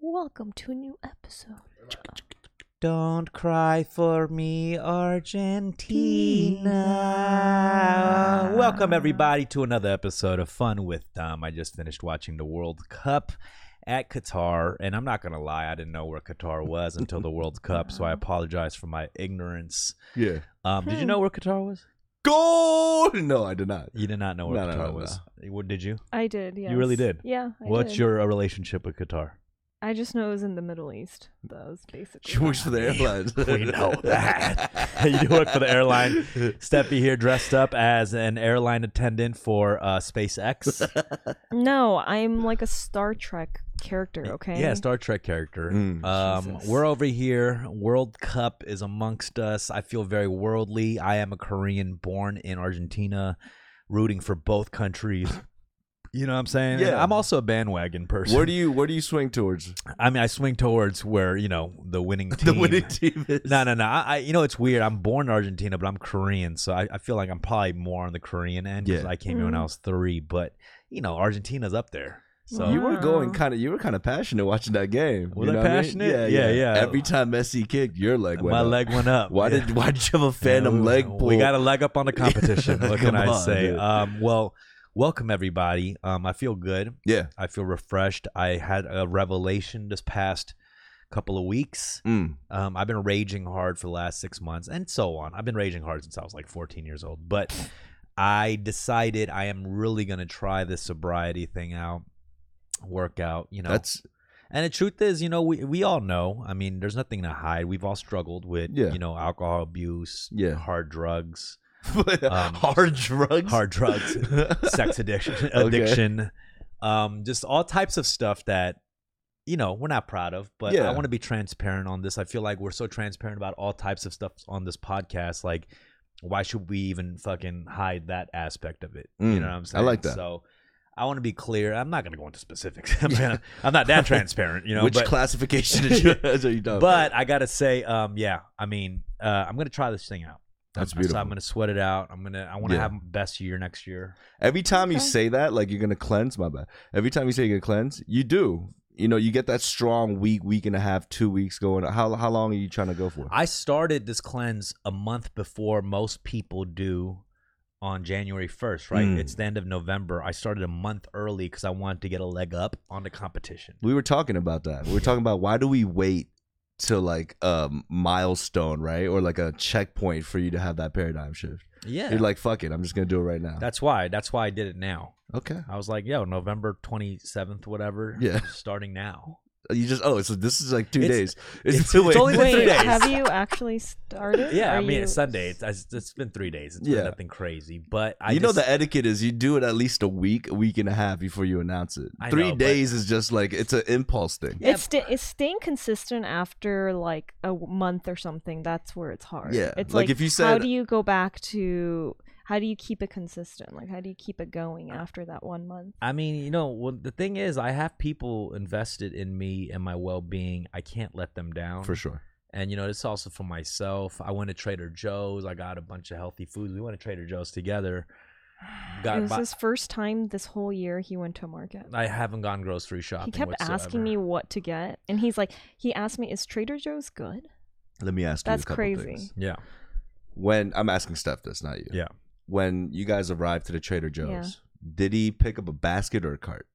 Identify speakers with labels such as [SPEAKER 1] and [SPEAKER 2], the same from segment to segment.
[SPEAKER 1] Welcome to a new episode.
[SPEAKER 2] Don't cry for me, Argentina. Welcome, everybody, to another episode of Fun with Dom. I just finished watching the World Cup at Qatar, and I'm not going to lie, I didn't know where Qatar was until the World Cup, so I apologize for my ignorance.
[SPEAKER 3] Yeah.
[SPEAKER 2] Um, Did you know where Qatar was?
[SPEAKER 3] Goal! No, I did not.
[SPEAKER 2] You did not know where
[SPEAKER 3] No, no,
[SPEAKER 2] Qatar
[SPEAKER 3] no, no.
[SPEAKER 2] was. What Did you?
[SPEAKER 1] I did, yes.
[SPEAKER 2] really did?
[SPEAKER 1] Yeah. I
[SPEAKER 2] What's
[SPEAKER 1] did.
[SPEAKER 2] your uh, relationship with Qatar?
[SPEAKER 1] I just know it was in the Middle East. That was basically.
[SPEAKER 3] She works for the airlines.
[SPEAKER 2] We know that. you work for the airline. Steppy here dressed up as an airline attendant for uh, SpaceX.
[SPEAKER 1] No, I'm like a Star Trek character, okay?
[SPEAKER 2] Yeah, Star Trek character.
[SPEAKER 3] Mm.
[SPEAKER 2] Um,
[SPEAKER 1] Jesus.
[SPEAKER 2] we're over here. World Cup is amongst us. I feel very worldly. I am a Korean born in Argentina, rooting for both countries. You know what I'm saying? And
[SPEAKER 3] Yeah.
[SPEAKER 2] I'm also a bandwagon person.
[SPEAKER 3] Where do you where do you swing towards?
[SPEAKER 2] I mean, I swing towards where, you know, the winning team.
[SPEAKER 3] The winning team is
[SPEAKER 2] No, no, no. I, I, you know, it's weird. I'm born in Argentina, but I'm Korean, so I, I feel like I'm probably more on the Korean end 'cause
[SPEAKER 3] Yeah.
[SPEAKER 2] I came here when I
[SPEAKER 1] Mhm.
[SPEAKER 2] was three. But you know, Argentina's up there. So
[SPEAKER 3] You were
[SPEAKER 1] Wow.
[SPEAKER 3] going kind of. You were kind of passionate watching that game.
[SPEAKER 2] Was
[SPEAKER 3] you
[SPEAKER 2] I
[SPEAKER 3] what
[SPEAKER 2] Uh. passionate?
[SPEAKER 3] I mean?
[SPEAKER 2] Yeah,
[SPEAKER 3] Yeah,
[SPEAKER 2] yeah.
[SPEAKER 3] Every time Messi kicked, your leg went.
[SPEAKER 2] my
[SPEAKER 3] up.
[SPEAKER 2] leg went up.
[SPEAKER 3] Why
[SPEAKER 2] Yeah.
[SPEAKER 3] did Why did you have a phantom
[SPEAKER 2] Yeah,
[SPEAKER 3] leg
[SPEAKER 2] we-
[SPEAKER 3] pull?
[SPEAKER 2] We got a leg up on the competition. what can I
[SPEAKER 3] Come on,
[SPEAKER 2] say?
[SPEAKER 3] dude.
[SPEAKER 2] Um, well, welcome everybody. Um, I feel good.
[SPEAKER 3] yeah.
[SPEAKER 2] I feel refreshed. I had a revelation this past couple of weeks.
[SPEAKER 3] Mm.
[SPEAKER 2] Um, I've been raging hard for the last six months and so on. I've been raging hard since I was like 14 years old. But I decided I am really going to try this sobriety thing out, work out, you know.
[SPEAKER 3] That's
[SPEAKER 2] and the truth is, you know, we, we all know. I mean, there's nothing to hide. We've all struggled with,
[SPEAKER 3] Yeah.
[SPEAKER 2] you know, alcohol abuse,
[SPEAKER 3] Yeah.
[SPEAKER 2] hard drugs, Um,
[SPEAKER 3] hard drugs.
[SPEAKER 2] hard drugs, sex addiction, addiction, um, just all types of stuff that you know we're not proud of. But
[SPEAKER 3] Yeah.
[SPEAKER 2] I want to be transparent on this. I feel like we're so transparent about all types of stuff on this podcast. Like, why should we even fucking hide that aspect of it? You
[SPEAKER 3] Mm,
[SPEAKER 2] know what I'm
[SPEAKER 3] I
[SPEAKER 2] saying?
[SPEAKER 3] like that.
[SPEAKER 2] So. I want to be clear. I'm not going to go into specifics. I'm, not- I'm not that transparent, you know.
[SPEAKER 3] Which
[SPEAKER 2] but,
[SPEAKER 3] classification did you, are you done?
[SPEAKER 2] but I gotta say, um, yeah, I mean, uh, I'm gonna try this thing out.
[SPEAKER 3] That's
[SPEAKER 2] I'm-
[SPEAKER 3] beautiful.
[SPEAKER 2] So I'm gonna sweat it out. I'm gonna, I want to
[SPEAKER 3] Yeah.
[SPEAKER 2] have my best year next year.
[SPEAKER 3] Every time you
[SPEAKER 1] Okay.
[SPEAKER 3] say that, like you're gonna cleanse, my bad. Every time you say you're gonna cleanse, you do. You know, you get that strong week, week and a half, two weeks going. How how long are you trying to go for?
[SPEAKER 2] I started this cleanse a month before most people do on January 1st. Right?
[SPEAKER 3] Mm.
[SPEAKER 2] It's the end of November. I started a month early because I wanted to get a leg up on the competition.
[SPEAKER 3] we were talking about that. We were talking about why do we wait till like a milestone, right, or like a checkpoint for you to have that paradigm shift?
[SPEAKER 2] Yeah,
[SPEAKER 3] You're like, fuck it, I'm just gonna do it right now.
[SPEAKER 2] that's why. That's why I did it now.
[SPEAKER 3] okay.
[SPEAKER 2] I was like, yo, November 27th, whatever.
[SPEAKER 3] Yeah.
[SPEAKER 2] starting now.
[SPEAKER 3] You just oh, so this is like two
[SPEAKER 2] It's-
[SPEAKER 3] days.
[SPEAKER 2] it's-
[SPEAKER 3] two
[SPEAKER 2] it's only been
[SPEAKER 1] Wait,
[SPEAKER 2] three days.
[SPEAKER 1] have you actually started?
[SPEAKER 2] Yeah,
[SPEAKER 1] Are
[SPEAKER 2] I mean
[SPEAKER 1] you-
[SPEAKER 2] it's Sunday. It's, it's- it's been three days. It's been
[SPEAKER 3] Yeah.
[SPEAKER 2] nothing crazy, but I
[SPEAKER 3] you
[SPEAKER 2] just,
[SPEAKER 3] know the etiquette is you do it at least a week, a week and a half before you announce it.
[SPEAKER 2] I
[SPEAKER 3] Three
[SPEAKER 2] know, but-
[SPEAKER 3] days is just like it's an impulse thing.
[SPEAKER 2] Yeah.
[SPEAKER 1] It's, sta- it's staying consistent after like a w- month or something. That's where it's hard.
[SPEAKER 3] Yeah,
[SPEAKER 1] It's
[SPEAKER 3] like
[SPEAKER 1] like,
[SPEAKER 3] if you
[SPEAKER 1] how
[SPEAKER 3] said-
[SPEAKER 1] do you go back to how do you keep it consistent? Like how do you keep it going after that one month?
[SPEAKER 2] I mean, you know, well, the thing is, I have people invested in me and my well being. I can't let them down.
[SPEAKER 3] For sure.
[SPEAKER 2] And, you know, it's also for myself. I went to Trader Joe's. I got a bunch of healthy foods. We went to Trader Joe's together.
[SPEAKER 1] it
[SPEAKER 2] Got
[SPEAKER 1] was
[SPEAKER 2] by,
[SPEAKER 1] his first time this whole year he went to a market.
[SPEAKER 2] I haven't gone grocery shopping.
[SPEAKER 1] He kept asking
[SPEAKER 2] whatsoever.
[SPEAKER 1] me what to get, and he's like, he asked me, "Is Trader Joe's good?"
[SPEAKER 3] Let me ask
[SPEAKER 1] That's
[SPEAKER 3] you a couple
[SPEAKER 1] crazy.
[SPEAKER 3] things.
[SPEAKER 2] Yeah.
[SPEAKER 3] When I'm asking Steph this, not you.
[SPEAKER 2] Yeah.
[SPEAKER 3] When you guys arrived to the Trader Joe's, did he pick up a basket or a cart?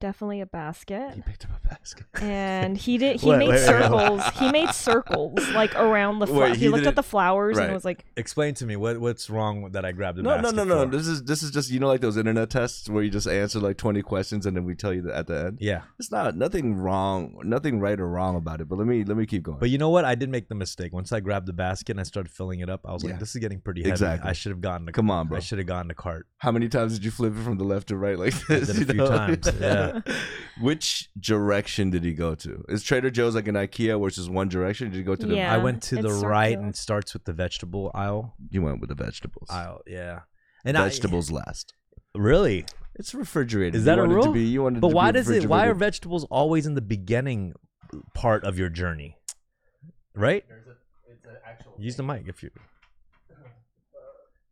[SPEAKER 1] Definitely a basket,
[SPEAKER 3] He picked up a basket.
[SPEAKER 1] and he did. He
[SPEAKER 3] Wait,
[SPEAKER 1] made
[SPEAKER 3] wait, wait, wait.
[SPEAKER 1] circles. He made circles like around the. Fl-
[SPEAKER 3] Wait,
[SPEAKER 1] he,
[SPEAKER 3] he
[SPEAKER 1] looked at
[SPEAKER 3] didn't-
[SPEAKER 1] the flowers and
[SPEAKER 3] Right.
[SPEAKER 1] was like,
[SPEAKER 2] Explain to me what what's wrong with- that I grabbed a
[SPEAKER 3] No, no,
[SPEAKER 2] basket
[SPEAKER 3] no, no.
[SPEAKER 2] for?
[SPEAKER 3] This is this is just you know like those internet tests where you just answer like 20 questions and then we tell you that at the end.
[SPEAKER 2] Yeah.
[SPEAKER 3] It's not nothing wrong, nothing right or wrong about it. But let me let me keep going.
[SPEAKER 2] But you know what? I did make the mistake. Once I grabbed the basket and I started filling it up, I was
[SPEAKER 3] Yeah.
[SPEAKER 2] like, this is getting pretty heavy.
[SPEAKER 3] Exactly.
[SPEAKER 2] I should have gotten the
[SPEAKER 3] Come on, bro.
[SPEAKER 2] I should have gotten the cart.
[SPEAKER 3] How many times did you flip it from the left to right like
[SPEAKER 2] I
[SPEAKER 3] this?
[SPEAKER 2] did a
[SPEAKER 3] you
[SPEAKER 2] few
[SPEAKER 3] know?
[SPEAKER 2] times. Yeah.
[SPEAKER 3] Which direction did he go to? Is Trader Joe's like an IKEA where it's just one direction? Did you go to the
[SPEAKER 1] Yeah.
[SPEAKER 2] I went to
[SPEAKER 1] it's
[SPEAKER 2] the
[SPEAKER 1] circular.
[SPEAKER 2] right and it starts with the vegetable aisle.
[SPEAKER 3] You went with the vegetables.
[SPEAKER 2] Aisle, yeah. And
[SPEAKER 3] vegetables last.
[SPEAKER 2] I, really?
[SPEAKER 3] It's refrigerated.
[SPEAKER 2] Is that
[SPEAKER 3] you
[SPEAKER 2] a
[SPEAKER 3] want it
[SPEAKER 2] rule?
[SPEAKER 3] To be, you wanted
[SPEAKER 2] But
[SPEAKER 3] to
[SPEAKER 2] why
[SPEAKER 3] be
[SPEAKER 2] does it? Why are
[SPEAKER 3] refrigerated.
[SPEAKER 2] vegetables always in the beginning part of your journey? Right. Use the mic if you.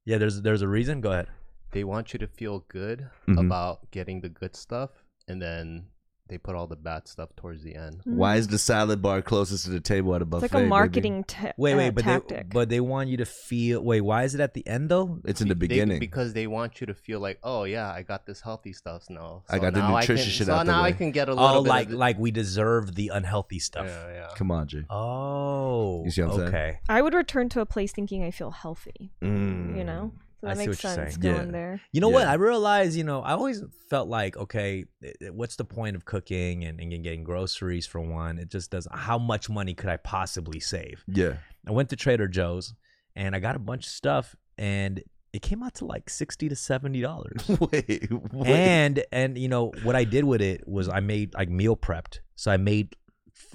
[SPEAKER 2] Yeah, there's there's a reason. Go ahead.
[SPEAKER 4] they want you to feel good
[SPEAKER 3] Mhm.
[SPEAKER 4] about getting the good stuff and then they put all the bad stuff towards the end.
[SPEAKER 3] Why is the salad bar closest to the table at a
[SPEAKER 1] It's
[SPEAKER 3] buffet?
[SPEAKER 1] like a
[SPEAKER 3] baby?
[SPEAKER 1] marketing ta-
[SPEAKER 2] Wait,
[SPEAKER 1] uh,
[SPEAKER 2] wait, but they,
[SPEAKER 1] tactic.
[SPEAKER 2] but they want you to feel. Wait, why is it at the end though?
[SPEAKER 3] It's in the
[SPEAKER 4] Be- they-
[SPEAKER 3] beginning.
[SPEAKER 4] because they want you to feel like, oh yeah, I got this healthy stuff now.
[SPEAKER 3] I got the
[SPEAKER 4] now
[SPEAKER 3] nutrition
[SPEAKER 4] can,
[SPEAKER 3] shit
[SPEAKER 4] so
[SPEAKER 3] out the
[SPEAKER 4] now I
[SPEAKER 3] way.
[SPEAKER 4] can get a little
[SPEAKER 2] Oh,
[SPEAKER 4] bit
[SPEAKER 2] like
[SPEAKER 4] of
[SPEAKER 2] like we deserve the unhealthy
[SPEAKER 4] the-
[SPEAKER 2] stuff.
[SPEAKER 4] Yeah, yeah.
[SPEAKER 3] Come on, Jay.
[SPEAKER 2] Oh,
[SPEAKER 3] You see what I'm saying?
[SPEAKER 2] okay.
[SPEAKER 1] I would return to a place thinking I feel healthy.
[SPEAKER 3] Mm.
[SPEAKER 1] You know, so
[SPEAKER 2] I
[SPEAKER 1] that
[SPEAKER 2] see
[SPEAKER 1] makes
[SPEAKER 2] what you're
[SPEAKER 1] sense
[SPEAKER 2] saying.
[SPEAKER 1] going
[SPEAKER 3] Yeah.
[SPEAKER 1] there.
[SPEAKER 2] You know what?
[SPEAKER 3] Yeah.
[SPEAKER 2] I realized, you know, I always felt like, okay, i- i- what's the point of cooking and, and getting groceries for one? It just doesn't, how much money could I possibly save?
[SPEAKER 3] Yeah.
[SPEAKER 2] I went to Trader Joe's and I got a bunch of stuff and it came out to like 60 to $70.
[SPEAKER 3] wait, wait.
[SPEAKER 2] and, and, you know, what I did with it was I made like meal prepped. So I made,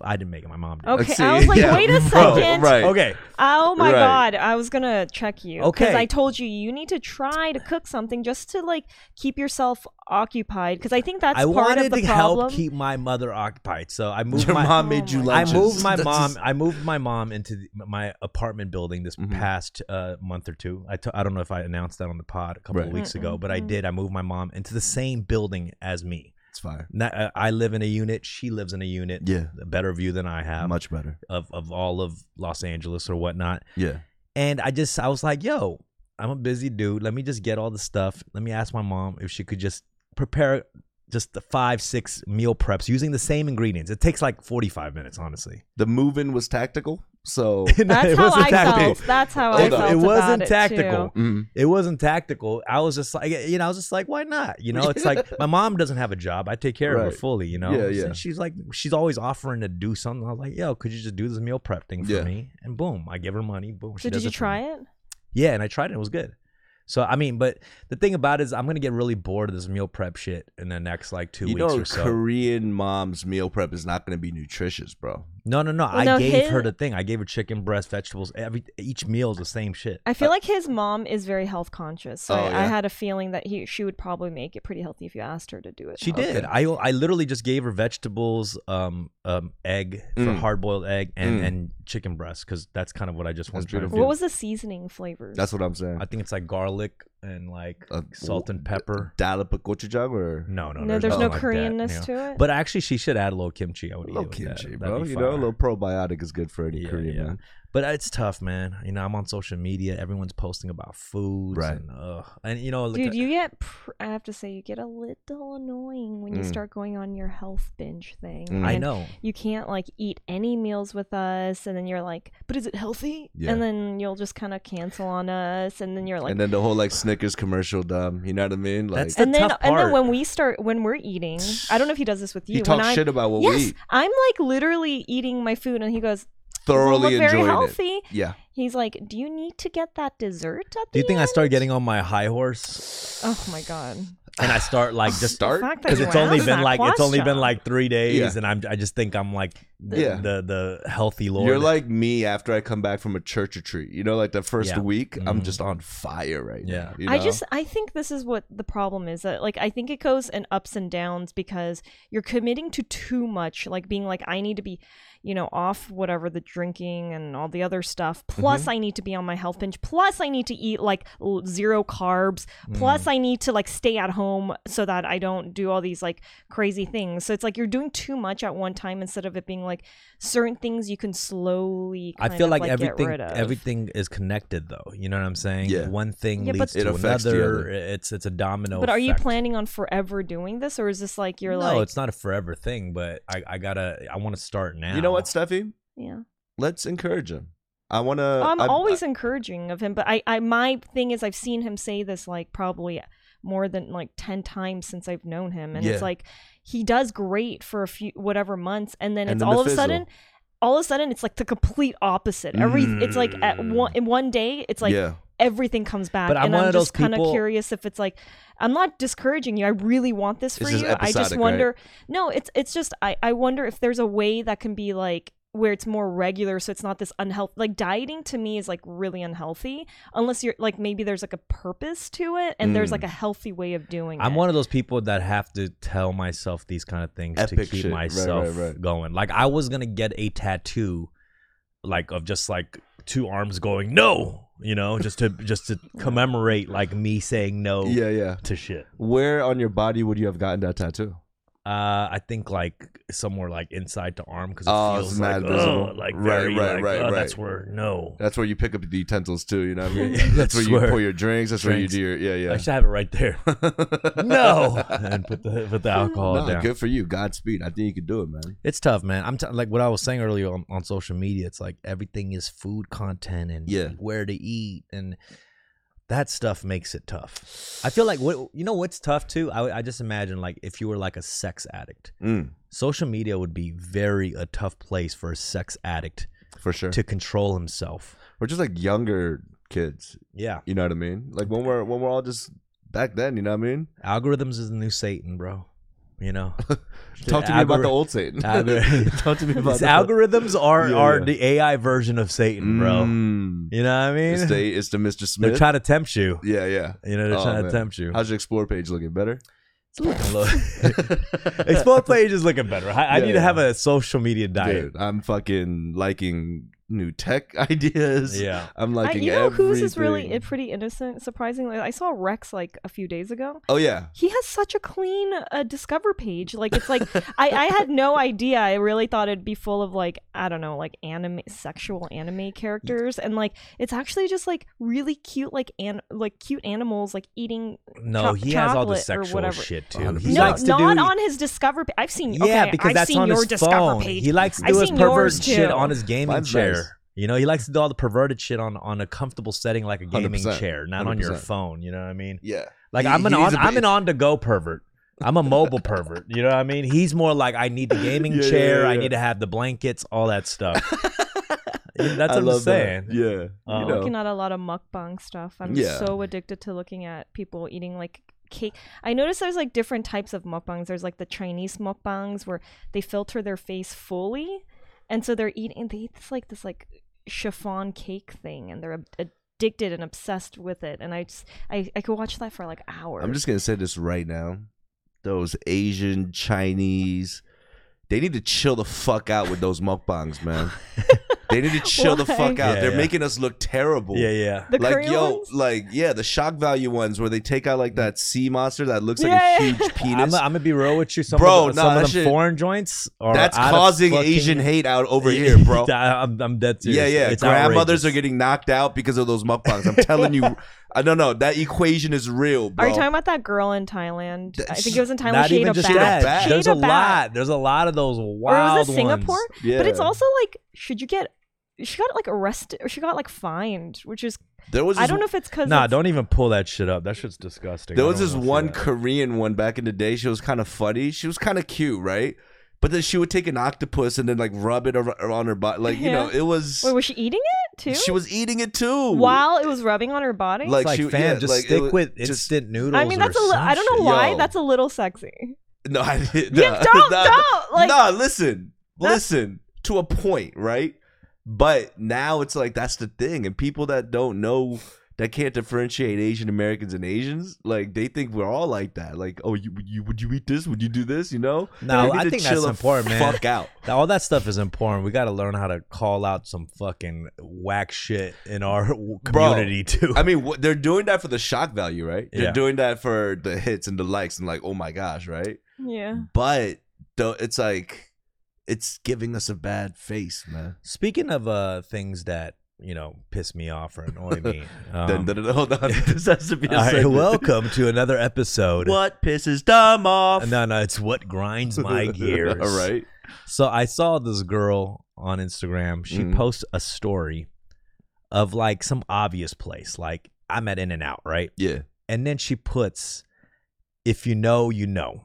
[SPEAKER 2] I didn't make it, my mom did.
[SPEAKER 1] Okay,
[SPEAKER 3] Let's
[SPEAKER 1] I was
[SPEAKER 3] see.
[SPEAKER 1] like,
[SPEAKER 3] Yeah.
[SPEAKER 1] wait a
[SPEAKER 3] Bro,
[SPEAKER 1] second.
[SPEAKER 3] right.
[SPEAKER 2] Okay.
[SPEAKER 1] Oh my
[SPEAKER 3] Right.
[SPEAKER 1] god, I was gonna check you.
[SPEAKER 2] Okay.
[SPEAKER 1] Because I told you you need to try to cook something just to like keep yourself occupied. Because I think that's
[SPEAKER 2] I
[SPEAKER 1] part
[SPEAKER 2] wanted
[SPEAKER 1] of the
[SPEAKER 2] to
[SPEAKER 1] problem.
[SPEAKER 2] help keep my mother occupied. So I moved
[SPEAKER 3] Your
[SPEAKER 2] my,
[SPEAKER 3] mom made
[SPEAKER 1] Oh
[SPEAKER 3] you
[SPEAKER 1] my
[SPEAKER 2] I
[SPEAKER 3] lunches.
[SPEAKER 2] moved my
[SPEAKER 3] That's
[SPEAKER 2] mom.
[SPEAKER 3] just-
[SPEAKER 2] I moved my mom into the, my apartment building this
[SPEAKER 3] Mhm.
[SPEAKER 2] past uh, month or two. I t- I don't know if I announced that on the pod a couple of
[SPEAKER 3] Right.
[SPEAKER 2] weeks ago, but I
[SPEAKER 1] Mm-mm.
[SPEAKER 2] did. I moved my mom into the same building as me.
[SPEAKER 3] It's fire.
[SPEAKER 2] Not, uh, I live in a unit. She lives in a unit.
[SPEAKER 3] Yeah.
[SPEAKER 2] A better view than I have
[SPEAKER 3] Much better.
[SPEAKER 2] of of all of Los Angeles or whatnot.
[SPEAKER 3] Yeah.
[SPEAKER 2] And I just I was like, yo, I'm a busy dude. Let me just get all the stuff. Let me ask my mom if she could just prepare just the five six meal preps using the same ingredients. It takes like 45 minutes, honestly.
[SPEAKER 3] The move in was tactical. So.
[SPEAKER 2] No,
[SPEAKER 1] That's
[SPEAKER 2] it
[SPEAKER 1] how
[SPEAKER 2] wasn't
[SPEAKER 1] I
[SPEAKER 2] tactical.
[SPEAKER 1] felt. That's how I
[SPEAKER 2] It,
[SPEAKER 1] felt.
[SPEAKER 2] it wasn't
[SPEAKER 1] about
[SPEAKER 2] tactical.
[SPEAKER 1] It too.
[SPEAKER 3] Mm.
[SPEAKER 2] It wasn't tactical. I was just like, you know, I was just like, why not? You know, it's like my mom doesn't have a job. I take care of her
[SPEAKER 3] Right.
[SPEAKER 2] fully. You know,
[SPEAKER 3] Yeah, yeah.
[SPEAKER 2] And she's like, she's always offering to do something. I was like, yo, could you just do this meal prep thing for
[SPEAKER 3] Yeah.
[SPEAKER 2] me? And boom, I give her money. Boom.
[SPEAKER 1] So did you try it?
[SPEAKER 2] Yeah, and I tried it. It was good. So I mean, but the thing about it is, I'm gonna get really bored of this meal prep shit in the next like two
[SPEAKER 3] You
[SPEAKER 2] weeks
[SPEAKER 3] know,
[SPEAKER 2] or so.
[SPEAKER 3] Korean mom's meal prep is not going to be nutritious, bro.
[SPEAKER 2] no, no, no. I
[SPEAKER 1] no,
[SPEAKER 2] gave her
[SPEAKER 1] his-
[SPEAKER 2] the thing. I gave her chicken breast, vegetables. Every each meal is the same shit.
[SPEAKER 1] I feel like his mom is very health conscious, so
[SPEAKER 3] Oh,
[SPEAKER 1] I, I
[SPEAKER 3] yeah.
[SPEAKER 1] had a feeling that he she would probably make it pretty healthy if you asked her to do it.
[SPEAKER 2] She did. I I literally just gave her vegetables, um, um, egg for
[SPEAKER 3] Mm.
[SPEAKER 2] hard boiled egg and
[SPEAKER 3] Mm.
[SPEAKER 2] and chicken breast because that's kind of what I just was
[SPEAKER 3] That's
[SPEAKER 2] trying to
[SPEAKER 3] beautiful.
[SPEAKER 2] do.
[SPEAKER 1] What was the seasoning flavors?
[SPEAKER 3] That's what I'm saying.
[SPEAKER 2] I think it's like garlic and like
[SPEAKER 3] Uh,
[SPEAKER 2] salt and pepper.
[SPEAKER 3] Dollop of gochujang or
[SPEAKER 2] No, no,
[SPEAKER 1] no, there's no
[SPEAKER 2] nothing like that,
[SPEAKER 1] Koreanness
[SPEAKER 2] yeah.
[SPEAKER 1] to it.
[SPEAKER 2] But actually, she should add a little kimchi. I would
[SPEAKER 3] a
[SPEAKER 2] eat
[SPEAKER 3] little
[SPEAKER 2] it with that.
[SPEAKER 3] kimchi,
[SPEAKER 2] That'd
[SPEAKER 3] bro.
[SPEAKER 2] be
[SPEAKER 3] You know, a
[SPEAKER 2] fire.
[SPEAKER 3] little probiotic is good for any
[SPEAKER 2] Yeah,
[SPEAKER 3] Korean
[SPEAKER 2] yeah.
[SPEAKER 3] man.
[SPEAKER 2] But it's tough, man. You know, I'm on social media. Everyone's posting about foods,
[SPEAKER 3] Right.
[SPEAKER 2] And, ugh. and you know, look
[SPEAKER 1] Dude,
[SPEAKER 2] at-
[SPEAKER 1] you get, pr- I have to say, you get a little annoying when you
[SPEAKER 3] Mm.
[SPEAKER 1] start going on your health binge thing.
[SPEAKER 3] Mm.
[SPEAKER 2] I
[SPEAKER 1] and
[SPEAKER 2] know.
[SPEAKER 1] You can't like eat any meals with us, and then you're like, but is it healthy?
[SPEAKER 3] Yeah.
[SPEAKER 1] And then you'll just kind of cancel on us, and then you're like,
[SPEAKER 3] and then the whole like Snickers commercial, dumb. You know what I mean? Like
[SPEAKER 2] That's the
[SPEAKER 1] and then
[SPEAKER 2] tough
[SPEAKER 1] and then
[SPEAKER 2] part.
[SPEAKER 1] when we start when we're eating, I don't know if he does this with you.
[SPEAKER 3] he
[SPEAKER 1] when
[SPEAKER 3] talks
[SPEAKER 1] I-
[SPEAKER 3] shit about what we
[SPEAKER 1] Yes,
[SPEAKER 3] eat.
[SPEAKER 1] I'm like literally eating my food, and he goes,
[SPEAKER 3] Thoroughly
[SPEAKER 1] "Doesn't look very
[SPEAKER 3] enjoying it.
[SPEAKER 1] healthy."
[SPEAKER 3] Yeah.
[SPEAKER 1] He's like, "Do you need to get that dessert at
[SPEAKER 2] Do you
[SPEAKER 1] the
[SPEAKER 2] think I
[SPEAKER 1] end?"
[SPEAKER 2] start getting on my high horse?
[SPEAKER 1] Oh my god!
[SPEAKER 2] And I start like just
[SPEAKER 1] The
[SPEAKER 3] Start?
[SPEAKER 1] fact that
[SPEAKER 2] because
[SPEAKER 1] you
[SPEAKER 2] it's only
[SPEAKER 1] asked
[SPEAKER 2] been
[SPEAKER 1] that
[SPEAKER 2] like it's only been
[SPEAKER 1] question.
[SPEAKER 2] like three days,
[SPEAKER 3] Yeah.
[SPEAKER 2] and I'm I just think I'm like the
[SPEAKER 3] Yeah.
[SPEAKER 2] the, the healthy lord.
[SPEAKER 3] You're like me after I come back from a church retreat. You know, like the first
[SPEAKER 2] Yeah.
[SPEAKER 3] week, I'm
[SPEAKER 2] Mhm.
[SPEAKER 3] just on fire right
[SPEAKER 2] Yeah.
[SPEAKER 3] now. you
[SPEAKER 1] I
[SPEAKER 3] know?
[SPEAKER 1] just I think this is what the problem is that like I think it goes in ups and downs because you're committing to too much like being like I need to be you know off whatever the drinking and all the other stuff plus
[SPEAKER 2] Mm-hmm.
[SPEAKER 1] I need to be on my health binge plus I need to eat like l- zero carbs plus
[SPEAKER 2] Mm.
[SPEAKER 1] I need to like stay at home so that I don't do all these like crazy things so it's like you're doing too much at one time instead of it being like certain things you can slowly
[SPEAKER 2] I
[SPEAKER 1] kind
[SPEAKER 2] feel
[SPEAKER 1] of,
[SPEAKER 2] like,
[SPEAKER 1] get
[SPEAKER 2] everything
[SPEAKER 1] rid of.
[SPEAKER 2] everything is connected though. You know what I'm saying?
[SPEAKER 3] Yeah.
[SPEAKER 2] One thing
[SPEAKER 1] Yeah, but-
[SPEAKER 2] leads
[SPEAKER 3] It
[SPEAKER 2] to
[SPEAKER 3] affects the
[SPEAKER 2] another.
[SPEAKER 3] other.
[SPEAKER 2] It's it's a domino.
[SPEAKER 1] but are you
[SPEAKER 2] effect.
[SPEAKER 1] planning on forever doing this or is this like you're
[SPEAKER 2] no,
[SPEAKER 1] like
[SPEAKER 2] it's not a forever thing. But I, I gotta I want to start now.
[SPEAKER 3] You know what, Steffi?
[SPEAKER 1] yeah
[SPEAKER 3] Let's encourage him. Uh, I want to.
[SPEAKER 1] I'm always encouraging of him, but I, I, my thing is, I've seen him say this like probably more than like ten times since I've known him, and
[SPEAKER 3] Yeah.
[SPEAKER 1] it's like he does great for a few whatever months, and then
[SPEAKER 3] And
[SPEAKER 1] it's
[SPEAKER 3] then the
[SPEAKER 1] all of a
[SPEAKER 3] fizzle.
[SPEAKER 1] sudden, all of a sudden, it's like the complete opposite. Every, it's like at
[SPEAKER 3] Mm.
[SPEAKER 1] one in one day, it's like
[SPEAKER 3] yeah.
[SPEAKER 1] everything comes back,
[SPEAKER 2] But I'm
[SPEAKER 1] and
[SPEAKER 2] one
[SPEAKER 1] I'm
[SPEAKER 2] of those
[SPEAKER 1] just kind
[SPEAKER 2] people-
[SPEAKER 1] of curious if it's like I'm not discouraging you. I really want this for
[SPEAKER 3] It's just
[SPEAKER 1] you. I just
[SPEAKER 3] episodic,
[SPEAKER 1] wonder. No, it's it's just I I wonder if there's a way that can be like where it's more regular, so it's not this unhealthy. Like dieting to me is like really unhealthy, unless you're like maybe there's like a purpose to it, and there's
[SPEAKER 3] Mm.
[SPEAKER 1] like a healthy way of doing
[SPEAKER 2] I'm
[SPEAKER 1] it.
[SPEAKER 2] one of those people that have to tell myself these kind of things to
[SPEAKER 3] Epic
[SPEAKER 2] keep
[SPEAKER 3] shit. Right, right,
[SPEAKER 2] myself
[SPEAKER 3] right.
[SPEAKER 2] going. Like I was gonna get a tattoo, like of just like two arms going no, you know, just to just to commemorate like me saying no
[SPEAKER 3] Yeah, yeah.
[SPEAKER 2] to shit.
[SPEAKER 3] Where on your body would you have gotten that tattoo?
[SPEAKER 2] Uh, I think like somewhere like inside the arm because it
[SPEAKER 3] Oh,
[SPEAKER 2] feels
[SPEAKER 3] it's
[SPEAKER 2] like,
[SPEAKER 3] mad visible.
[SPEAKER 2] oh, like
[SPEAKER 3] Right,
[SPEAKER 2] very,
[SPEAKER 3] right,
[SPEAKER 2] like,
[SPEAKER 3] right,
[SPEAKER 2] oh,
[SPEAKER 3] right.
[SPEAKER 2] That's where no.
[SPEAKER 3] That's where you pick up the utensils too. You know what I mean?
[SPEAKER 2] Yeah,
[SPEAKER 3] That's where you
[SPEAKER 2] swear.
[SPEAKER 3] pour your drinks. That's where you
[SPEAKER 2] Drinks.
[SPEAKER 3] do your yeah
[SPEAKER 2] I
[SPEAKER 3] yeah.
[SPEAKER 2] should have it right there. no, and put the put the alcohol
[SPEAKER 3] Nah,
[SPEAKER 2] down.
[SPEAKER 3] good for you. Godspeed. I think you could do it, man.
[SPEAKER 2] It's tough, man. I'm t- like what I was saying earlier on, on social media. It's like everything is food content and
[SPEAKER 3] Yeah.
[SPEAKER 2] where to eat and that stuff makes it tough. I feel like what you know what's tough too. I I just imagine like if you were like a sex addict,
[SPEAKER 3] Mm,
[SPEAKER 2] social media would be very a tough place for a sex addict
[SPEAKER 3] for sure.
[SPEAKER 2] to control himself.
[SPEAKER 3] We're just like younger kids.
[SPEAKER 2] Yeah,
[SPEAKER 3] You know what I mean? Like when we're when we're all just back then. You know what I mean?
[SPEAKER 2] algorithms is the new Satan, bro. You know,
[SPEAKER 3] Talk to me about the
[SPEAKER 2] Algori-
[SPEAKER 3] old Satan.
[SPEAKER 2] Algor-
[SPEAKER 3] Talk to me about
[SPEAKER 2] These
[SPEAKER 3] the
[SPEAKER 2] algorithms are
[SPEAKER 3] Yeah,
[SPEAKER 2] are
[SPEAKER 3] yeah.
[SPEAKER 2] the AI version of Satan, bro.
[SPEAKER 3] Mm.
[SPEAKER 2] You know what I mean?
[SPEAKER 3] It's the it's the Mr.
[SPEAKER 2] They're
[SPEAKER 3] Smith.
[SPEAKER 2] trying to tempt you.
[SPEAKER 3] yeah, yeah.
[SPEAKER 2] You know, they're
[SPEAKER 3] Oh,
[SPEAKER 2] trying to
[SPEAKER 3] man.
[SPEAKER 2] tempt you.
[SPEAKER 3] How's your explore page looking? Better?
[SPEAKER 2] It's looking low. Explore page is looking better. I, I
[SPEAKER 3] Yeah,
[SPEAKER 2] need
[SPEAKER 3] yeah.
[SPEAKER 2] to have a social media diet.
[SPEAKER 3] Dude, I'm fucking liking new tech ideas.
[SPEAKER 2] Yeah.
[SPEAKER 3] I'm
[SPEAKER 1] I,
[SPEAKER 3] liking
[SPEAKER 1] you know whose is really
[SPEAKER 3] everything.
[SPEAKER 1] it, pretty innocent, surprisingly. I saw Rex like a few days ago.
[SPEAKER 3] Oh yeah.
[SPEAKER 1] He has such a clean uh, Discover page. Like it's like I, I had no idea. I really thought it'd be full of like I don't know, like anime, sexual anime characters, and like it's actually just like really cute, like an like cute animals like eating.
[SPEAKER 2] No,
[SPEAKER 1] Cho-
[SPEAKER 2] he has all
[SPEAKER 1] chocolate or
[SPEAKER 2] the sexual
[SPEAKER 1] whatever.
[SPEAKER 2] shit too.
[SPEAKER 3] 100%.
[SPEAKER 2] He
[SPEAKER 1] no,
[SPEAKER 2] likes to
[SPEAKER 1] not
[SPEAKER 2] do.
[SPEAKER 1] on his Discover. Pa- I've seen.
[SPEAKER 2] yeah,
[SPEAKER 1] okay,
[SPEAKER 2] because
[SPEAKER 1] I've
[SPEAKER 2] that's
[SPEAKER 1] seen
[SPEAKER 2] on
[SPEAKER 1] your
[SPEAKER 2] his
[SPEAKER 1] Discover
[SPEAKER 2] phone.
[SPEAKER 1] page.
[SPEAKER 2] He likes to
[SPEAKER 1] I've
[SPEAKER 2] do his
[SPEAKER 1] seen
[SPEAKER 2] pervert
[SPEAKER 1] yours,
[SPEAKER 2] shit
[SPEAKER 1] too.
[SPEAKER 2] on his gaming
[SPEAKER 3] Mine's
[SPEAKER 2] chair.
[SPEAKER 3] nice.
[SPEAKER 2] You know, he likes to do all the perverted shit on, on a comfortable setting like a gaming
[SPEAKER 3] 100%.
[SPEAKER 2] chair, not on your
[SPEAKER 3] 100%.
[SPEAKER 2] phone. You know what I mean?
[SPEAKER 3] Yeah.
[SPEAKER 2] Like
[SPEAKER 3] He-
[SPEAKER 2] I'm an
[SPEAKER 3] he needs
[SPEAKER 2] on,
[SPEAKER 3] a
[SPEAKER 2] I'm an
[SPEAKER 3] bit-
[SPEAKER 2] on to go pervert. I'm a mobile pervert. You know what I mean? He's more like I need the gaming
[SPEAKER 3] Yeah, yeah,
[SPEAKER 2] chair. I
[SPEAKER 3] yeah.
[SPEAKER 2] need to have the blankets, all that stuff. Yeah, That's
[SPEAKER 3] I
[SPEAKER 2] what I'm
[SPEAKER 3] love
[SPEAKER 2] saying.
[SPEAKER 3] that. Yeah.
[SPEAKER 2] Um,
[SPEAKER 1] I'm
[SPEAKER 3] you
[SPEAKER 1] looking
[SPEAKER 3] know.
[SPEAKER 1] at a lot of mukbang stuff. I'm
[SPEAKER 3] Yeah.
[SPEAKER 1] so addicted to looking at people eating like cake. I noticed there's like different types of mukbangs. There's like the Chinese mukbangs where they filter their face fully, and so they're eating. They eat this like this like chiffon cake thing, and they're ab- addicted and obsessed with it. And I just I I could watch that for like hours.
[SPEAKER 3] I'm just gonna say this right now. Those Asian Chinese, they need to chill the fuck out with those mukbangs, man. they need to chill the
[SPEAKER 1] Why?
[SPEAKER 3] fuck out.
[SPEAKER 2] Yeah,
[SPEAKER 3] They're
[SPEAKER 2] yeah.
[SPEAKER 3] making us look terrible.
[SPEAKER 2] Yeah, yeah.
[SPEAKER 1] the
[SPEAKER 3] like
[SPEAKER 1] Korean
[SPEAKER 3] yo,
[SPEAKER 1] ones?
[SPEAKER 3] like yeah, the shock value ones where they take out like that sea monster that looks like
[SPEAKER 1] Yeah.
[SPEAKER 3] a huge
[SPEAKER 2] I'm,
[SPEAKER 3] penis.
[SPEAKER 2] I'm gonna be real with you. Some
[SPEAKER 3] Bro,
[SPEAKER 2] of, the,
[SPEAKER 3] nah,
[SPEAKER 2] some
[SPEAKER 3] that
[SPEAKER 2] of them
[SPEAKER 3] shit-
[SPEAKER 2] foreign joints are
[SPEAKER 3] That's
[SPEAKER 2] out of
[SPEAKER 3] causing
[SPEAKER 2] fucking-
[SPEAKER 3] Asian hate out over here, bro.
[SPEAKER 2] I- I'm, I'm dead serious.
[SPEAKER 3] Yeah, yeah.
[SPEAKER 2] It's outrageous.
[SPEAKER 3] Grandmothers are getting knocked out because of those mukbangs. I'm telling you, I don't know. That equation is real, bro.
[SPEAKER 1] Are you talking about that girl in Thailand? I think it was in Thailand.
[SPEAKER 2] not
[SPEAKER 1] she ate
[SPEAKER 2] even
[SPEAKER 1] a
[SPEAKER 2] just
[SPEAKER 1] bat.
[SPEAKER 2] that.
[SPEAKER 3] She
[SPEAKER 2] There's
[SPEAKER 1] ate
[SPEAKER 2] a
[SPEAKER 1] a bat.
[SPEAKER 2] lot. There's a lot of those
[SPEAKER 1] Or
[SPEAKER 2] wild
[SPEAKER 1] was it Singapore?
[SPEAKER 2] ones.
[SPEAKER 1] But it's
[SPEAKER 3] Yeah.
[SPEAKER 1] also like, should you get? She got like arrested. She got like fined, which is
[SPEAKER 3] there was
[SPEAKER 1] I
[SPEAKER 3] this-
[SPEAKER 1] don't know if it's because
[SPEAKER 2] Nah, don't even pull that shit up. That shit's disgusting.
[SPEAKER 3] There
[SPEAKER 2] I
[SPEAKER 3] was
[SPEAKER 2] don't
[SPEAKER 3] this
[SPEAKER 2] wanna see
[SPEAKER 3] one
[SPEAKER 2] that.
[SPEAKER 3] Korean one back in the day. She was kind of funny. She was kind of cute, right? But then she would take an octopus and then like rub it ar- on her body. Like, you
[SPEAKER 1] Yeah.
[SPEAKER 3] know, it was.
[SPEAKER 1] Wait, was she eating it too?
[SPEAKER 3] she was eating it too.
[SPEAKER 1] While it was rubbing on her body.
[SPEAKER 3] Like,
[SPEAKER 2] It's like,
[SPEAKER 3] she-
[SPEAKER 2] fam,
[SPEAKER 3] yeah,
[SPEAKER 2] just
[SPEAKER 3] like, it
[SPEAKER 2] stick
[SPEAKER 3] was-
[SPEAKER 2] with
[SPEAKER 3] just-
[SPEAKER 2] instant noodles.
[SPEAKER 1] I mean, that's a
[SPEAKER 2] or
[SPEAKER 1] li-
[SPEAKER 2] some
[SPEAKER 1] I don't know
[SPEAKER 3] shit.
[SPEAKER 1] why
[SPEAKER 3] Yo.
[SPEAKER 1] that's a little sexy.
[SPEAKER 3] No, I didn't.
[SPEAKER 1] You
[SPEAKER 3] nah,
[SPEAKER 1] don't,
[SPEAKER 3] nah,
[SPEAKER 1] don't, like-
[SPEAKER 3] nah, listen.
[SPEAKER 1] That's-
[SPEAKER 3] Listen to a point, right? But now it's like that's the thing. And people that don't know, that can't differentiate Asian Americans and Asians, like they think we're all like that. Like, oh, you, you would you eat this? Would you do this? You know?
[SPEAKER 2] No,
[SPEAKER 3] You need
[SPEAKER 2] I
[SPEAKER 3] to
[SPEAKER 2] think
[SPEAKER 3] chill
[SPEAKER 2] that's
[SPEAKER 3] the
[SPEAKER 2] important, man.
[SPEAKER 3] Fuck out.
[SPEAKER 2] Now, all that stuff is important. We got to learn how to call out some fucking whack shit in our w- community too.
[SPEAKER 3] I mean, what, they're doing that for the shock value, right? They're
[SPEAKER 2] Yeah.
[SPEAKER 3] doing that for the hits and the likes and like, oh my gosh, right?
[SPEAKER 1] Yeah.
[SPEAKER 3] But though, it's like it's giving us a bad face, man.
[SPEAKER 2] Speaking of uh, things that you know piss me off or annoy me,
[SPEAKER 3] Dun,
[SPEAKER 2] um,
[SPEAKER 3] dun, dun, dun, hold on, this has to be a
[SPEAKER 2] all right,
[SPEAKER 3] segment.
[SPEAKER 2] welcome to another episode.
[SPEAKER 3] What pisses Dom off?
[SPEAKER 2] No, no, it's what grinds my gears.
[SPEAKER 3] All right.
[SPEAKER 2] So I saw this girl on Instagram. She
[SPEAKER 3] Mhm.
[SPEAKER 2] posts a story of like some obvious place, like I'm at In and Out, right?
[SPEAKER 3] Yeah.
[SPEAKER 2] And then she puts, "If you know, you know."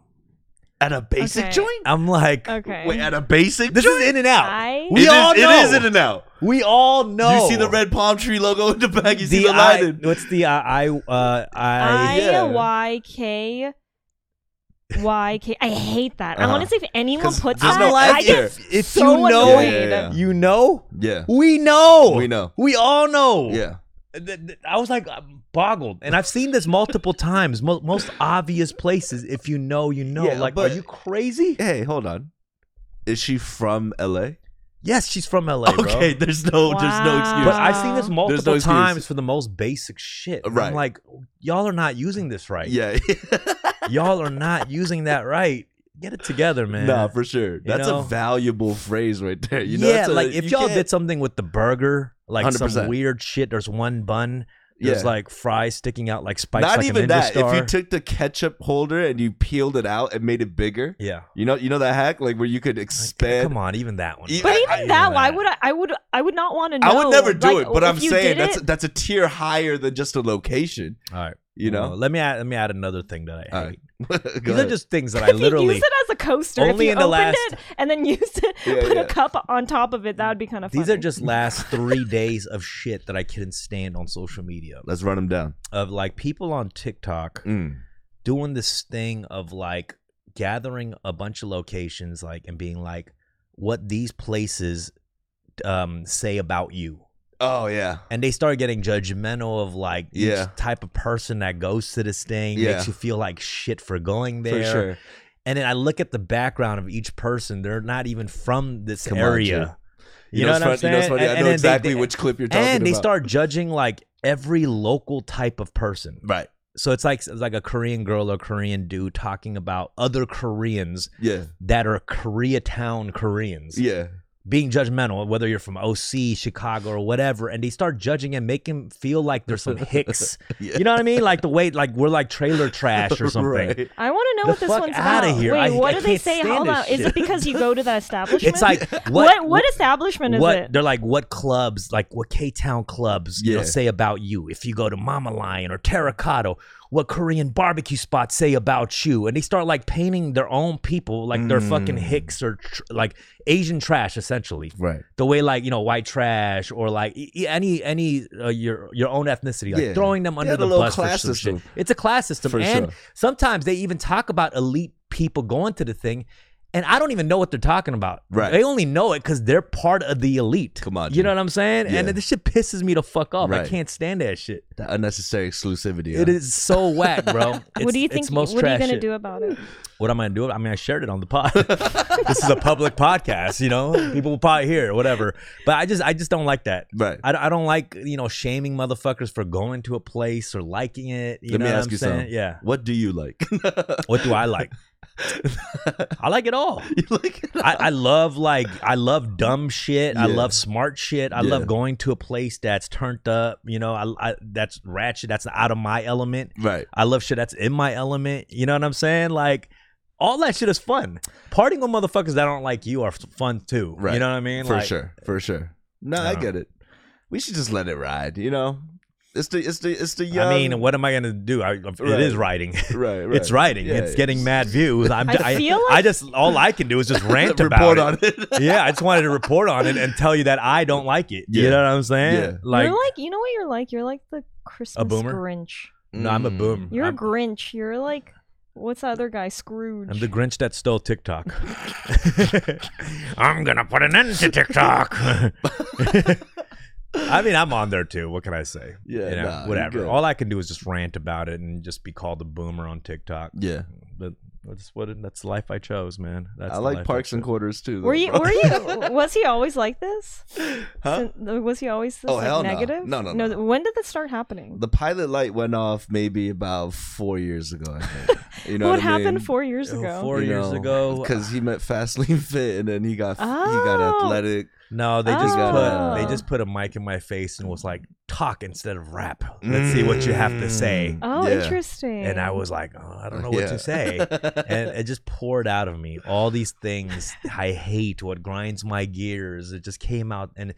[SPEAKER 3] At a basic
[SPEAKER 1] Okay.
[SPEAKER 3] joint.
[SPEAKER 2] I'm like,
[SPEAKER 1] Okay.
[SPEAKER 3] Wait, at a basic.
[SPEAKER 2] this
[SPEAKER 3] joint?
[SPEAKER 2] is In and Out.
[SPEAKER 1] I-
[SPEAKER 2] we
[SPEAKER 3] It is-
[SPEAKER 2] all know.
[SPEAKER 3] It is in and out.
[SPEAKER 2] we all know.
[SPEAKER 3] You see the red palm tree logo in the back. You see the,
[SPEAKER 2] I-
[SPEAKER 3] lighting.
[SPEAKER 2] what's the I? I, uh, I,
[SPEAKER 1] I
[SPEAKER 3] yeah.
[SPEAKER 1] Y K Y K. I hate that. I
[SPEAKER 3] Uh-huh.
[SPEAKER 1] want to say if anyone
[SPEAKER 3] 'Cause
[SPEAKER 1] puts
[SPEAKER 3] there's
[SPEAKER 1] that,
[SPEAKER 3] no
[SPEAKER 1] I
[SPEAKER 3] F there.
[SPEAKER 1] get
[SPEAKER 2] If
[SPEAKER 1] so
[SPEAKER 2] you know-
[SPEAKER 1] annoyed.
[SPEAKER 3] Yeah, yeah, yeah.
[SPEAKER 2] you know,
[SPEAKER 3] yeah.
[SPEAKER 2] we know,
[SPEAKER 3] We know.
[SPEAKER 2] we all know.
[SPEAKER 3] Yeah.
[SPEAKER 2] Th- th- I was like I'm boggled, and I've seen this multiple times. Mo- most obvious places. If you know, you know.
[SPEAKER 3] Yeah,
[SPEAKER 2] like,
[SPEAKER 3] but-
[SPEAKER 2] are you crazy?
[SPEAKER 3] Hey, hold on. Is she from LA?
[SPEAKER 2] Yes, she's from LA, bro.
[SPEAKER 3] Okay, there's no there's no excuse.
[SPEAKER 2] But I've seen this
[SPEAKER 1] There's
[SPEAKER 2] multiple
[SPEAKER 3] no excuse.
[SPEAKER 2] times for the most basic shit. And
[SPEAKER 3] Right.
[SPEAKER 2] I'm like, y'all are not using this right.
[SPEAKER 3] Yeah.
[SPEAKER 2] y'all are not using that right. get it together, man.
[SPEAKER 3] Nah, for sure. That's
[SPEAKER 2] know?
[SPEAKER 3] a valuable phrase right there. You know,
[SPEAKER 2] yeah,
[SPEAKER 3] That's a-
[SPEAKER 2] like if
[SPEAKER 3] you
[SPEAKER 2] y'all
[SPEAKER 3] can't-
[SPEAKER 2] did something with the burger, like some
[SPEAKER 3] 100%.
[SPEAKER 2] weird shit. There's one bun. There's
[SPEAKER 3] Yeah.
[SPEAKER 2] like fries sticking out like spikes.
[SPEAKER 3] not
[SPEAKER 2] like
[SPEAKER 3] even
[SPEAKER 2] an
[SPEAKER 3] that. If you
[SPEAKER 2] Indostar.
[SPEAKER 3] took the ketchup holder and you peeled it out and made it bigger,
[SPEAKER 2] yeah,
[SPEAKER 3] you know, you know that hack, like where you could expand.
[SPEAKER 2] come on, even that one.
[SPEAKER 3] Even-
[SPEAKER 2] bro.
[SPEAKER 1] But
[SPEAKER 3] I-
[SPEAKER 1] even that, why would I? I would. I would not want to know.
[SPEAKER 3] I would never do
[SPEAKER 1] Like,
[SPEAKER 3] it, but
[SPEAKER 1] if
[SPEAKER 3] I'm
[SPEAKER 1] you
[SPEAKER 3] saying
[SPEAKER 1] did
[SPEAKER 3] that's
[SPEAKER 1] it-
[SPEAKER 3] that's a tier higher than just a location.
[SPEAKER 2] All right,
[SPEAKER 3] You know,
[SPEAKER 2] Oh, let me add, let me add another thing that I
[SPEAKER 3] All right,
[SPEAKER 2] hate.
[SPEAKER 3] Go
[SPEAKER 2] These are
[SPEAKER 3] ahead.
[SPEAKER 2] just things that I
[SPEAKER 1] if you
[SPEAKER 2] literally.
[SPEAKER 1] used it as a coaster, if
[SPEAKER 2] Only
[SPEAKER 1] you
[SPEAKER 2] in the
[SPEAKER 1] opened
[SPEAKER 2] last-
[SPEAKER 1] it and then used it,
[SPEAKER 3] Yeah,
[SPEAKER 1] put
[SPEAKER 3] yeah.
[SPEAKER 1] a cup on top of it, that would be kind of.
[SPEAKER 2] These
[SPEAKER 1] funny.
[SPEAKER 2] are just last three days of shit that I couldn't stand on social media.
[SPEAKER 3] let's run them down.
[SPEAKER 2] Of like people on TikTok
[SPEAKER 3] Mm.
[SPEAKER 2] doing this thing of like gathering a bunch of locations like and being like what these places um say about you
[SPEAKER 3] Oh yeah,
[SPEAKER 2] and they start getting judgmental of like
[SPEAKER 3] Yeah.
[SPEAKER 2] each type of person that goes to this thing
[SPEAKER 3] Yeah.
[SPEAKER 2] makes you feel like shit for going there
[SPEAKER 3] for sure.
[SPEAKER 2] and then i look at the background of each person they're not even from this
[SPEAKER 3] Come on,
[SPEAKER 2] area
[SPEAKER 3] You, know,
[SPEAKER 2] what
[SPEAKER 3] what's
[SPEAKER 2] i'm saying
[SPEAKER 3] funny? You know what's funny?
[SPEAKER 2] And- and
[SPEAKER 3] I know
[SPEAKER 2] then they-
[SPEAKER 3] exactly
[SPEAKER 2] they-
[SPEAKER 3] which clip you're talking about.
[SPEAKER 2] and they start judging like every local type of person
[SPEAKER 3] right.
[SPEAKER 2] so it's like it's like a Korean girl or Korean dude talking about other Koreans
[SPEAKER 3] Yeah,
[SPEAKER 2] that are Koreatown Koreans
[SPEAKER 3] yeah,
[SPEAKER 2] being judgmental, whether you're from OC, Chicago, or whatever, and they start judging and make him feel like there's some hicks.
[SPEAKER 3] yeah.
[SPEAKER 2] You know what I mean? Like the way like we're like trailer trash or something.
[SPEAKER 3] Right.
[SPEAKER 1] I want to know
[SPEAKER 2] The
[SPEAKER 1] what this
[SPEAKER 2] fuck
[SPEAKER 1] one's
[SPEAKER 2] outta
[SPEAKER 1] about.
[SPEAKER 2] here.
[SPEAKER 1] Wait,
[SPEAKER 2] I-
[SPEAKER 1] what
[SPEAKER 2] I
[SPEAKER 1] do they
[SPEAKER 2] can't
[SPEAKER 1] say?
[SPEAKER 2] stand
[SPEAKER 1] Hold
[SPEAKER 2] this
[SPEAKER 1] on. Is
[SPEAKER 2] shit.
[SPEAKER 1] it because you go to the establishment?
[SPEAKER 2] It's like what
[SPEAKER 1] what? What establishment is
[SPEAKER 2] what-
[SPEAKER 1] it?
[SPEAKER 2] they're like what clubs like what k-town clubs you know,
[SPEAKER 3] Yeah.
[SPEAKER 2] say about you if you go to mama lion or terracotta what korean barbecue spots say about you and they start like painting their own people like they're fucking
[SPEAKER 3] Mm.
[SPEAKER 2] hicks or tr- like asian trash essentially
[SPEAKER 3] Right.
[SPEAKER 2] the way like you know white trash or like e- e- any any uh, your your own ethnicity like
[SPEAKER 3] Yeah.
[SPEAKER 2] throwing them under
[SPEAKER 3] had
[SPEAKER 2] the
[SPEAKER 3] a little
[SPEAKER 2] bus
[SPEAKER 3] class
[SPEAKER 2] for some shit.
[SPEAKER 3] system.
[SPEAKER 2] it's a class system
[SPEAKER 3] For
[SPEAKER 2] and
[SPEAKER 3] sure.
[SPEAKER 2] sometimes they even talk about elite people going to the thing and I don't even know what they're talking about.
[SPEAKER 3] Right.
[SPEAKER 2] They only know it because they're part of the elite.
[SPEAKER 3] Come on,
[SPEAKER 2] You know
[SPEAKER 3] dude.
[SPEAKER 2] what I'm saying? And
[SPEAKER 3] Yeah.
[SPEAKER 2] this shit pisses me the fuck off. I
[SPEAKER 3] Right.
[SPEAKER 2] can't stand that shit.
[SPEAKER 3] That unnecessary exclusivity.
[SPEAKER 2] It
[SPEAKER 3] huh?
[SPEAKER 2] is so whack, bro. It's,
[SPEAKER 1] what do you think?
[SPEAKER 2] It's most
[SPEAKER 1] what are you
[SPEAKER 2] trash
[SPEAKER 1] gonna
[SPEAKER 2] shit.
[SPEAKER 1] do about it?
[SPEAKER 2] What am I gonna do? I mean, I shared it on the pod. this is a public podcast, you know. People will probably hear it, whatever. But I just, I just don't like that.
[SPEAKER 3] Right.
[SPEAKER 2] I, I don't like you know shaming motherfuckers for going to a place or liking it. You
[SPEAKER 3] Let
[SPEAKER 2] know
[SPEAKER 3] me
[SPEAKER 2] what
[SPEAKER 3] ask
[SPEAKER 2] I'm
[SPEAKER 3] you
[SPEAKER 2] saying?
[SPEAKER 3] something.
[SPEAKER 2] Yeah.
[SPEAKER 3] What do you like? you
[SPEAKER 2] What do I like? I like it all.
[SPEAKER 3] like it?
[SPEAKER 2] I, I love like I love dumb shit. I
[SPEAKER 3] Yeah.
[SPEAKER 2] love smart shit. I
[SPEAKER 3] Yeah.
[SPEAKER 2] love going to a place that's turned up. You know, I, I that's ratchet. That's out of my element.
[SPEAKER 3] Right.
[SPEAKER 2] I love shit that's in my element. You know what I'm saying? Like all that shit is fun. Partying with motherfuckers that don't like you are f- fun too. You
[SPEAKER 3] Right.
[SPEAKER 2] know what I mean?
[SPEAKER 3] for
[SPEAKER 2] Like,
[SPEAKER 3] sure. For sure. No, I
[SPEAKER 2] No.
[SPEAKER 3] get it. We should just let it ride. You know, it's the it's the it's the young.
[SPEAKER 2] I mean, what am I gonna do? I, It is writing.
[SPEAKER 3] right, right.
[SPEAKER 2] It's writing.
[SPEAKER 3] Yeah,
[SPEAKER 2] it's
[SPEAKER 3] yeah.
[SPEAKER 2] getting mad views. I'm,
[SPEAKER 1] I
[SPEAKER 2] I,
[SPEAKER 1] feel
[SPEAKER 2] I
[SPEAKER 1] like-
[SPEAKER 2] just all I can do is just rant
[SPEAKER 3] report
[SPEAKER 2] about it.
[SPEAKER 3] on it.
[SPEAKER 2] yeah, I just wanted to report on it and tell you that I don't like it. You
[SPEAKER 3] Yeah.
[SPEAKER 2] know what I'm saying?
[SPEAKER 3] Yeah.
[SPEAKER 2] Like,
[SPEAKER 1] you're like you know what you're like. You're like the Christmas
[SPEAKER 2] boomer?
[SPEAKER 1] Grinch.
[SPEAKER 2] no, I'm a
[SPEAKER 3] Mm.
[SPEAKER 2] boom.
[SPEAKER 1] You're
[SPEAKER 2] I'm,
[SPEAKER 1] a Grinch. You're like what's the other guy? Scrooge.
[SPEAKER 2] I'm the Grinch that stole TikTok. I'm gonna put an end to TikTok. I mean, I'm on there too. What can I say?
[SPEAKER 3] Yeah,
[SPEAKER 2] you know,
[SPEAKER 3] nah, you're
[SPEAKER 2] whatever.
[SPEAKER 3] good.
[SPEAKER 2] All I can do is just rant about it and just be called a boomer on TikTok.
[SPEAKER 3] Yeah,
[SPEAKER 2] But that's what that's the life I chose, man. That's
[SPEAKER 3] I
[SPEAKER 2] the
[SPEAKER 3] like
[SPEAKER 2] life
[SPEAKER 3] parks and
[SPEAKER 2] chose.
[SPEAKER 3] quarters too. though,
[SPEAKER 1] were you? oh,
[SPEAKER 3] bro.
[SPEAKER 1] Were you? was he always like this?
[SPEAKER 3] Huh?
[SPEAKER 1] Sin- Was he always this
[SPEAKER 3] Oh,
[SPEAKER 1] like,
[SPEAKER 3] hell no.
[SPEAKER 1] negative?
[SPEAKER 3] No, no, no.
[SPEAKER 1] th- When did this start happening?
[SPEAKER 3] The pilot light went off maybe about four years ago. I think. You know
[SPEAKER 1] what
[SPEAKER 3] what, I mean?
[SPEAKER 1] happened four years
[SPEAKER 2] Oh,
[SPEAKER 1] ago?
[SPEAKER 2] four years ago.
[SPEAKER 3] because he met Fastlane Fit, and then he got he got
[SPEAKER 1] Oh.
[SPEAKER 3] athletic.
[SPEAKER 2] No, they just
[SPEAKER 1] Oh.
[SPEAKER 2] put they just put a mic in my face and was like, "Talk instead of rap. Let's see what you have to say."
[SPEAKER 3] Mm.
[SPEAKER 1] oh,
[SPEAKER 3] Yeah.
[SPEAKER 1] interesting.
[SPEAKER 2] And I was like, oh, "I don't know what
[SPEAKER 3] Yeah.
[SPEAKER 2] to say," and it just poured out of me all these things I hate. What grinds my gears? It just came out, and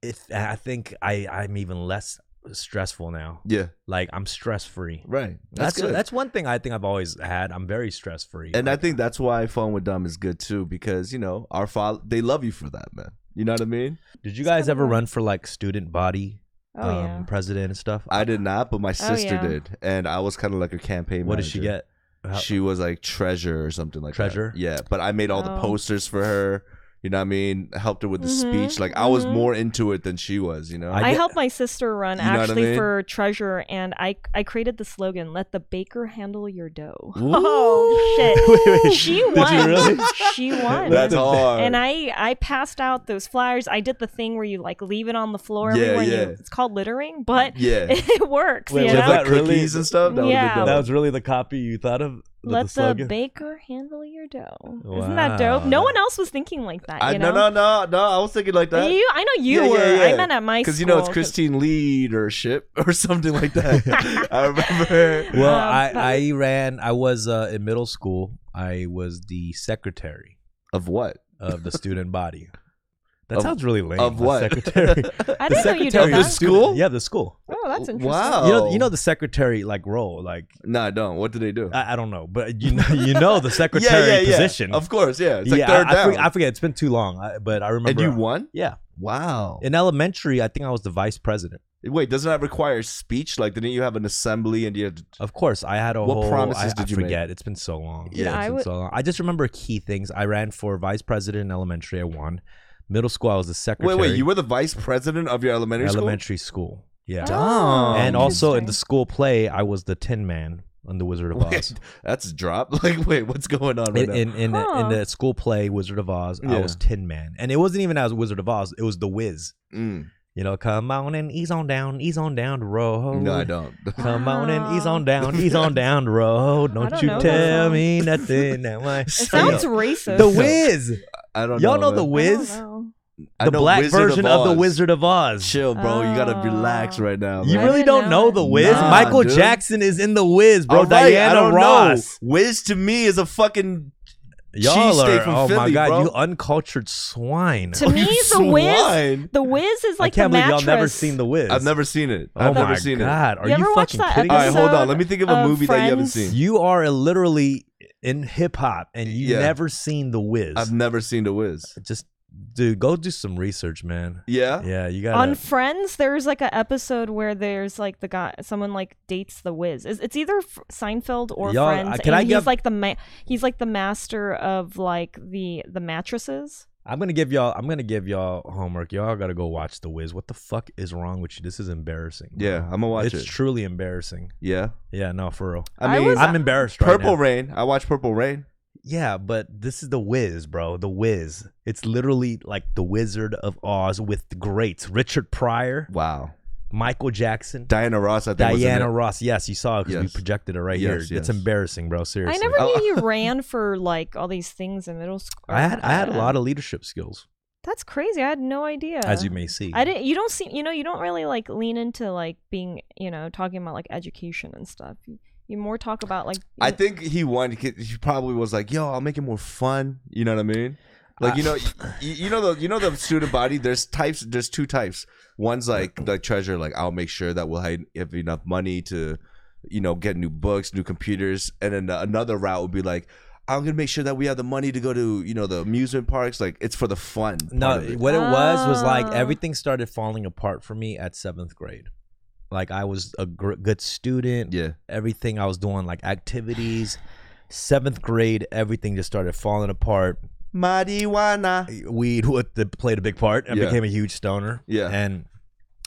[SPEAKER 2] it, I think I I'm even less stressful now.
[SPEAKER 3] Yeah,
[SPEAKER 2] Like I'm stress free.
[SPEAKER 3] right. That's,
[SPEAKER 2] That's
[SPEAKER 3] good.
[SPEAKER 2] that's one thing I think I've always had. I'm very stress free.
[SPEAKER 3] and I think that's why Fun with Dumb is good too, because you know our father they love you for that, man. You know what I mean?
[SPEAKER 2] did you guys
[SPEAKER 1] kinda
[SPEAKER 2] ever
[SPEAKER 1] like-
[SPEAKER 2] run for like student body
[SPEAKER 1] oh
[SPEAKER 2] um,
[SPEAKER 1] yeah.
[SPEAKER 2] president and stuff?
[SPEAKER 3] I did not, but my sister
[SPEAKER 1] Oh, yeah.
[SPEAKER 3] did, and I was kind of like a campaign.
[SPEAKER 2] What did she
[SPEAKER 3] manager.
[SPEAKER 2] get? How-
[SPEAKER 3] She was like treasure or something like
[SPEAKER 2] Treasure?
[SPEAKER 3] that. Yeah, but I made all the
[SPEAKER 1] Oh.
[SPEAKER 3] posters for her. You know what I mean? Helped her with the
[SPEAKER 1] Mhm,
[SPEAKER 3] speech. Like I was
[SPEAKER 1] mhm.
[SPEAKER 3] more into it than she was. You know?
[SPEAKER 2] I
[SPEAKER 1] I,
[SPEAKER 2] get-
[SPEAKER 1] helped my sister run
[SPEAKER 3] You know what I
[SPEAKER 1] actually
[SPEAKER 3] mean?
[SPEAKER 1] for treasure, and I I created the slogan "Let the baker handle your dough."
[SPEAKER 3] Ooh.
[SPEAKER 1] Oh shit!
[SPEAKER 2] Wait, wait.
[SPEAKER 1] She
[SPEAKER 2] Did you
[SPEAKER 1] won.
[SPEAKER 2] really?
[SPEAKER 1] she won.
[SPEAKER 3] That's hard.
[SPEAKER 1] and I, I passed out those flyers. I did the thing where you like leave it on the floor
[SPEAKER 3] Yeah,
[SPEAKER 1] everywhere. and you-
[SPEAKER 3] yeah.
[SPEAKER 1] It's called littering, but
[SPEAKER 3] yeah.
[SPEAKER 1] it works.
[SPEAKER 2] Wait,
[SPEAKER 1] you
[SPEAKER 2] was
[SPEAKER 3] With
[SPEAKER 1] know?
[SPEAKER 3] like
[SPEAKER 2] that really-
[SPEAKER 3] cookies and stuff. That
[SPEAKER 1] Yeah.
[SPEAKER 3] would
[SPEAKER 2] That was really the copy you thought of. with
[SPEAKER 1] Let the,
[SPEAKER 2] slogan?
[SPEAKER 1] baker handle your dough. Isn't that dope?
[SPEAKER 2] Wow.
[SPEAKER 1] No one else was thinking like that.
[SPEAKER 3] I,
[SPEAKER 1] you know?
[SPEAKER 3] no, no, no, no. I was thinking like that.
[SPEAKER 1] You, I know you
[SPEAKER 3] Yeah, yeah,
[SPEAKER 1] were.
[SPEAKER 3] yeah.
[SPEAKER 1] I meant at my school.
[SPEAKER 3] Because you know it's Christine leadership or something like that. I remember.
[SPEAKER 2] Well,
[SPEAKER 1] Um,
[SPEAKER 2] I,
[SPEAKER 1] but-
[SPEAKER 2] I ran. I was uh, in middle school. I was the secretary
[SPEAKER 3] Of what?
[SPEAKER 2] of the student body. That
[SPEAKER 3] Of-
[SPEAKER 2] sounds really lame.
[SPEAKER 3] of
[SPEAKER 2] the
[SPEAKER 3] what?
[SPEAKER 2] Secretary.
[SPEAKER 1] I
[SPEAKER 2] the
[SPEAKER 1] didn't know you
[SPEAKER 2] secretary
[SPEAKER 1] did
[SPEAKER 2] of the
[SPEAKER 1] that.
[SPEAKER 2] school. Yeah, the school.
[SPEAKER 1] oh, that's interesting.
[SPEAKER 3] Wow.
[SPEAKER 2] You know, you know the secretary like role. Like
[SPEAKER 3] No, I don't. What do they do?
[SPEAKER 2] I, I don't know, but you know, you know the secretary position.
[SPEAKER 3] Of course, yeah. It's like
[SPEAKER 2] yeah,
[SPEAKER 3] third
[SPEAKER 2] I, I,
[SPEAKER 3] down.
[SPEAKER 2] forget, I forget. It's been too long, I, but I remember.
[SPEAKER 3] and you won?
[SPEAKER 2] Yeah,
[SPEAKER 3] Wow.
[SPEAKER 2] in elementary, I think I was the vice president.
[SPEAKER 3] Wait, doesn't that require speech? Like, didn't you have an assembly and you had to,
[SPEAKER 2] Of course, I had a
[SPEAKER 3] What
[SPEAKER 2] whole.
[SPEAKER 3] promises
[SPEAKER 2] I,
[SPEAKER 3] did
[SPEAKER 2] I
[SPEAKER 3] you make?
[SPEAKER 2] forget. It's been so long.
[SPEAKER 3] Yeah,
[SPEAKER 2] it's
[SPEAKER 1] I
[SPEAKER 2] been
[SPEAKER 1] would-
[SPEAKER 2] so long. I just remember key things. I ran for vice president in elementary. I won. Middle school, I was the secretary.
[SPEAKER 3] Wait, wait, you were the vice president of your elementary,
[SPEAKER 2] elementary school. Yeah.
[SPEAKER 3] Dumb.
[SPEAKER 1] Oh,
[SPEAKER 2] and also in the
[SPEAKER 1] interesting.
[SPEAKER 2] school play, I was the Tin Man on the Wizard of
[SPEAKER 3] school?
[SPEAKER 2] Oz.
[SPEAKER 3] Wait, that's a drop. Like, wait, what's going on right
[SPEAKER 2] In
[SPEAKER 3] now?
[SPEAKER 2] in in, the- in
[SPEAKER 1] Huh.
[SPEAKER 2] the school play Wizard of Oz, I
[SPEAKER 3] Yeah.
[SPEAKER 2] was Tin Man, and it wasn't even as Wizard of Oz. It was the Wiz.
[SPEAKER 3] Mm.
[SPEAKER 2] You know, come on and ease on down, ease on down the road.
[SPEAKER 3] No, I don't.
[SPEAKER 2] Come on and ease on
[SPEAKER 1] Wow.
[SPEAKER 2] down, ease on down the road. Don't
[SPEAKER 1] Ah. don't
[SPEAKER 2] you
[SPEAKER 1] know that
[SPEAKER 2] tell
[SPEAKER 1] song.
[SPEAKER 2] me nothing. Now I
[SPEAKER 1] It sounds
[SPEAKER 2] Yeah.
[SPEAKER 1] racist.
[SPEAKER 2] the Wiz.
[SPEAKER 3] I don't
[SPEAKER 2] Y'all
[SPEAKER 3] know,
[SPEAKER 2] know the
[SPEAKER 3] man.
[SPEAKER 1] I don't
[SPEAKER 2] Wiz,
[SPEAKER 1] know.
[SPEAKER 3] I
[SPEAKER 2] the
[SPEAKER 3] know
[SPEAKER 2] black
[SPEAKER 3] Wizard
[SPEAKER 2] version of, the
[SPEAKER 3] Oz.
[SPEAKER 2] Wizard of Oz.
[SPEAKER 3] Chill, bro. you gotta relax
[SPEAKER 1] Oh.
[SPEAKER 3] right now.
[SPEAKER 2] You
[SPEAKER 1] I
[SPEAKER 3] man.
[SPEAKER 2] really
[SPEAKER 1] didn't
[SPEAKER 2] don't
[SPEAKER 1] know
[SPEAKER 2] know
[SPEAKER 1] that.
[SPEAKER 2] the Wiz.
[SPEAKER 3] Nah,
[SPEAKER 2] Michael
[SPEAKER 3] dude.
[SPEAKER 2] Jackson is in the Wiz, bro.
[SPEAKER 3] All right, I
[SPEAKER 2] Diana
[SPEAKER 3] don't
[SPEAKER 2] Ross.
[SPEAKER 3] Know. Wiz to me is a fucking.
[SPEAKER 2] Y'all are,
[SPEAKER 3] Cheesesteak from
[SPEAKER 2] oh my
[SPEAKER 3] Philly,
[SPEAKER 2] god,
[SPEAKER 3] bro.
[SPEAKER 2] you uncultured swine.
[SPEAKER 1] To me, the Wiz,
[SPEAKER 3] swine.
[SPEAKER 1] the Wiz is like
[SPEAKER 2] I can't
[SPEAKER 1] the
[SPEAKER 2] believe
[SPEAKER 1] mattress.
[SPEAKER 2] y'all never seen the Wiz.
[SPEAKER 3] I've never seen it.
[SPEAKER 2] Oh
[SPEAKER 3] I've
[SPEAKER 2] my
[SPEAKER 3] never seen it.
[SPEAKER 2] god, are
[SPEAKER 1] You
[SPEAKER 2] you,
[SPEAKER 1] ever watched
[SPEAKER 2] fucking
[SPEAKER 1] that
[SPEAKER 2] kidding
[SPEAKER 3] All
[SPEAKER 2] me?
[SPEAKER 3] right, hold on.
[SPEAKER 1] Episode
[SPEAKER 3] Let me think of a
[SPEAKER 1] of
[SPEAKER 3] movie that you haven't
[SPEAKER 1] Friends.
[SPEAKER 3] seen.
[SPEAKER 2] You are literally in hip hop and you
[SPEAKER 3] Yeah.
[SPEAKER 2] never seen the Wiz.
[SPEAKER 3] I've never seen The Wiz.
[SPEAKER 2] Just dude, go do some research, man.
[SPEAKER 3] Yeah.
[SPEAKER 2] Yeah, you got
[SPEAKER 1] On
[SPEAKER 2] to
[SPEAKER 1] Friends, there's like an episode where there's like the guy, someone like dates the Wiz. It's, it's either F- Seinfeld or
[SPEAKER 2] Y'all,
[SPEAKER 1] Friends,
[SPEAKER 2] uh, can
[SPEAKER 1] and
[SPEAKER 2] I
[SPEAKER 1] he's
[SPEAKER 2] give-
[SPEAKER 1] like the ma- he's like the master of like the the mattresses.
[SPEAKER 2] I'm going to give y'all I'm going to give y'all homework. Y'all got to go watch the Wiz. What the fuck is wrong with you? This is embarrassing. bro.
[SPEAKER 3] Yeah, I'm gonna watch
[SPEAKER 2] it's
[SPEAKER 3] it.
[SPEAKER 2] truly embarrassing.
[SPEAKER 3] yeah.
[SPEAKER 2] Yeah, no, for real.
[SPEAKER 3] I
[SPEAKER 1] I
[SPEAKER 3] mean,
[SPEAKER 1] was-
[SPEAKER 2] I'm embarrassed right
[SPEAKER 3] Purple
[SPEAKER 2] now.
[SPEAKER 3] Rain. I watched Purple Rain.
[SPEAKER 2] Yeah, but this is the Wiz, bro. The Wiz. It's literally like the Wizard of Oz with the greats: Richard Pryor,
[SPEAKER 3] Wow.
[SPEAKER 2] Michael Jackson,
[SPEAKER 3] Diana Ross. I think was in
[SPEAKER 2] Diana
[SPEAKER 3] it.
[SPEAKER 2] Ross. Yes, you saw it because we
[SPEAKER 3] Yes.
[SPEAKER 2] projected it right
[SPEAKER 3] Yes,
[SPEAKER 2] here.
[SPEAKER 3] yes.
[SPEAKER 2] It's embarrassing, bro. Seriously,
[SPEAKER 1] I never
[SPEAKER 3] Oh.
[SPEAKER 1] knew you ran for like all these things in middle school.
[SPEAKER 2] I had I had a lot of leadership skills,
[SPEAKER 1] That's crazy. I had no idea.
[SPEAKER 2] as you may see.
[SPEAKER 1] I didn't. You don't seem. You know. You don't really like lean into like being. You know, talking about like education and stuff. You, you more talk about like.
[SPEAKER 3] I
[SPEAKER 1] you-
[SPEAKER 3] think he wanted. He probably was like, "Yo, I'll make it more fun." You know what I mean? Like you know, you,
[SPEAKER 2] Uh,
[SPEAKER 3] you know the you know the student body. There's types. There's two types. One's like like treasure. Like I'll make sure that we'll hide- have enough money to, you know, get new books, new computers, and then another route would be like. I'm gonna make sure that we have the money to go to, you know, the amusement parks. Like it's for the fun.
[SPEAKER 2] No,
[SPEAKER 3] part of it.
[SPEAKER 2] what it was was like
[SPEAKER 1] Ah.
[SPEAKER 2] everything started falling apart for me at seventh grade. Like I was a gr- good student.
[SPEAKER 3] yeah,
[SPEAKER 2] everything I was doing, like activities. Seventh grade, everything just started falling apart.
[SPEAKER 3] marijuana.
[SPEAKER 2] Weed what the, played a big part and
[SPEAKER 3] Yeah.
[SPEAKER 2] became a huge stoner.
[SPEAKER 3] Yeah.
[SPEAKER 2] And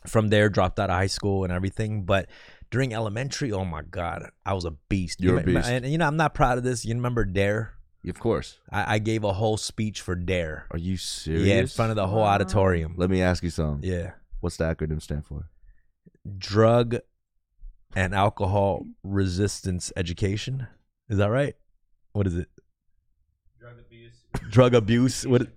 [SPEAKER 2] from there, dropped out of high school and everything. But during elementary, oh my God, I was a beast.
[SPEAKER 3] You're a
[SPEAKER 2] You me-
[SPEAKER 3] beast.
[SPEAKER 2] And, and you know, I'm not proud of this. You remember Dare?
[SPEAKER 3] Of course.
[SPEAKER 2] I, I gave a whole speech for Dare.
[SPEAKER 3] Are you serious?
[SPEAKER 2] Yeah, in front of the whole
[SPEAKER 1] Wow.
[SPEAKER 2] auditorium.
[SPEAKER 3] Let me ask you something.
[SPEAKER 2] Yeah.
[SPEAKER 3] What's the acronym stand for?
[SPEAKER 2] Drug and alcohol resistance education. Is that right? What is it? Drug abuse. Drug abuse. What?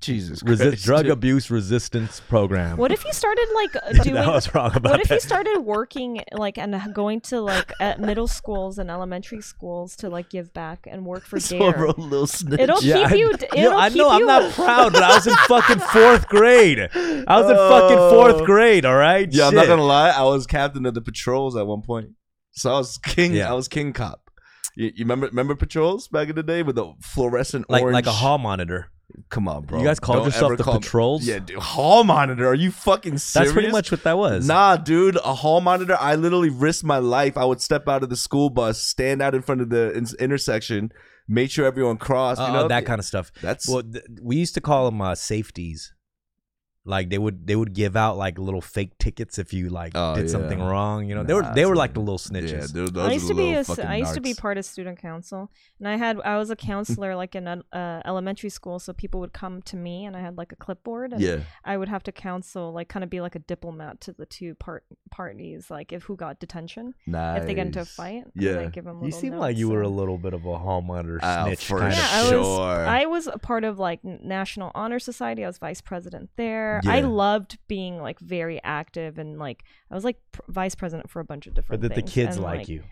[SPEAKER 3] Jesus
[SPEAKER 2] Resist,
[SPEAKER 3] Christ.
[SPEAKER 2] drug abuse resistance program.
[SPEAKER 1] What if you started like
[SPEAKER 2] That
[SPEAKER 1] doing?
[SPEAKER 2] I was wrong about
[SPEAKER 1] what if you
[SPEAKER 2] that.
[SPEAKER 1] started working like and going to like at middle schools and elementary schools to like give back and work for
[SPEAKER 3] So
[SPEAKER 1] dare?
[SPEAKER 3] wrote Lil Snitch.
[SPEAKER 1] It'll
[SPEAKER 2] Yeah,
[SPEAKER 1] keep
[SPEAKER 2] I-
[SPEAKER 1] you.
[SPEAKER 2] Yo,
[SPEAKER 1] It'll
[SPEAKER 2] I
[SPEAKER 1] keep
[SPEAKER 2] know I'm
[SPEAKER 1] you-
[SPEAKER 2] not proud, but I was in fucking fourth grade. I was in fucking fourth
[SPEAKER 3] Oh.
[SPEAKER 2] grade. All right.
[SPEAKER 3] Yeah, I'm not
[SPEAKER 2] Shit.
[SPEAKER 3] gonna lie. I was captain of the patrols at one point, so I was king.
[SPEAKER 2] Yeah.
[SPEAKER 3] I was king cop. You, you remember remember patrols back in the day with the fluorescent
[SPEAKER 2] like
[SPEAKER 3] orange?
[SPEAKER 2] like a hall monitor.
[SPEAKER 3] Come on, bro.
[SPEAKER 2] You guys called
[SPEAKER 3] Don't
[SPEAKER 2] yourself
[SPEAKER 3] ever
[SPEAKER 2] the
[SPEAKER 3] call me-
[SPEAKER 2] patrols?
[SPEAKER 3] Yeah, dude, hall monitor. Are you fucking serious?
[SPEAKER 2] That's pretty much what that was.
[SPEAKER 3] Nah, dude, a hall monitor. I literally risked my life. I would step out of the school bus, stand out in front of the in- intersection, make sure everyone crossed.
[SPEAKER 2] Uh,
[SPEAKER 3] you know
[SPEAKER 2] that kind of stuff.
[SPEAKER 3] That's
[SPEAKER 2] Well, th- we used to call them uh, safeties. Like they would they would give out like little fake tickets if you like
[SPEAKER 3] Oh,
[SPEAKER 2] did
[SPEAKER 3] yeah.
[SPEAKER 2] something wrong. You know, they were
[SPEAKER 3] Nah,
[SPEAKER 2] they were
[SPEAKER 3] dude.
[SPEAKER 2] like the little
[SPEAKER 3] Yeah,
[SPEAKER 2] snitches.
[SPEAKER 3] dude, those
[SPEAKER 1] I used
[SPEAKER 3] are
[SPEAKER 1] to be
[SPEAKER 3] little
[SPEAKER 1] a, s-
[SPEAKER 3] fucking
[SPEAKER 1] I used to be
[SPEAKER 3] narcs.
[SPEAKER 1] part of student council, and I had I was a counselor like in an, uh, elementary school, so people would come to me, and I had like a clipboard, and
[SPEAKER 3] Yeah,
[SPEAKER 1] I would have to counsel, like kind of be like a diplomat to the two part parties, like if who got detention,
[SPEAKER 3] nice.
[SPEAKER 1] if they get into a fight,
[SPEAKER 3] Yeah.
[SPEAKER 1] and, like, give them.
[SPEAKER 2] you
[SPEAKER 1] little
[SPEAKER 2] seem like you
[SPEAKER 1] notes
[SPEAKER 2] were a
[SPEAKER 1] and-
[SPEAKER 2] little bit of a homeowner
[SPEAKER 3] Oh,
[SPEAKER 2] snitch
[SPEAKER 3] for
[SPEAKER 2] kind of
[SPEAKER 1] Yeah, I
[SPEAKER 2] shit.
[SPEAKER 1] was-
[SPEAKER 3] sure.
[SPEAKER 1] I was a part of like N- National Honor Society. I was vice president there. I
[SPEAKER 2] Yeah.
[SPEAKER 1] loved being like very active and like I was like pr- vice president for a bunch of
[SPEAKER 2] But
[SPEAKER 1] different.
[SPEAKER 2] that the
[SPEAKER 1] things,
[SPEAKER 2] kids
[SPEAKER 1] and,
[SPEAKER 2] like, you,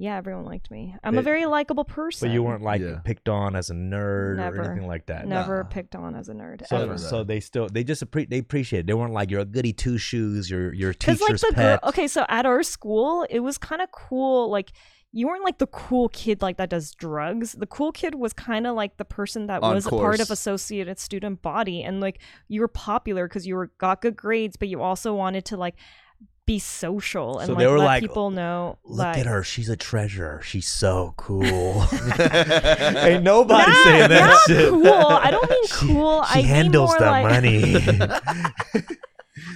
[SPEAKER 1] Yeah, everyone liked me. I'm
[SPEAKER 2] But-
[SPEAKER 1] a very likable person.
[SPEAKER 2] but you weren't like
[SPEAKER 3] Yeah.
[SPEAKER 2] picked on as a nerd or
[SPEAKER 1] Never.
[SPEAKER 2] anything like that.
[SPEAKER 1] never
[SPEAKER 3] Nah.
[SPEAKER 1] picked on as a nerd.
[SPEAKER 2] So
[SPEAKER 1] ever.
[SPEAKER 3] Never.
[SPEAKER 2] so they still they just appre- they appreciate it. They weren't like you're a goody two shoes. You're your
[SPEAKER 1] Because
[SPEAKER 2] teacher's
[SPEAKER 1] like the
[SPEAKER 2] pet.
[SPEAKER 1] girl, okay, so at our school, it was kind of cool. Like you weren't like the cool kid like that does drugs. The cool kid was kind of like the person that
[SPEAKER 3] On
[SPEAKER 1] was a part
[SPEAKER 3] course.
[SPEAKER 1] of associated student body, and like you were popular because you were got good grades, but you also wanted to like be social and
[SPEAKER 2] So
[SPEAKER 1] like
[SPEAKER 2] they were
[SPEAKER 1] let
[SPEAKER 2] like,
[SPEAKER 1] people know.
[SPEAKER 2] Look
[SPEAKER 1] like,
[SPEAKER 2] at her. She's a treasure. She's so cool.
[SPEAKER 3] Ain't
[SPEAKER 2] nobody
[SPEAKER 1] Not- not cool. I don't mean cool. I
[SPEAKER 2] She handles
[SPEAKER 1] mean more
[SPEAKER 2] the
[SPEAKER 1] like,
[SPEAKER 2] money.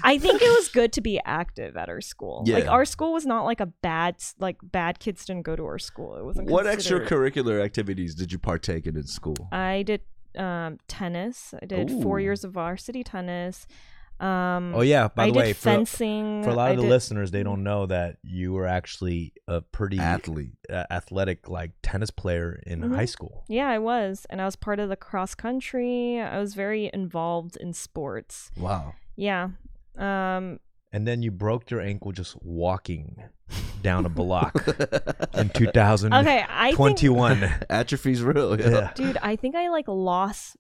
[SPEAKER 1] I think it was good to be active at our school. Like
[SPEAKER 3] Yeah.
[SPEAKER 1] our school was not like a bad like bad kids didn't go to our school. It wasn't.
[SPEAKER 3] What
[SPEAKER 1] considered-
[SPEAKER 3] extracurricular activities did you partake in in school?
[SPEAKER 1] I did um, tennis. I did four
[SPEAKER 3] Ooh.
[SPEAKER 1] years of varsity tennis. Um,
[SPEAKER 2] oh yeah.
[SPEAKER 1] I
[SPEAKER 2] By the
[SPEAKER 1] did
[SPEAKER 2] way, for,
[SPEAKER 1] fencing.
[SPEAKER 2] for a lot
[SPEAKER 1] I
[SPEAKER 2] of the
[SPEAKER 1] did-
[SPEAKER 2] listeners, they don't know that you were actually a
[SPEAKER 3] E.
[SPEAKER 2] pretty
[SPEAKER 3] Athlete.
[SPEAKER 2] uh, athletic, like tennis player in
[SPEAKER 1] Mhm.
[SPEAKER 2] high school.
[SPEAKER 1] Yeah, I was, and I was part of the cross country. I was very involved in sports.
[SPEAKER 3] Wow.
[SPEAKER 1] Yeah. Um,
[SPEAKER 2] And then you broke your ankle just walking down a block in 2021.
[SPEAKER 1] okay, I think,
[SPEAKER 3] Atrophy's real. Yeah.
[SPEAKER 2] Yeah.
[SPEAKER 1] dude, I think I like lost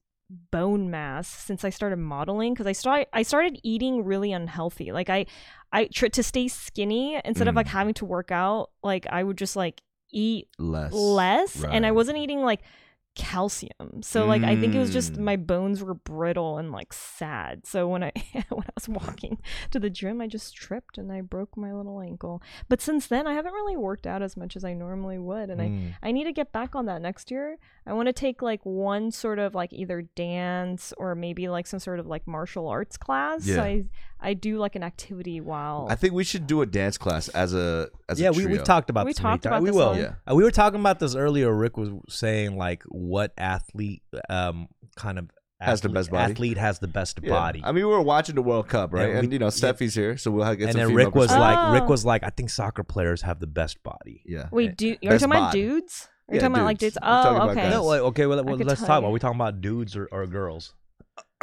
[SPEAKER 1] bone mass since I started modeling because I started I started eating really unhealthy. Like I, I tr- to stay skinny instead of
[SPEAKER 3] Mm.
[SPEAKER 1] like having to work out. Like I would just like eat
[SPEAKER 3] Less.
[SPEAKER 1] less and i
[SPEAKER 3] Right.
[SPEAKER 1] wasn't eating like calcium so like i think it was just
[SPEAKER 3] Mm.
[SPEAKER 1] my bones were brittle and like sad so when i when i was walking to the gym i just tripped and i broke my little ankle but since then i haven't really worked out as much as i normally would and i
[SPEAKER 2] Mm.
[SPEAKER 1] I need to get back on that next year. I want to take like one sort of like either dance or maybe like some sort of like martial arts class.
[SPEAKER 3] Yeah.
[SPEAKER 1] So I I do like an activity while
[SPEAKER 3] I think we should do a dance class as a as
[SPEAKER 2] yeah,
[SPEAKER 3] a
[SPEAKER 2] we,
[SPEAKER 3] trio.
[SPEAKER 2] we've talked about
[SPEAKER 1] We
[SPEAKER 2] this. many
[SPEAKER 1] talked
[SPEAKER 2] times.
[SPEAKER 1] about
[SPEAKER 2] we
[SPEAKER 1] this
[SPEAKER 2] will.
[SPEAKER 1] one.
[SPEAKER 3] Yeah.
[SPEAKER 2] Uh, we were talking about this earlier. Rick was saying like what athlete um kind of
[SPEAKER 3] Has the
[SPEAKER 2] athlete-
[SPEAKER 3] best body.
[SPEAKER 2] Athlete has the best
[SPEAKER 3] Yeah.
[SPEAKER 2] body.
[SPEAKER 3] I mean, we were watching the World Cup, right?
[SPEAKER 2] Yeah, we-
[SPEAKER 3] And, you know, Steffi's here, so we'll have get
[SPEAKER 2] and
[SPEAKER 3] some
[SPEAKER 2] then
[SPEAKER 3] female
[SPEAKER 2] Rick was
[SPEAKER 1] perspective.
[SPEAKER 2] like, Rick
[SPEAKER 1] Oh.
[SPEAKER 2] was like, I think soccer players have the best body.
[SPEAKER 3] Yeah.
[SPEAKER 1] Wait, do are you
[SPEAKER 3] Best
[SPEAKER 1] talking about
[SPEAKER 3] bod.
[SPEAKER 1] dudes? Are you
[SPEAKER 3] eh, Yeah,
[SPEAKER 1] talking about like
[SPEAKER 3] dudes.
[SPEAKER 1] dudes?
[SPEAKER 3] I'm talking
[SPEAKER 1] Oh,
[SPEAKER 3] about
[SPEAKER 1] okay.
[SPEAKER 3] guys.
[SPEAKER 2] No, like, okay, well, well,
[SPEAKER 1] could
[SPEAKER 2] let's
[SPEAKER 1] tell
[SPEAKER 2] talk
[SPEAKER 1] you.
[SPEAKER 2] about. Are we talking about dudes or, or girls?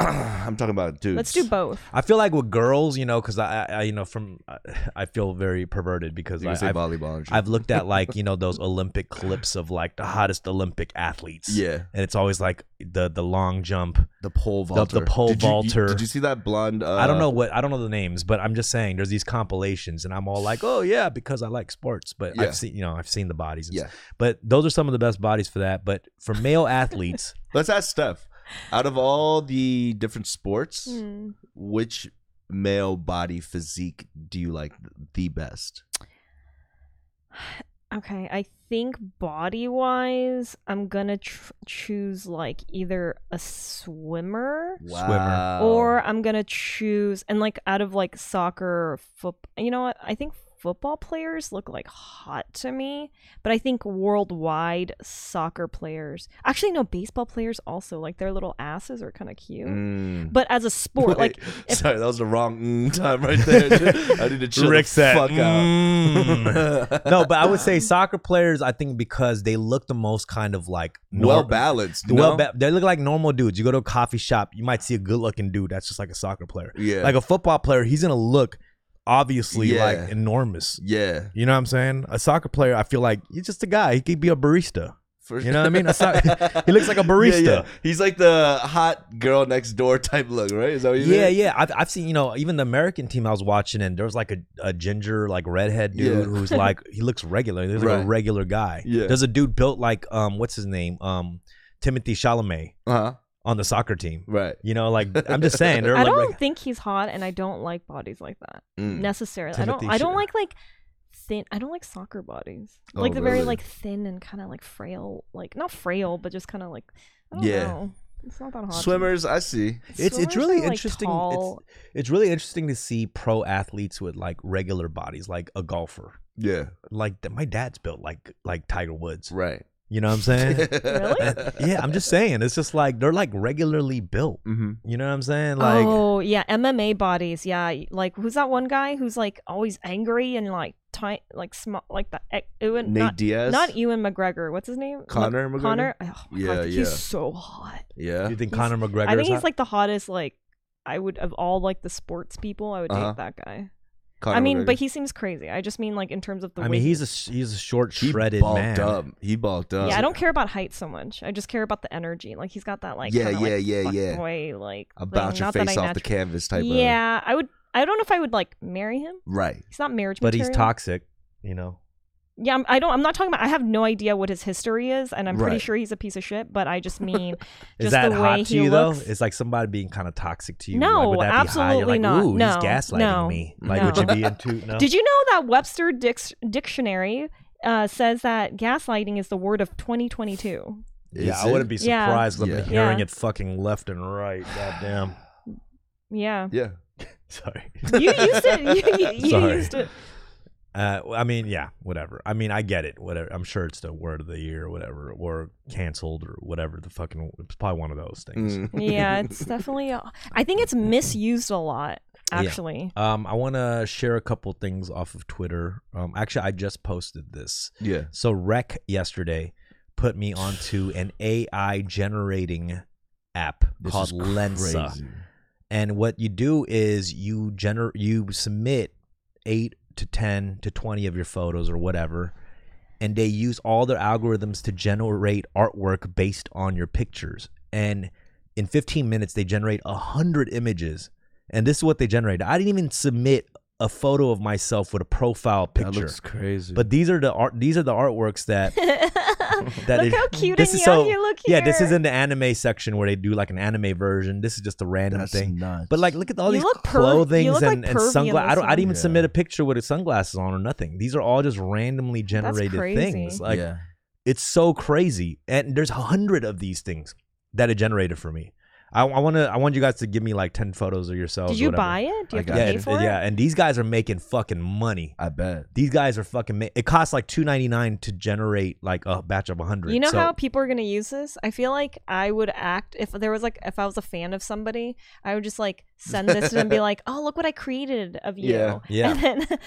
[SPEAKER 3] I'm talking about dudes.
[SPEAKER 1] Let's do both.
[SPEAKER 2] I feel like with girls, you know, because I, I, I, you know, from I- I feel very perverted because
[SPEAKER 3] You can
[SPEAKER 2] I,
[SPEAKER 3] say
[SPEAKER 2] I've,
[SPEAKER 3] volleyball. and shit.
[SPEAKER 2] I've looked at like you know those Olympic clips of like the hottest Olympic athletes.
[SPEAKER 3] yeah,
[SPEAKER 2] And it's always like the the long jump.
[SPEAKER 3] the pole
[SPEAKER 2] The- the
[SPEAKER 3] vaulter.
[SPEAKER 2] pole
[SPEAKER 3] did you, you-
[SPEAKER 2] vaulter.
[SPEAKER 3] did you see that blonde? Uh,
[SPEAKER 2] I don't know what I don't know the names, but I'm just saying there's these compilations, and I'm all like, oh yeah, because I like sports. But
[SPEAKER 3] Yeah.
[SPEAKER 2] I've seen you know I've seen the bodies. and
[SPEAKER 3] Yeah.
[SPEAKER 2] But those are some of the best bodies for that. But for male athletes,
[SPEAKER 3] Let's ask Steph. Out of all the different sports,
[SPEAKER 1] Hmm.
[SPEAKER 3] which male body physique do you like the best?
[SPEAKER 1] Okay, I think body wise, I'm gonna tr- choose like either a swimmer or I'm gonna choose and like out of like soccer, football. You know what? I think football players look like hot to me, but I think worldwide soccer players, actually no, baseball players also like their little asses are kind of cute.
[SPEAKER 3] Mm.
[SPEAKER 1] But as a sport, like
[SPEAKER 3] Wait,
[SPEAKER 1] if-
[SPEAKER 3] sorry, that was the wrong mm time right there. I need to chill
[SPEAKER 2] Rick
[SPEAKER 3] the
[SPEAKER 2] said,
[SPEAKER 3] fuck
[SPEAKER 2] "Mm."
[SPEAKER 3] out.
[SPEAKER 2] no, but I would say soccer players. I think because they look the most kind of like nor-
[SPEAKER 3] well balanced. you
[SPEAKER 2] Well,
[SPEAKER 3] know?
[SPEAKER 2] ba- they look like normal dudes. You go to a coffee shop, you might see a good-looking dude that's just like a soccer player.
[SPEAKER 3] Yeah,
[SPEAKER 2] Like a football player, he's gonna look obviously
[SPEAKER 3] Yeah.
[SPEAKER 2] like enormous.
[SPEAKER 3] yeah.
[SPEAKER 2] You know what I'm saying? A soccer player, I feel like he's just a guy. He could be a barista.
[SPEAKER 3] For
[SPEAKER 2] You know what I mean? That's not- he looks like a barista.
[SPEAKER 3] He's like the hot girl next door type look, right? Is that what you
[SPEAKER 2] Yeah,
[SPEAKER 3] mean?
[SPEAKER 2] yeah. I've, I've seen, you know, even the American team I was watching, and there was like a, a ginger, like redhead dude
[SPEAKER 3] Yeah.
[SPEAKER 2] who's like, he looks regular. He looks like a
[SPEAKER 3] Right.
[SPEAKER 2] regular guy.
[SPEAKER 3] Yeah.
[SPEAKER 2] There's a dude built like, um, what's his name? Um, Timothy Chalamet
[SPEAKER 3] Uh-huh.
[SPEAKER 2] on the soccer team.
[SPEAKER 3] Right.
[SPEAKER 2] You know, like, I'm just saying. They're
[SPEAKER 1] I
[SPEAKER 2] like,
[SPEAKER 1] don't
[SPEAKER 2] reg-
[SPEAKER 1] think he's hot, and I don't like bodies like that
[SPEAKER 3] Mm.
[SPEAKER 1] necessarily. I
[SPEAKER 2] Timothy
[SPEAKER 1] don't. I don't
[SPEAKER 2] Sh-
[SPEAKER 1] like like thin. I don't like soccer bodies.
[SPEAKER 3] Oh,
[SPEAKER 1] like the very
[SPEAKER 3] really?
[SPEAKER 1] like thin and kind of like frail. Like not frail, but just kind of like. I don't
[SPEAKER 3] Yeah.
[SPEAKER 1] know. It's not that hot.
[SPEAKER 3] Swimmers, I see.
[SPEAKER 2] It's it's
[SPEAKER 1] Swimmers
[SPEAKER 2] really
[SPEAKER 1] are, like,
[SPEAKER 2] interesting. it's,
[SPEAKER 1] tall.
[SPEAKER 2] it's really interesting to see pro athletes with like regular bodies, like a golfer.
[SPEAKER 3] Yeah,
[SPEAKER 2] Like th- my dad's built like like Tiger Woods.
[SPEAKER 3] right.
[SPEAKER 2] You know what I'm saying?
[SPEAKER 3] really?
[SPEAKER 2] yeah, I'm just saying. It's just like they're like regularly built.
[SPEAKER 3] hmm
[SPEAKER 2] You know what I'm saying? Like
[SPEAKER 1] oh yeah, MMA bodies. Yeah, like who's that one guy who's like always angry and like tight, like small, like the eh, Ewan,
[SPEAKER 3] Nate
[SPEAKER 1] not,
[SPEAKER 3] Diaz.
[SPEAKER 1] not Ewan McGregor. What's his name? Mc-
[SPEAKER 3] Conor McGregor?
[SPEAKER 1] Connor. Oh, my
[SPEAKER 3] Yeah,
[SPEAKER 1] God,
[SPEAKER 3] yeah.
[SPEAKER 1] He's so hot.
[SPEAKER 3] Yeah.
[SPEAKER 2] you think
[SPEAKER 1] he's-
[SPEAKER 2] Conor McGregor?
[SPEAKER 1] I think
[SPEAKER 2] is
[SPEAKER 1] he's
[SPEAKER 2] hot?
[SPEAKER 1] like the hottest. Like I would of all like the sports people, I would
[SPEAKER 3] Uh-huh.
[SPEAKER 1] date that guy.
[SPEAKER 3] Conor
[SPEAKER 1] I mean,
[SPEAKER 3] McGregor.
[SPEAKER 1] but he seems crazy. I just mean like in terms of the.
[SPEAKER 2] I
[SPEAKER 1] weight.
[SPEAKER 2] mean, he's a sh- he's a short,
[SPEAKER 3] he
[SPEAKER 2] shredded
[SPEAKER 3] bulked
[SPEAKER 2] man.
[SPEAKER 3] up. He bulked up.
[SPEAKER 1] Yeah, I don't care about height so much. I just care about the energy. Like he's got that like
[SPEAKER 3] Yeah,
[SPEAKER 1] kinda, like,
[SPEAKER 3] yeah, yeah, yeah.
[SPEAKER 1] fuckboy, like
[SPEAKER 3] I'll
[SPEAKER 1] thing.
[SPEAKER 3] bounce your
[SPEAKER 1] Not that
[SPEAKER 3] face
[SPEAKER 1] I
[SPEAKER 3] off the
[SPEAKER 1] natu-
[SPEAKER 3] canvas type of.
[SPEAKER 1] Yeah, I would. I don't know if I would like marry him.
[SPEAKER 3] Right.
[SPEAKER 1] He's not marriage
[SPEAKER 2] but he's
[SPEAKER 1] material.
[SPEAKER 2] toxic. You know.
[SPEAKER 1] Yeah, I'm, I don't. I'm not talking about. I have no idea what his history is, and I'm pretty
[SPEAKER 3] Right.
[SPEAKER 1] sure he's a piece of shit. But I just mean, just
[SPEAKER 2] Is that
[SPEAKER 1] the way
[SPEAKER 2] hot to
[SPEAKER 1] he
[SPEAKER 2] you
[SPEAKER 1] looks.
[SPEAKER 2] though? It's like somebody being kind of toxic to you.
[SPEAKER 1] No,
[SPEAKER 2] like, would that be high? You're
[SPEAKER 1] absolutely
[SPEAKER 2] like,
[SPEAKER 1] not.
[SPEAKER 2] Ooh,
[SPEAKER 1] No,
[SPEAKER 2] he's gaslighting
[SPEAKER 1] no,
[SPEAKER 2] me. Like,
[SPEAKER 1] no.
[SPEAKER 2] would you be into? No.
[SPEAKER 1] did you know that Webster Dix- dictionary uh, says that gaslighting is the word of 2022?
[SPEAKER 2] yeah,
[SPEAKER 3] Is
[SPEAKER 2] I wouldn't
[SPEAKER 3] it?
[SPEAKER 2] be
[SPEAKER 1] Yeah.
[SPEAKER 2] surprised. I've been
[SPEAKER 3] Yeah.
[SPEAKER 2] hearing
[SPEAKER 1] Yeah.
[SPEAKER 2] it fucking left and right. Goddamn.
[SPEAKER 1] Yeah,
[SPEAKER 3] Yeah.
[SPEAKER 2] Sorry.
[SPEAKER 1] you used it. You, you, you
[SPEAKER 2] Sorry.
[SPEAKER 1] used it.
[SPEAKER 2] Uh, well, I mean, yeah, whatever. I mean, I get it. Whatever. I'm sure it's the word of the year, or whatever, or canceled, or whatever. The fucking. It's probably one of those things.
[SPEAKER 3] Mm.
[SPEAKER 1] Yeah, it's definitely. a- I think it's misused a lot.
[SPEAKER 2] Yeah.
[SPEAKER 1] Actually,
[SPEAKER 2] Um, I want to share a couple things off of Twitter. Um, actually, I just posted this.
[SPEAKER 3] Yeah.
[SPEAKER 2] So Rec yesterday put me onto an AI generating app
[SPEAKER 3] This
[SPEAKER 2] called
[SPEAKER 3] is
[SPEAKER 2] Lensa.
[SPEAKER 3] crazy.
[SPEAKER 2] And what you do is you gener- you submit 8 to 10 to 20 of your photos or whatever and they use all their algorithms to generate artwork based on your pictures. And in 15 minutes they generate 100 images. And this is what they generated. I didn't even submit a photo of myself with a profile picture.
[SPEAKER 3] That looks crazy.
[SPEAKER 2] But these are the art. These are the artworks that. that
[SPEAKER 1] look
[SPEAKER 2] is-
[SPEAKER 1] how cute
[SPEAKER 2] this
[SPEAKER 1] and
[SPEAKER 2] is
[SPEAKER 1] young
[SPEAKER 2] so-
[SPEAKER 1] you look here.
[SPEAKER 2] Yeah, this is in the anime section where they do like an anime version. This is just a random
[SPEAKER 3] that's
[SPEAKER 2] thing.
[SPEAKER 3] nuts.
[SPEAKER 2] But like, look at all
[SPEAKER 1] You
[SPEAKER 2] these
[SPEAKER 1] look perv-
[SPEAKER 2] clothing
[SPEAKER 1] you
[SPEAKER 2] and,
[SPEAKER 1] look like
[SPEAKER 2] and
[SPEAKER 1] pervy in
[SPEAKER 2] sunglasses. I don't. I didn't even
[SPEAKER 3] this.
[SPEAKER 2] submit a picture with sunglasses on or nothing. These are all just randomly generated
[SPEAKER 1] crazy.
[SPEAKER 2] things. Like
[SPEAKER 3] yeah.
[SPEAKER 2] it's so crazy, and there's a hundred of these things that it generated for me. I, I want to. I want you guys to give me like ten photos of yourselves.
[SPEAKER 1] Did you
[SPEAKER 2] whatever.
[SPEAKER 1] buy it? Do you
[SPEAKER 3] I
[SPEAKER 1] have to
[SPEAKER 3] got
[SPEAKER 2] Yeah,
[SPEAKER 1] pay
[SPEAKER 2] and-
[SPEAKER 1] for it?
[SPEAKER 2] yeah. And these guys are making fucking money.
[SPEAKER 3] I bet.
[SPEAKER 2] These guys are fucking. Ma- it costs like two ninety nine to generate like a batch of hundred.
[SPEAKER 1] You know
[SPEAKER 2] so,
[SPEAKER 1] how people are gonna use this? I feel like I would act if there was like if I was a fan of somebody, I would just like send this to them and be like, "Oh, look what I created of you."
[SPEAKER 3] Yeah.
[SPEAKER 2] Yeah.
[SPEAKER 1] And then,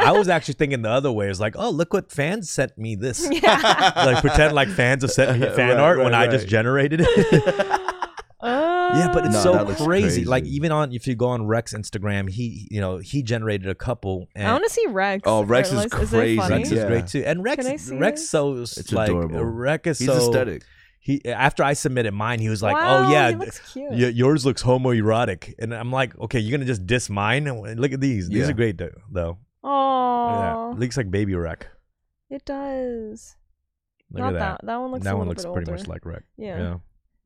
[SPEAKER 2] I was actually thinking the other way. It's like, oh, look what fans sent me this.
[SPEAKER 1] yeah.
[SPEAKER 2] like pretend like fans have sent me fan
[SPEAKER 3] Right,
[SPEAKER 2] art
[SPEAKER 3] right,
[SPEAKER 2] when I just
[SPEAKER 3] right.
[SPEAKER 2] generated it. yeah, but it's
[SPEAKER 1] Oh.
[SPEAKER 3] No,
[SPEAKER 2] so
[SPEAKER 3] that
[SPEAKER 2] crazy.
[SPEAKER 3] looks crazy.
[SPEAKER 2] Like even on if you go on Rex Instagram, he you know he generated a couple. And
[SPEAKER 1] I want to see Rex.
[SPEAKER 3] Oh, Rex
[SPEAKER 1] Or
[SPEAKER 3] is
[SPEAKER 1] like,
[SPEAKER 3] crazy.
[SPEAKER 1] It funny?
[SPEAKER 2] Rex eh. is
[SPEAKER 3] Yeah.
[SPEAKER 2] great too. And Rex
[SPEAKER 1] Can I see
[SPEAKER 2] Rex
[SPEAKER 1] this?
[SPEAKER 2] so
[SPEAKER 3] It's
[SPEAKER 2] like
[SPEAKER 3] adorable.
[SPEAKER 2] Rex is
[SPEAKER 3] He's
[SPEAKER 2] so
[SPEAKER 3] aesthetic.
[SPEAKER 2] he after I submitted mine, he was like,
[SPEAKER 1] wow,
[SPEAKER 2] oh yeah.
[SPEAKER 1] he
[SPEAKER 2] th-
[SPEAKER 1] looks cute.
[SPEAKER 2] y- yours looks homoerotic, and I'm like, okay, you're gonna just diss mine. Look at these; these
[SPEAKER 3] Yeah.
[SPEAKER 2] are great though. though. Yeah,
[SPEAKER 1] Aw,
[SPEAKER 2] looks like baby wreck.
[SPEAKER 1] it does.
[SPEAKER 2] Look
[SPEAKER 1] Not
[SPEAKER 2] at that.
[SPEAKER 1] that. That one looks. a
[SPEAKER 2] that one
[SPEAKER 1] little
[SPEAKER 2] looks
[SPEAKER 1] bit
[SPEAKER 2] pretty
[SPEAKER 1] older.
[SPEAKER 2] much like wreck.
[SPEAKER 1] Yeah.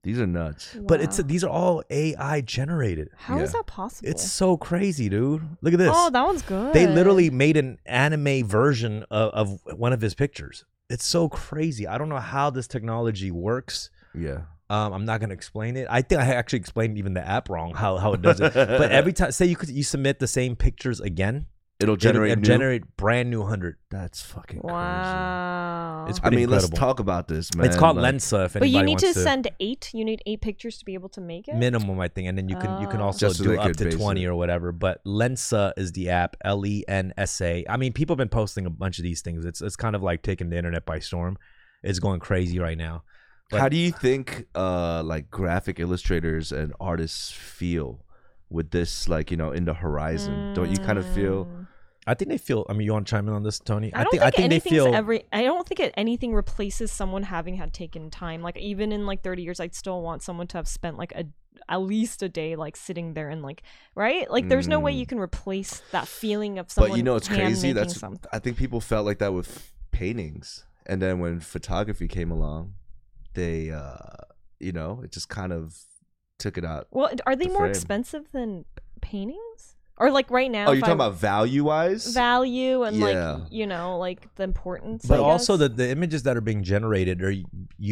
[SPEAKER 3] These are nuts.
[SPEAKER 2] But it's
[SPEAKER 1] Wow.
[SPEAKER 2] these are all AI generated.
[SPEAKER 1] How is
[SPEAKER 3] Yeah.
[SPEAKER 1] that possible?
[SPEAKER 2] It's so crazy, dude. Look at this.
[SPEAKER 1] Oh, that one's good.
[SPEAKER 2] they literally made an anime version of, of one of his pictures. It's so crazy. I don't know how this technology works.
[SPEAKER 3] Yeah.
[SPEAKER 2] Um, I'm not gonna explain it. I think I actually explained even the app wrong how, how it does it. but every time, say you could you submit the same pictures again,
[SPEAKER 3] it'll
[SPEAKER 2] it'll-
[SPEAKER 3] generate
[SPEAKER 2] it'll
[SPEAKER 3] new-
[SPEAKER 2] generate brand new hundred.
[SPEAKER 3] That's fucking crazy.
[SPEAKER 1] Wow.
[SPEAKER 2] It's
[SPEAKER 3] I
[SPEAKER 2] pretty
[SPEAKER 3] mean, let's
[SPEAKER 2] incredible.
[SPEAKER 3] talk about this, man.
[SPEAKER 2] it's called
[SPEAKER 3] Like,
[SPEAKER 2] Lensa. If
[SPEAKER 1] But
[SPEAKER 2] anybody
[SPEAKER 1] you need to
[SPEAKER 2] wants
[SPEAKER 1] send eight. You need eight pictures to be able to make it.
[SPEAKER 2] minimum i think and then you can you can
[SPEAKER 1] Oh.
[SPEAKER 2] also
[SPEAKER 3] Just so
[SPEAKER 2] do
[SPEAKER 3] they
[SPEAKER 2] up
[SPEAKER 3] could
[SPEAKER 2] to
[SPEAKER 3] base
[SPEAKER 2] 20
[SPEAKER 3] it.
[SPEAKER 2] or whatever but lensa is the app E l-e-n-s-a i mean people have been posting a bunch of these things it's it's kind of like taking the internet by storm it's going crazy right now
[SPEAKER 3] How do you think, uh, like graphic illustrators and artists feel with this, like you know, in the horizon? Don't you kind of feel?
[SPEAKER 1] Mm.
[SPEAKER 2] i think they feel i mean you want to chime in on this tony
[SPEAKER 1] I don't think,
[SPEAKER 2] think i think they
[SPEAKER 1] anything's
[SPEAKER 2] feel
[SPEAKER 1] every. I don't think it, anything replaces someone having had taken time. Like even in like thirty years, I'd still want someone to have spent like a at least a day like sitting there and like right. Like there's no way
[SPEAKER 3] Mm.
[SPEAKER 1] you can replace that feeling of someone.
[SPEAKER 3] But you know, it's crazy.
[SPEAKER 1] hand-making
[SPEAKER 3] That's
[SPEAKER 1] something.
[SPEAKER 3] I think people felt like that with paintings, and then when photography came along, they, uh, you know, it just kind of took it out.
[SPEAKER 1] Well, are they
[SPEAKER 3] the
[SPEAKER 1] more
[SPEAKER 3] frame.
[SPEAKER 1] expensive than paintings? Or like right now,
[SPEAKER 3] Oh, you're
[SPEAKER 1] if I-
[SPEAKER 3] talking about value wise?
[SPEAKER 1] value and
[SPEAKER 3] Yeah.
[SPEAKER 1] like you know like the importance.
[SPEAKER 2] But
[SPEAKER 1] I
[SPEAKER 2] also
[SPEAKER 1] guess.
[SPEAKER 2] that the images that are being generated are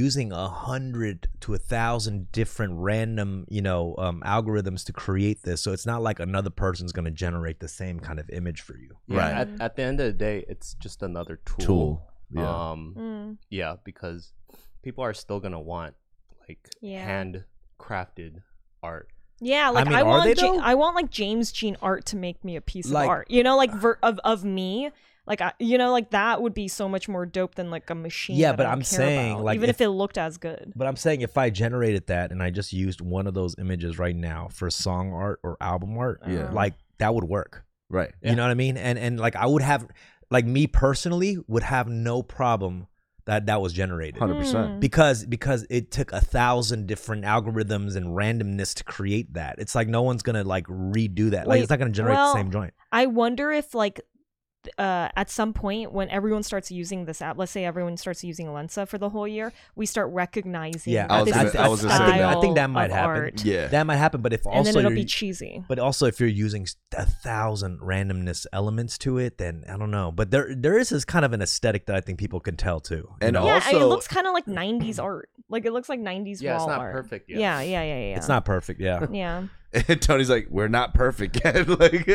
[SPEAKER 2] using a hundred to a thousand different random, you know, um, algorithms to create this. So it's not like another person's going to generate the same kind of image for you.
[SPEAKER 4] Yeah,
[SPEAKER 3] Right.
[SPEAKER 4] At, at the end of the day, it's just another tool.
[SPEAKER 3] tool. Yeah.
[SPEAKER 4] Um,
[SPEAKER 1] Mm.
[SPEAKER 4] yeah, because people are still gonna want like
[SPEAKER 1] Yeah.
[SPEAKER 4] handcrafted art.
[SPEAKER 1] Yeah, like I,
[SPEAKER 2] mean, are
[SPEAKER 1] want
[SPEAKER 2] they,
[SPEAKER 1] Ja-
[SPEAKER 2] though?
[SPEAKER 1] I want like James Jean art to make me a piece
[SPEAKER 2] Like- uh,
[SPEAKER 1] of art. You know, like ver- of of me. Like I, you know, like that would be so much more dope than like a machine.
[SPEAKER 2] Yeah,
[SPEAKER 1] that I
[SPEAKER 2] but
[SPEAKER 1] don't
[SPEAKER 2] I'm
[SPEAKER 1] care
[SPEAKER 2] saying,
[SPEAKER 1] about,
[SPEAKER 2] like,
[SPEAKER 1] even if,
[SPEAKER 2] if-
[SPEAKER 1] it looked as good.
[SPEAKER 2] But I'm saying if I generated that and I just used one of those images right now for song art or album art,
[SPEAKER 1] Uh-huh.
[SPEAKER 3] Yeah.
[SPEAKER 2] like that would work.
[SPEAKER 3] right.
[SPEAKER 4] Yeah.
[SPEAKER 2] You know what I mean? And and like I would have like me personally would have no problem that that was generated.
[SPEAKER 1] Mm-hmm.
[SPEAKER 3] 100%.
[SPEAKER 2] because because it took a thousand different algorithms and randomness to create that it's like no one's gonna like redo that like
[SPEAKER 1] Wait,
[SPEAKER 2] it's not gonna generate
[SPEAKER 1] well-
[SPEAKER 2] the same joint
[SPEAKER 1] I wonder if like th- uh, at some point when everyone starts using this app, let's say everyone starts using Lensa for the whole year, we start recognizing.
[SPEAKER 2] Yeah,
[SPEAKER 1] Yeah,
[SPEAKER 3] I was
[SPEAKER 1] this
[SPEAKER 3] gonna-
[SPEAKER 1] is a
[SPEAKER 3] I was gonna say that.
[SPEAKER 1] style
[SPEAKER 2] I think that might
[SPEAKER 1] of
[SPEAKER 2] happen.
[SPEAKER 1] Art.
[SPEAKER 3] Yeah.
[SPEAKER 2] that might happen but if
[SPEAKER 1] and
[SPEAKER 2] also
[SPEAKER 1] then it'll
[SPEAKER 2] you're-
[SPEAKER 1] be cheesy.
[SPEAKER 2] but also if you're using s- a thousand randomness elements to it then i don't know but there there is this kind of an aesthetic that i think people can tell too
[SPEAKER 3] And
[SPEAKER 1] yeah, I- it
[SPEAKER 3] also-
[SPEAKER 1] looks kind of like '90s art. Like it looks like '90s
[SPEAKER 4] Yeah, it's
[SPEAKER 1] wall
[SPEAKER 4] not
[SPEAKER 1] art.
[SPEAKER 4] perfect yet.
[SPEAKER 1] Yeah, yeah, yeah, yeah.
[SPEAKER 2] it's not perfect yeah
[SPEAKER 1] Yeah.
[SPEAKER 3] And Tony's like, we're not perfect yet. like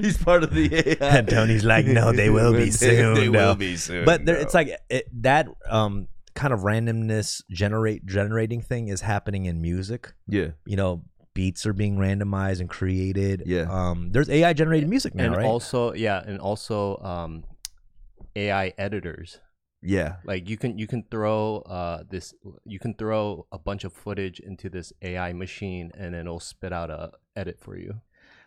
[SPEAKER 3] he's part of the AI.
[SPEAKER 2] And Tony's like, "No, they will be soon,
[SPEAKER 3] They
[SPEAKER 2] though."
[SPEAKER 3] will be soon.
[SPEAKER 2] but there,
[SPEAKER 3] though.
[SPEAKER 2] it's like it, that um kind of randomness generate generating thing is happening in music
[SPEAKER 3] yeah,
[SPEAKER 2] you know beats are being randomized and creted
[SPEAKER 3] Yeah.
[SPEAKER 2] um there's ai generated music now
[SPEAKER 4] and
[SPEAKER 2] right
[SPEAKER 4] also, yeah, and also um, AI editors.
[SPEAKER 3] yeah,
[SPEAKER 4] Like you can you can throw uh this you can throw a bunch of footage into this AI machine and then it'll spit out a edit for you.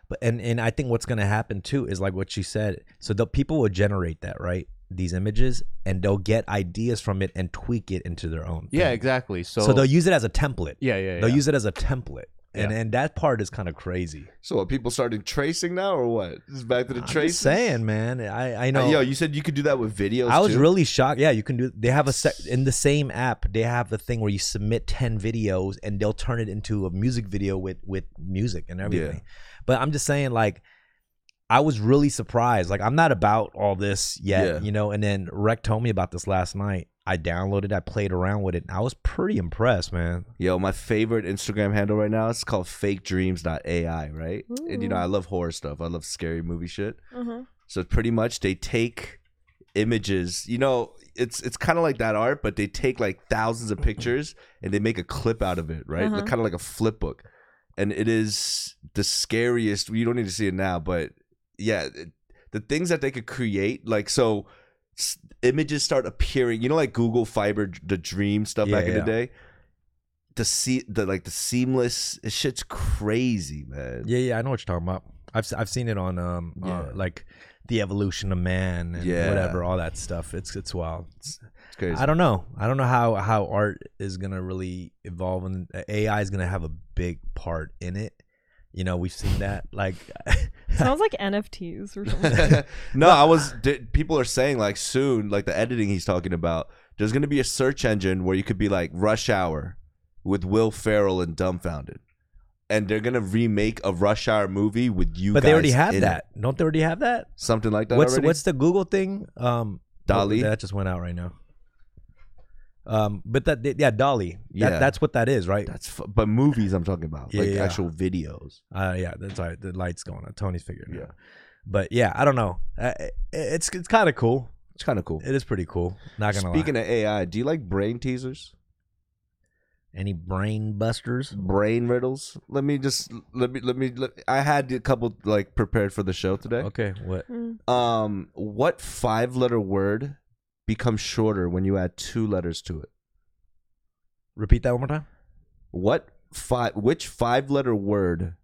[SPEAKER 2] but and and i think what's going to happen too is like what she said so the people will generate that right these images and they'll get ideas from it and tweak it into their own
[SPEAKER 4] Yeah,
[SPEAKER 2] thing.
[SPEAKER 4] exactly. So,
[SPEAKER 2] so they'll use it as a template
[SPEAKER 4] yeah, yeah,
[SPEAKER 2] they'll
[SPEAKER 4] yeah.
[SPEAKER 2] use it as a template and
[SPEAKER 4] Yeah.
[SPEAKER 2] and that part is kind of crazy
[SPEAKER 3] So what, people started tracing now, or what? This is back to the
[SPEAKER 2] I'm
[SPEAKER 3] tracing. Uh,
[SPEAKER 2] just saying man i i know
[SPEAKER 3] yo, you said you could do that with videos.
[SPEAKER 2] I was
[SPEAKER 3] too?
[SPEAKER 2] really shocked. Yeah, you can do. They have a sec, in the same app. They have a thing where you submit ten videos, and they'll turn it into a music video with with music and everything. But I'm just saying, like, I was really surprised. Like, I'm not about all this yet,
[SPEAKER 3] Yeah.
[SPEAKER 2] you know. And then Rec told me about this last night. I downloaded, I played around with it, and I was pretty impressed, man.
[SPEAKER 3] Yo, my favorite Instagram handle right now it's called fakedreams.ai, right? And you know,
[SPEAKER 1] Ooh.
[SPEAKER 3] I love horror stuff. I love scary movie shit.
[SPEAKER 1] hmm
[SPEAKER 3] So pretty much they take images, you know, it's it's kind of like that art, but they take like thousands of pictures and they make a clip out of it, right?
[SPEAKER 1] Uh-huh.
[SPEAKER 3] Kind of like a flip book. And it is the scariest. You don't need to see it now, but yeah, it- the things that they could create, like so s- images start appearing, you know like Google Fiber the dream stuff
[SPEAKER 2] Yeah,
[SPEAKER 3] back in
[SPEAKER 2] yeah.
[SPEAKER 3] the day. The see the like the seamless shit's crazy, man.
[SPEAKER 2] Yeah, yeah, I know what you're talking about. I've s- I've seen it on um uh,
[SPEAKER 3] Yeah.
[SPEAKER 2] like the evolution of man and
[SPEAKER 3] Yeah.
[SPEAKER 2] whatever, all that stuff. It's it's wild.
[SPEAKER 3] It's crazy.
[SPEAKER 2] I don't know. I don't know how how art is gonna really evolve, and AI is gonna have a big part in it. You know, we've seen that. Like,
[SPEAKER 1] Sounds like NFTs or something.
[SPEAKER 3] no, I was. di- people are saying like soon, like the editing he's talking about. There's gonna be a search engine where you could be like Rush Hour with Will Ferrell and Dumbfounded, and they're gonna remake a Rush Hour movie with you.
[SPEAKER 2] but they already
[SPEAKER 3] guys
[SPEAKER 2] have
[SPEAKER 3] in
[SPEAKER 2] that, don't they? Already have that.
[SPEAKER 3] it. Something like that.
[SPEAKER 2] what's
[SPEAKER 3] already?
[SPEAKER 2] what's the Google thing? Um,
[SPEAKER 3] Dolly?
[SPEAKER 2] that just went out right now. Um, but that yeah, Dolly. Yeah,
[SPEAKER 3] Yeah.
[SPEAKER 2] that's what that is, right?
[SPEAKER 3] that's fu- but movies I'm talking about, like
[SPEAKER 2] Yeah.
[SPEAKER 3] actual videos.
[SPEAKER 2] Uh, yeah, that's all right. The light's going on. Tony's figuring it
[SPEAKER 3] Yeah.
[SPEAKER 2] out. But yeah, I don't know. Uh, it- it's it's kind of cool.
[SPEAKER 3] It's kind of cool.
[SPEAKER 2] It is pretty cool. Not gonna
[SPEAKER 3] Speaking
[SPEAKER 2] lie.
[SPEAKER 3] of AI, do you like brain teasers?
[SPEAKER 2] Any brain busters?
[SPEAKER 3] Brain riddles? Let me just let me let me. Let, I had a couple like prepared for the show today.
[SPEAKER 2] Okay, what?
[SPEAKER 1] Mm.
[SPEAKER 3] Um, what five letter word becomes shorter when you add two letters to it?
[SPEAKER 2] Repeat that one more time.
[SPEAKER 3] What five? Which five letter word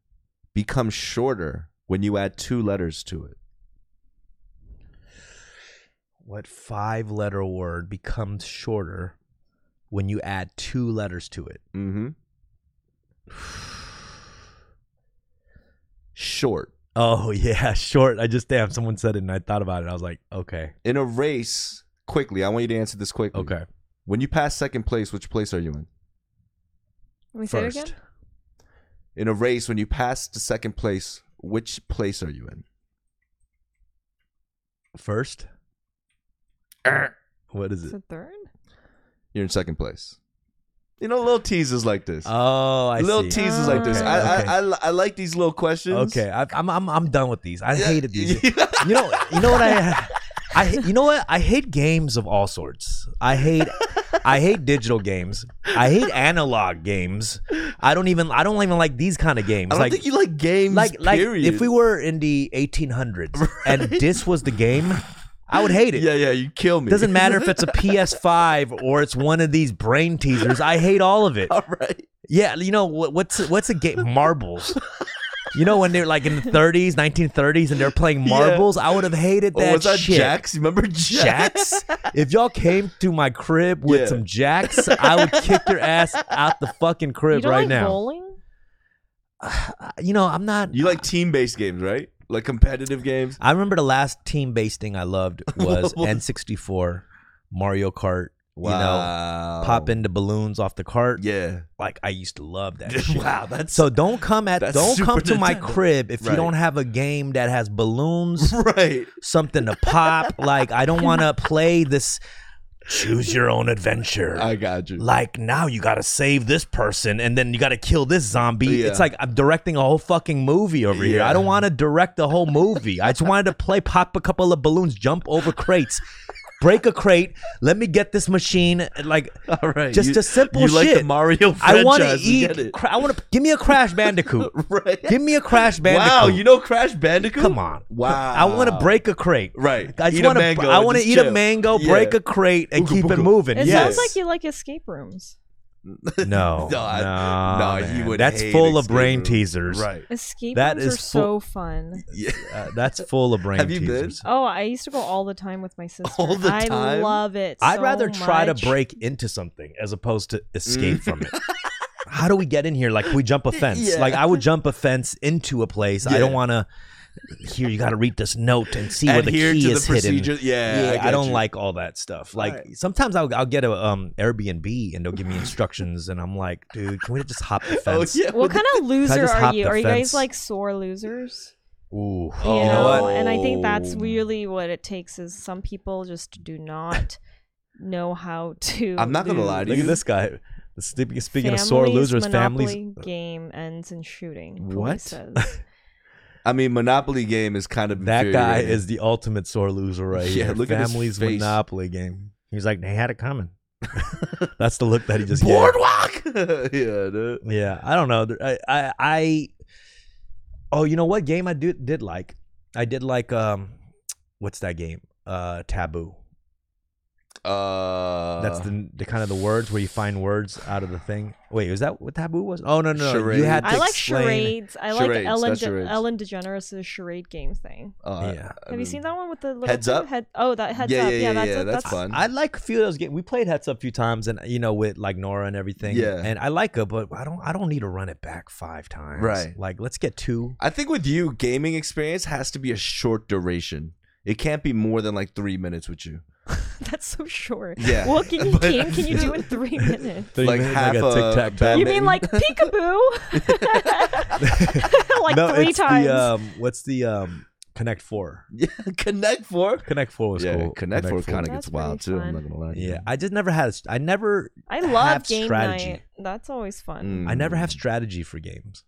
[SPEAKER 3] becomes shorter when you add two letters to it?
[SPEAKER 2] What five letter word becomes shorter when you add two letters to it?
[SPEAKER 3] Mm-hmm. Short.
[SPEAKER 2] Oh yeah, short. I just damn someone said it and I thought about it. I was like, okay.
[SPEAKER 3] In a race, quickly. I want you to answer this quickly.
[SPEAKER 2] Okay.
[SPEAKER 3] When you pass second place, which place are you in?
[SPEAKER 1] Let me say it
[SPEAKER 2] First.
[SPEAKER 1] again.
[SPEAKER 3] In a race, when you pass to second place, Which place are you in?
[SPEAKER 2] First, what is
[SPEAKER 1] Is
[SPEAKER 2] it?
[SPEAKER 1] it third?
[SPEAKER 3] You're in second place. You know, little teases like this.
[SPEAKER 2] Oh, I
[SPEAKER 3] little
[SPEAKER 2] see.
[SPEAKER 3] teases like this.
[SPEAKER 1] Okay,
[SPEAKER 3] I,
[SPEAKER 2] okay.
[SPEAKER 3] I, I, li- I like these little questions.
[SPEAKER 2] Okay, I, I'm I'm I'm done with these. I
[SPEAKER 3] Yeah.
[SPEAKER 2] hated these. you know, you know what I, I you know what I hate games of all sorts. I hate, I hate digital games. I hate analog games. I don't even I don't even like these kind of games.
[SPEAKER 3] I don't
[SPEAKER 2] like
[SPEAKER 3] think you like games.
[SPEAKER 2] like
[SPEAKER 3] period.
[SPEAKER 2] like if we were in the 1800s and this was the game, I would hate it.
[SPEAKER 3] yeah, yeah, you kill me.
[SPEAKER 2] Doesn't matter if it's a PS5 or it's one of these brain teasers. I hate all of it.
[SPEAKER 3] All right.
[SPEAKER 2] Yeah, you know what, what's what's a game? Marbles. You know when they're like in the 30s, 1930s, and they're playing marbles. I would have hated
[SPEAKER 3] Or
[SPEAKER 2] that
[SPEAKER 3] Oh, was that
[SPEAKER 2] shit.
[SPEAKER 3] Jax? You remember Jax?
[SPEAKER 2] Jacks. if y'all came to my crib with
[SPEAKER 3] Yeah.
[SPEAKER 2] some jacks, I would kick your ass out the fucking
[SPEAKER 1] You
[SPEAKER 2] crib
[SPEAKER 1] don't
[SPEAKER 2] right
[SPEAKER 1] like
[SPEAKER 2] now.
[SPEAKER 1] bowling?
[SPEAKER 2] You know I'm not.
[SPEAKER 3] You like team-based games, right? Like competitive games.
[SPEAKER 2] I remember the last team-based thing I loved was
[SPEAKER 3] What was-
[SPEAKER 2] N64, Mario Kart. You know,
[SPEAKER 3] Wow.
[SPEAKER 2] pop into balloons off the cart.
[SPEAKER 3] Yeah.
[SPEAKER 2] Like I used to love that. shit.
[SPEAKER 3] wow. That's
[SPEAKER 2] So don't come at
[SPEAKER 3] That's
[SPEAKER 2] don't come
[SPEAKER 3] Super
[SPEAKER 2] to my
[SPEAKER 3] Nintendo.
[SPEAKER 2] crib if
[SPEAKER 3] Right.
[SPEAKER 2] you don't have a game that has balloons,
[SPEAKER 3] right.
[SPEAKER 2] something to pop. Like I don't want to play this choose your own adventure.
[SPEAKER 3] I got you.
[SPEAKER 2] like now you got to save this person and then you got to kill this zombie.
[SPEAKER 3] Yeah.
[SPEAKER 2] It's like I'm directing a whole fucking movie over here.
[SPEAKER 3] Yeah.
[SPEAKER 2] I don't want to direct the whole movie. I just wanted to play pop a couple of balloons, jump over crates. Break a crate. Let me get this machine. Like
[SPEAKER 3] All right.
[SPEAKER 2] just
[SPEAKER 3] you,
[SPEAKER 2] a simple
[SPEAKER 3] you
[SPEAKER 2] shit.
[SPEAKER 3] like the Mario franchise.
[SPEAKER 2] I want to
[SPEAKER 3] we get
[SPEAKER 2] eat.
[SPEAKER 3] it.
[SPEAKER 2] Cra- I want to give me a Crash Bandicoot.
[SPEAKER 3] Right.
[SPEAKER 2] Give me a Crash Bandicoot.
[SPEAKER 3] Wow. You know Crash Bandicoot?
[SPEAKER 2] come on.
[SPEAKER 3] Wow.
[SPEAKER 2] I want to break a crate.
[SPEAKER 3] Right.
[SPEAKER 2] I
[SPEAKER 3] Eat
[SPEAKER 2] just
[SPEAKER 3] a
[SPEAKER 2] want
[SPEAKER 3] mango
[SPEAKER 2] to. I
[SPEAKER 3] and
[SPEAKER 2] want to
[SPEAKER 3] just
[SPEAKER 2] eat
[SPEAKER 3] chill.
[SPEAKER 2] a mango,
[SPEAKER 3] Yeah.
[SPEAKER 2] break a crate, and
[SPEAKER 3] Ooga
[SPEAKER 2] keep it
[SPEAKER 3] booga.
[SPEAKER 2] moving.
[SPEAKER 1] It
[SPEAKER 2] yes.
[SPEAKER 1] sounds like you like escape rooms.
[SPEAKER 2] no,
[SPEAKER 3] No, I- no,
[SPEAKER 2] no,
[SPEAKER 3] he
[SPEAKER 2] man.
[SPEAKER 3] would
[SPEAKER 2] That's
[SPEAKER 3] hate
[SPEAKER 2] full of
[SPEAKER 3] escape
[SPEAKER 2] brain
[SPEAKER 3] room.
[SPEAKER 2] teasers.
[SPEAKER 3] Right.
[SPEAKER 1] Escape
[SPEAKER 2] That
[SPEAKER 1] rooms
[SPEAKER 2] is
[SPEAKER 1] are so
[SPEAKER 2] full-
[SPEAKER 1] fun.
[SPEAKER 3] Yeah.
[SPEAKER 2] Uh, that's full of brain
[SPEAKER 3] Have you been?
[SPEAKER 2] teasers.
[SPEAKER 1] Oh, I used to go all the time with my sister.
[SPEAKER 3] All the
[SPEAKER 1] I
[SPEAKER 3] time?
[SPEAKER 1] love it.
[SPEAKER 2] I'd
[SPEAKER 1] so
[SPEAKER 2] rather try
[SPEAKER 1] much.
[SPEAKER 2] to break into something as opposed to escape from it. How do we get in here? Like we jump a fence.
[SPEAKER 3] Mm. Yeah.
[SPEAKER 2] Like I would jump a fence into a place. I
[SPEAKER 3] Yeah.
[SPEAKER 2] don't want to. Here, you got to read this note and see where
[SPEAKER 3] Adhere
[SPEAKER 2] the key
[SPEAKER 3] to
[SPEAKER 2] is
[SPEAKER 3] the
[SPEAKER 2] hidden.
[SPEAKER 3] procedure. Yeah.
[SPEAKER 2] Yeah, I,
[SPEAKER 3] get
[SPEAKER 2] don't
[SPEAKER 3] you.
[SPEAKER 2] like all that stuff. Like
[SPEAKER 3] Right.
[SPEAKER 2] sometimes I'll, I'll get a um Airbnb and they'll give me instructions, and I'm like, dude, can we just hop the
[SPEAKER 3] Oh
[SPEAKER 2] fence?
[SPEAKER 3] yeah.
[SPEAKER 1] What kind of loser
[SPEAKER 2] just
[SPEAKER 1] are
[SPEAKER 2] hop
[SPEAKER 1] you?
[SPEAKER 2] the
[SPEAKER 1] Are you guys
[SPEAKER 2] fence?
[SPEAKER 1] like sore losers?
[SPEAKER 2] Ooh,
[SPEAKER 1] You
[SPEAKER 3] Oh.
[SPEAKER 1] know, and I think that's
[SPEAKER 3] Oh.
[SPEAKER 1] really what it takes. Is some people just do not know how to.
[SPEAKER 3] I'm not gonna lie to
[SPEAKER 1] lose.
[SPEAKER 2] look
[SPEAKER 3] you.
[SPEAKER 2] at this guy. Speaking speaking of sore
[SPEAKER 1] Families'
[SPEAKER 2] losers, families.
[SPEAKER 1] Monopoly game ends in shooting. police
[SPEAKER 2] What?
[SPEAKER 1] says.
[SPEAKER 3] I mean, Monopoly game is kind of
[SPEAKER 2] That guy
[SPEAKER 3] infuriating.
[SPEAKER 2] is the ultimate sore loser right
[SPEAKER 3] Yeah,
[SPEAKER 2] here.
[SPEAKER 3] look at his
[SPEAKER 2] Family's
[SPEAKER 3] face.
[SPEAKER 2] Monopoly game. He's like, they had it coming. That's the look that he just gave.
[SPEAKER 3] boardwalk. yeah, dude.
[SPEAKER 2] Yeah, I don't know. I, I, I oh, you know what game I do, did like? I did like um, what's that game? Uh, Taboo.
[SPEAKER 3] Uh,
[SPEAKER 2] That's the, the kind of the words where you find words out of the thing. Wait, is that what Taboo was? Oh no, no, no. you had to
[SPEAKER 1] I like
[SPEAKER 2] explain-
[SPEAKER 1] charades. I
[SPEAKER 3] Charades,
[SPEAKER 1] like Ellen,
[SPEAKER 3] that's
[SPEAKER 1] De-
[SPEAKER 3] charades.
[SPEAKER 1] Ellen DeGeneres' charade game thing.
[SPEAKER 3] Oh, I-
[SPEAKER 2] Yeah.
[SPEAKER 3] I
[SPEAKER 1] Have you
[SPEAKER 3] mean-
[SPEAKER 1] seen that one with the little
[SPEAKER 3] Heads Up?
[SPEAKER 1] Head- oh, that heads
[SPEAKER 3] yeah,
[SPEAKER 1] up.
[SPEAKER 3] Yeah, yeah,
[SPEAKER 1] that's,
[SPEAKER 3] yeah,
[SPEAKER 1] a-
[SPEAKER 3] that's,
[SPEAKER 1] that's
[SPEAKER 3] fun.
[SPEAKER 2] I like a few of those games. We played Heads Up a few times, and you know, with like Nora and everything.
[SPEAKER 3] Yeah.
[SPEAKER 2] And I like it, but I don't. I don't need to run it back five times.
[SPEAKER 3] Right.
[SPEAKER 2] Like, let's get two.
[SPEAKER 3] I think with you, gaming experience has to be a short duration. It can't be more than like three minutes with you.
[SPEAKER 1] That's so short.
[SPEAKER 3] Yeah,
[SPEAKER 1] What can you,
[SPEAKER 3] but-
[SPEAKER 1] game can you do in three minutes?
[SPEAKER 2] Three
[SPEAKER 3] Like
[SPEAKER 2] minutes,
[SPEAKER 3] half
[SPEAKER 2] a
[SPEAKER 3] a-
[SPEAKER 2] tic-tac-toe.
[SPEAKER 3] a
[SPEAKER 1] You
[SPEAKER 3] Batman.
[SPEAKER 1] mean like peekaboo? like
[SPEAKER 2] no,
[SPEAKER 1] three
[SPEAKER 2] it's
[SPEAKER 1] times.
[SPEAKER 2] The, um, what's the um, Connect Four?
[SPEAKER 3] Yeah, Connect Four.
[SPEAKER 2] Connect Four was
[SPEAKER 3] yeah,
[SPEAKER 2] cool.
[SPEAKER 3] Connect, Four kind of
[SPEAKER 1] That's
[SPEAKER 3] gets wild
[SPEAKER 1] pretty
[SPEAKER 3] too. I'm
[SPEAKER 1] fun.
[SPEAKER 3] not gonna lie. to you.
[SPEAKER 2] Yeah, I just never had. I never.
[SPEAKER 1] I
[SPEAKER 2] have
[SPEAKER 1] love game
[SPEAKER 2] strategy.
[SPEAKER 1] night. That's always fun.
[SPEAKER 3] Mm.
[SPEAKER 2] I never have strategy for games.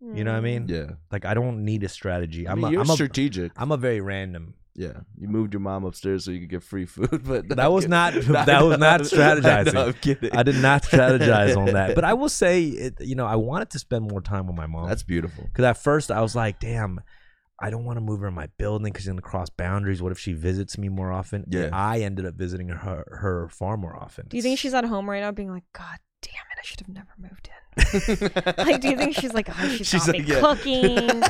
[SPEAKER 2] You know what I
[SPEAKER 1] Mm.
[SPEAKER 2] mean?
[SPEAKER 3] Yeah,
[SPEAKER 2] Like I don't need a strategy.
[SPEAKER 3] I
[SPEAKER 2] I'm
[SPEAKER 3] mean,
[SPEAKER 2] a,
[SPEAKER 3] you're
[SPEAKER 2] I'm a,
[SPEAKER 3] strategic.
[SPEAKER 2] I'm a very random.
[SPEAKER 3] yeah, you moved your mom upstairs so you could get free food, but
[SPEAKER 2] That was not-
[SPEAKER 3] I
[SPEAKER 2] that was not
[SPEAKER 3] know. I
[SPEAKER 2] strategizing.
[SPEAKER 3] know, I'm kidding.
[SPEAKER 2] I did not strategize on that, but I will say, it, you know, I wanted to spend more time with my mom.
[SPEAKER 3] That's beautiful.
[SPEAKER 2] Because at first I was like, damn, I don't want to move her in my building because she's going to cross boundaries. What if she visits me more often? And
[SPEAKER 3] Yeah.
[SPEAKER 2] I ended up visiting her, her far more often.
[SPEAKER 1] Do you think she's at home right now being like, God damn it, I should have never moved in? like, do you think she's like, oh, she
[SPEAKER 3] She's
[SPEAKER 1] she's
[SPEAKER 3] like,
[SPEAKER 1] me
[SPEAKER 3] yeah.
[SPEAKER 1] cooking,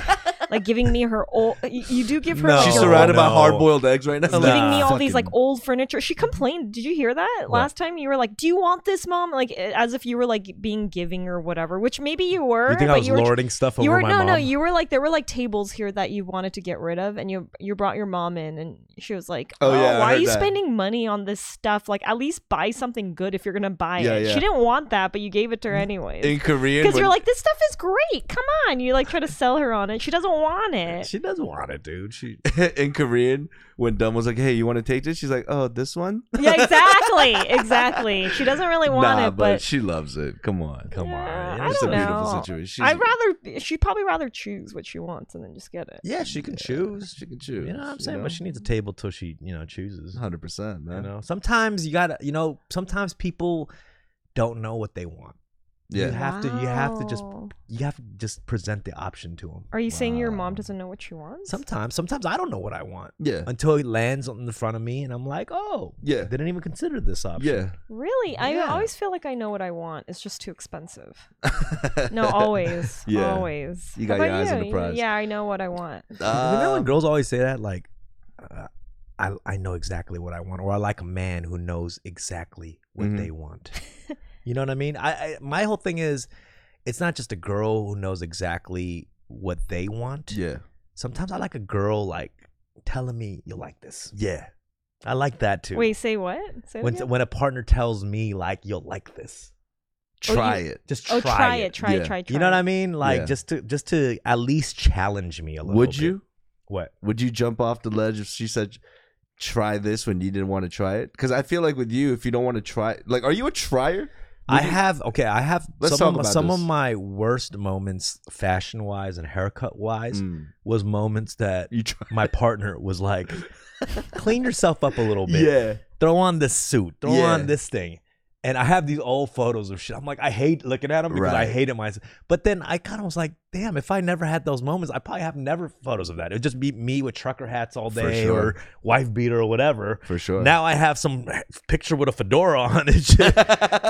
[SPEAKER 1] like giving me her old, you, you do give her
[SPEAKER 2] No.
[SPEAKER 1] like,
[SPEAKER 3] She's
[SPEAKER 1] a-
[SPEAKER 3] surrounded by
[SPEAKER 2] Oh, no.
[SPEAKER 3] hard boiled eggs right now.
[SPEAKER 1] giving
[SPEAKER 2] Nah.
[SPEAKER 1] me all these like
[SPEAKER 3] Fucking-
[SPEAKER 1] old furniture. She complained. Did you hear that
[SPEAKER 2] What?
[SPEAKER 1] last time? You were like, "Do you want this, mom?" Like as if you were like being giving or whatever. Which maybe you were.
[SPEAKER 2] You think
[SPEAKER 1] but
[SPEAKER 2] I was
[SPEAKER 1] you were,
[SPEAKER 2] lording stuff over
[SPEAKER 1] you were
[SPEAKER 2] my
[SPEAKER 1] no,
[SPEAKER 2] mom?
[SPEAKER 1] no. You were like there were like tables here that you wanted to get rid of, and you you brought your mom in, and she was like,
[SPEAKER 3] Oh,
[SPEAKER 1] "Oh,
[SPEAKER 3] yeah, I
[SPEAKER 1] why are
[SPEAKER 3] heard
[SPEAKER 1] you
[SPEAKER 3] that."
[SPEAKER 1] spending money on this stuff? Like at least buy something good if you're gonna buy
[SPEAKER 3] Yeah,
[SPEAKER 1] it."
[SPEAKER 3] yeah.
[SPEAKER 1] She didn't want that, but you gave it to her anyways.
[SPEAKER 3] in Korean.
[SPEAKER 1] Because
[SPEAKER 3] when-
[SPEAKER 1] you're like, this stuff is great. Come on. You like try to sell her on it. She doesn't want it.
[SPEAKER 2] She doesn't want it, dude. She
[SPEAKER 3] in Korean, when Dumb was like, "Hey, you want to take this?" She's like, "Oh, this one."
[SPEAKER 1] Yeah, exactly, exactly. She doesn't really want
[SPEAKER 3] nah,
[SPEAKER 1] it,
[SPEAKER 3] but
[SPEAKER 1] but
[SPEAKER 3] she loves it. Come on,
[SPEAKER 2] come
[SPEAKER 1] Yeah,
[SPEAKER 2] on.
[SPEAKER 1] I
[SPEAKER 3] it's
[SPEAKER 1] don't
[SPEAKER 3] a beautiful
[SPEAKER 1] know.
[SPEAKER 3] situation.
[SPEAKER 1] I'd
[SPEAKER 3] She's-
[SPEAKER 1] rather she'd probably rather choose what she wants and then just get it.
[SPEAKER 2] yeah, she can choose.
[SPEAKER 3] She can choose.
[SPEAKER 2] You know what I'm saying? But she needs a table till she, you know, chooses.
[SPEAKER 3] hundred percent,
[SPEAKER 2] You
[SPEAKER 3] man.
[SPEAKER 2] know, sometimes you gotta, you know, sometimes people don't know what they want. You
[SPEAKER 3] Yeah,
[SPEAKER 2] have to, you have to just,
[SPEAKER 1] Wow.
[SPEAKER 2] you have to just present the option to them.
[SPEAKER 1] Are you saying your mom
[SPEAKER 3] Wow.
[SPEAKER 1] doesn't know what she wants?
[SPEAKER 2] Sometimes, sometimes I don't know what I want
[SPEAKER 3] yeah,
[SPEAKER 2] until it lands in the front of me, and I'm like, oh,
[SPEAKER 3] Yeah.
[SPEAKER 2] I didn't even consider this option.
[SPEAKER 3] yeah.
[SPEAKER 1] Really? I
[SPEAKER 2] Yeah.
[SPEAKER 1] always feel like I know what I want. It's just too expensive. No, always.
[SPEAKER 3] Yeah.
[SPEAKER 1] Always.
[SPEAKER 3] You
[SPEAKER 1] How
[SPEAKER 3] got your
[SPEAKER 1] about
[SPEAKER 3] eyes on the
[SPEAKER 1] You-
[SPEAKER 3] prize.
[SPEAKER 1] Yeah, I know what I want.
[SPEAKER 2] you know when
[SPEAKER 3] Um,
[SPEAKER 2] girls always say that, like, uh, I I know exactly what I want, or I like a man who knows exactly what
[SPEAKER 3] Mhm.
[SPEAKER 2] they want. you know what I mean? I, I my whole thing is, it's not just a girl who knows exactly what they want.
[SPEAKER 3] yeah,
[SPEAKER 2] Sometimes I like a girl like telling me you like this.
[SPEAKER 3] yeah.
[SPEAKER 2] I like that too.
[SPEAKER 1] Wait, say what? Say it
[SPEAKER 2] when
[SPEAKER 1] again?
[SPEAKER 2] when a partner tells me like you'll like this,
[SPEAKER 1] Oh, you-
[SPEAKER 3] Try it.
[SPEAKER 2] just try,
[SPEAKER 1] oh, try it. Try
[SPEAKER 3] Yeah.
[SPEAKER 1] it. Try it.
[SPEAKER 2] You know what I mean? Like
[SPEAKER 3] Yeah.
[SPEAKER 2] just to just to at least challenge me a little.
[SPEAKER 3] Would
[SPEAKER 2] bit.
[SPEAKER 3] you?
[SPEAKER 2] What?
[SPEAKER 3] Would you jump off the ledge if she said, "Try this" when you didn't want to try it? Because I feel like with you, if you don't want to try, like, are you a trier?
[SPEAKER 2] I
[SPEAKER 3] you-
[SPEAKER 2] have okay. I have
[SPEAKER 3] Let's
[SPEAKER 2] some,
[SPEAKER 3] talk
[SPEAKER 2] of,
[SPEAKER 3] about
[SPEAKER 2] some of
[SPEAKER 3] this.
[SPEAKER 2] my worst moments, fashion wise and haircut wise,
[SPEAKER 3] Mm,
[SPEAKER 2] was moments that
[SPEAKER 3] you try.
[SPEAKER 2] my partner was like, "Clean yourself up a little bit.
[SPEAKER 3] Yeah,
[SPEAKER 2] Throw on this suit. Throw
[SPEAKER 3] Yeah.
[SPEAKER 2] on this thing." And I have these old photos of shit. I'm like, I hate looking at them because I
[SPEAKER 3] Right.
[SPEAKER 2] hated myself. But then I kind of was like, damn, if I never had those moments, I probably have never photos of that. It would just be me with trucker hats all
[SPEAKER 3] For
[SPEAKER 2] day
[SPEAKER 3] sure.
[SPEAKER 2] or wife beater or whatever.
[SPEAKER 3] for sure.
[SPEAKER 2] Now I have some picture with a fedora on and shit.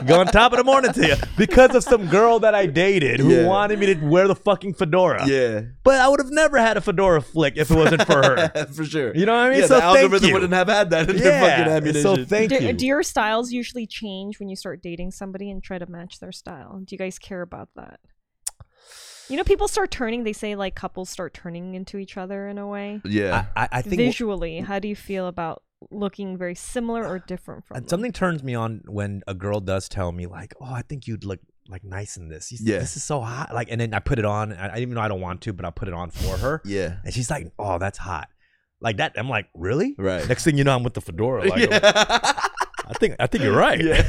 [SPEAKER 2] Go on top of the morning to you because of some girl that I dated who
[SPEAKER 3] Yeah.
[SPEAKER 2] wanted me to wear the fucking fedora.
[SPEAKER 3] yeah,
[SPEAKER 2] But I would have never had a fedora flick if it wasn't for her.
[SPEAKER 3] for sure.
[SPEAKER 2] You know what I mean?
[SPEAKER 3] yeah,
[SPEAKER 2] so
[SPEAKER 3] the
[SPEAKER 2] thank
[SPEAKER 3] algorithm
[SPEAKER 2] you.
[SPEAKER 3] wouldn't have had that in their fucking
[SPEAKER 2] yeah.
[SPEAKER 3] ammunition.
[SPEAKER 2] So thank
[SPEAKER 1] do,
[SPEAKER 2] you.
[SPEAKER 1] do your styles usually change when you start dating somebody and try to match their style? Do you guys care about that? You know, people start turning. They say like couples start turning into each other in a way.
[SPEAKER 3] yeah,
[SPEAKER 2] I, I, I think
[SPEAKER 1] Visually, how do you feel about looking very similar or different from?
[SPEAKER 2] and
[SPEAKER 1] them?
[SPEAKER 2] something turns me on when a girl does tell me like, "Oh, I think you'd look like nice in this. You-
[SPEAKER 3] Yeah.
[SPEAKER 2] This is so hot." Like, and then I put it on. I, I even though I don't want to, but I put it on for her,
[SPEAKER 3] yeah.
[SPEAKER 2] and she's like, "Oh, that's hot." Like that, I'm like, "Really?"
[SPEAKER 3] Right.
[SPEAKER 2] Next thing you know, I'm with the fedora. Like,
[SPEAKER 3] yeah.
[SPEAKER 2] I think I think you're right. You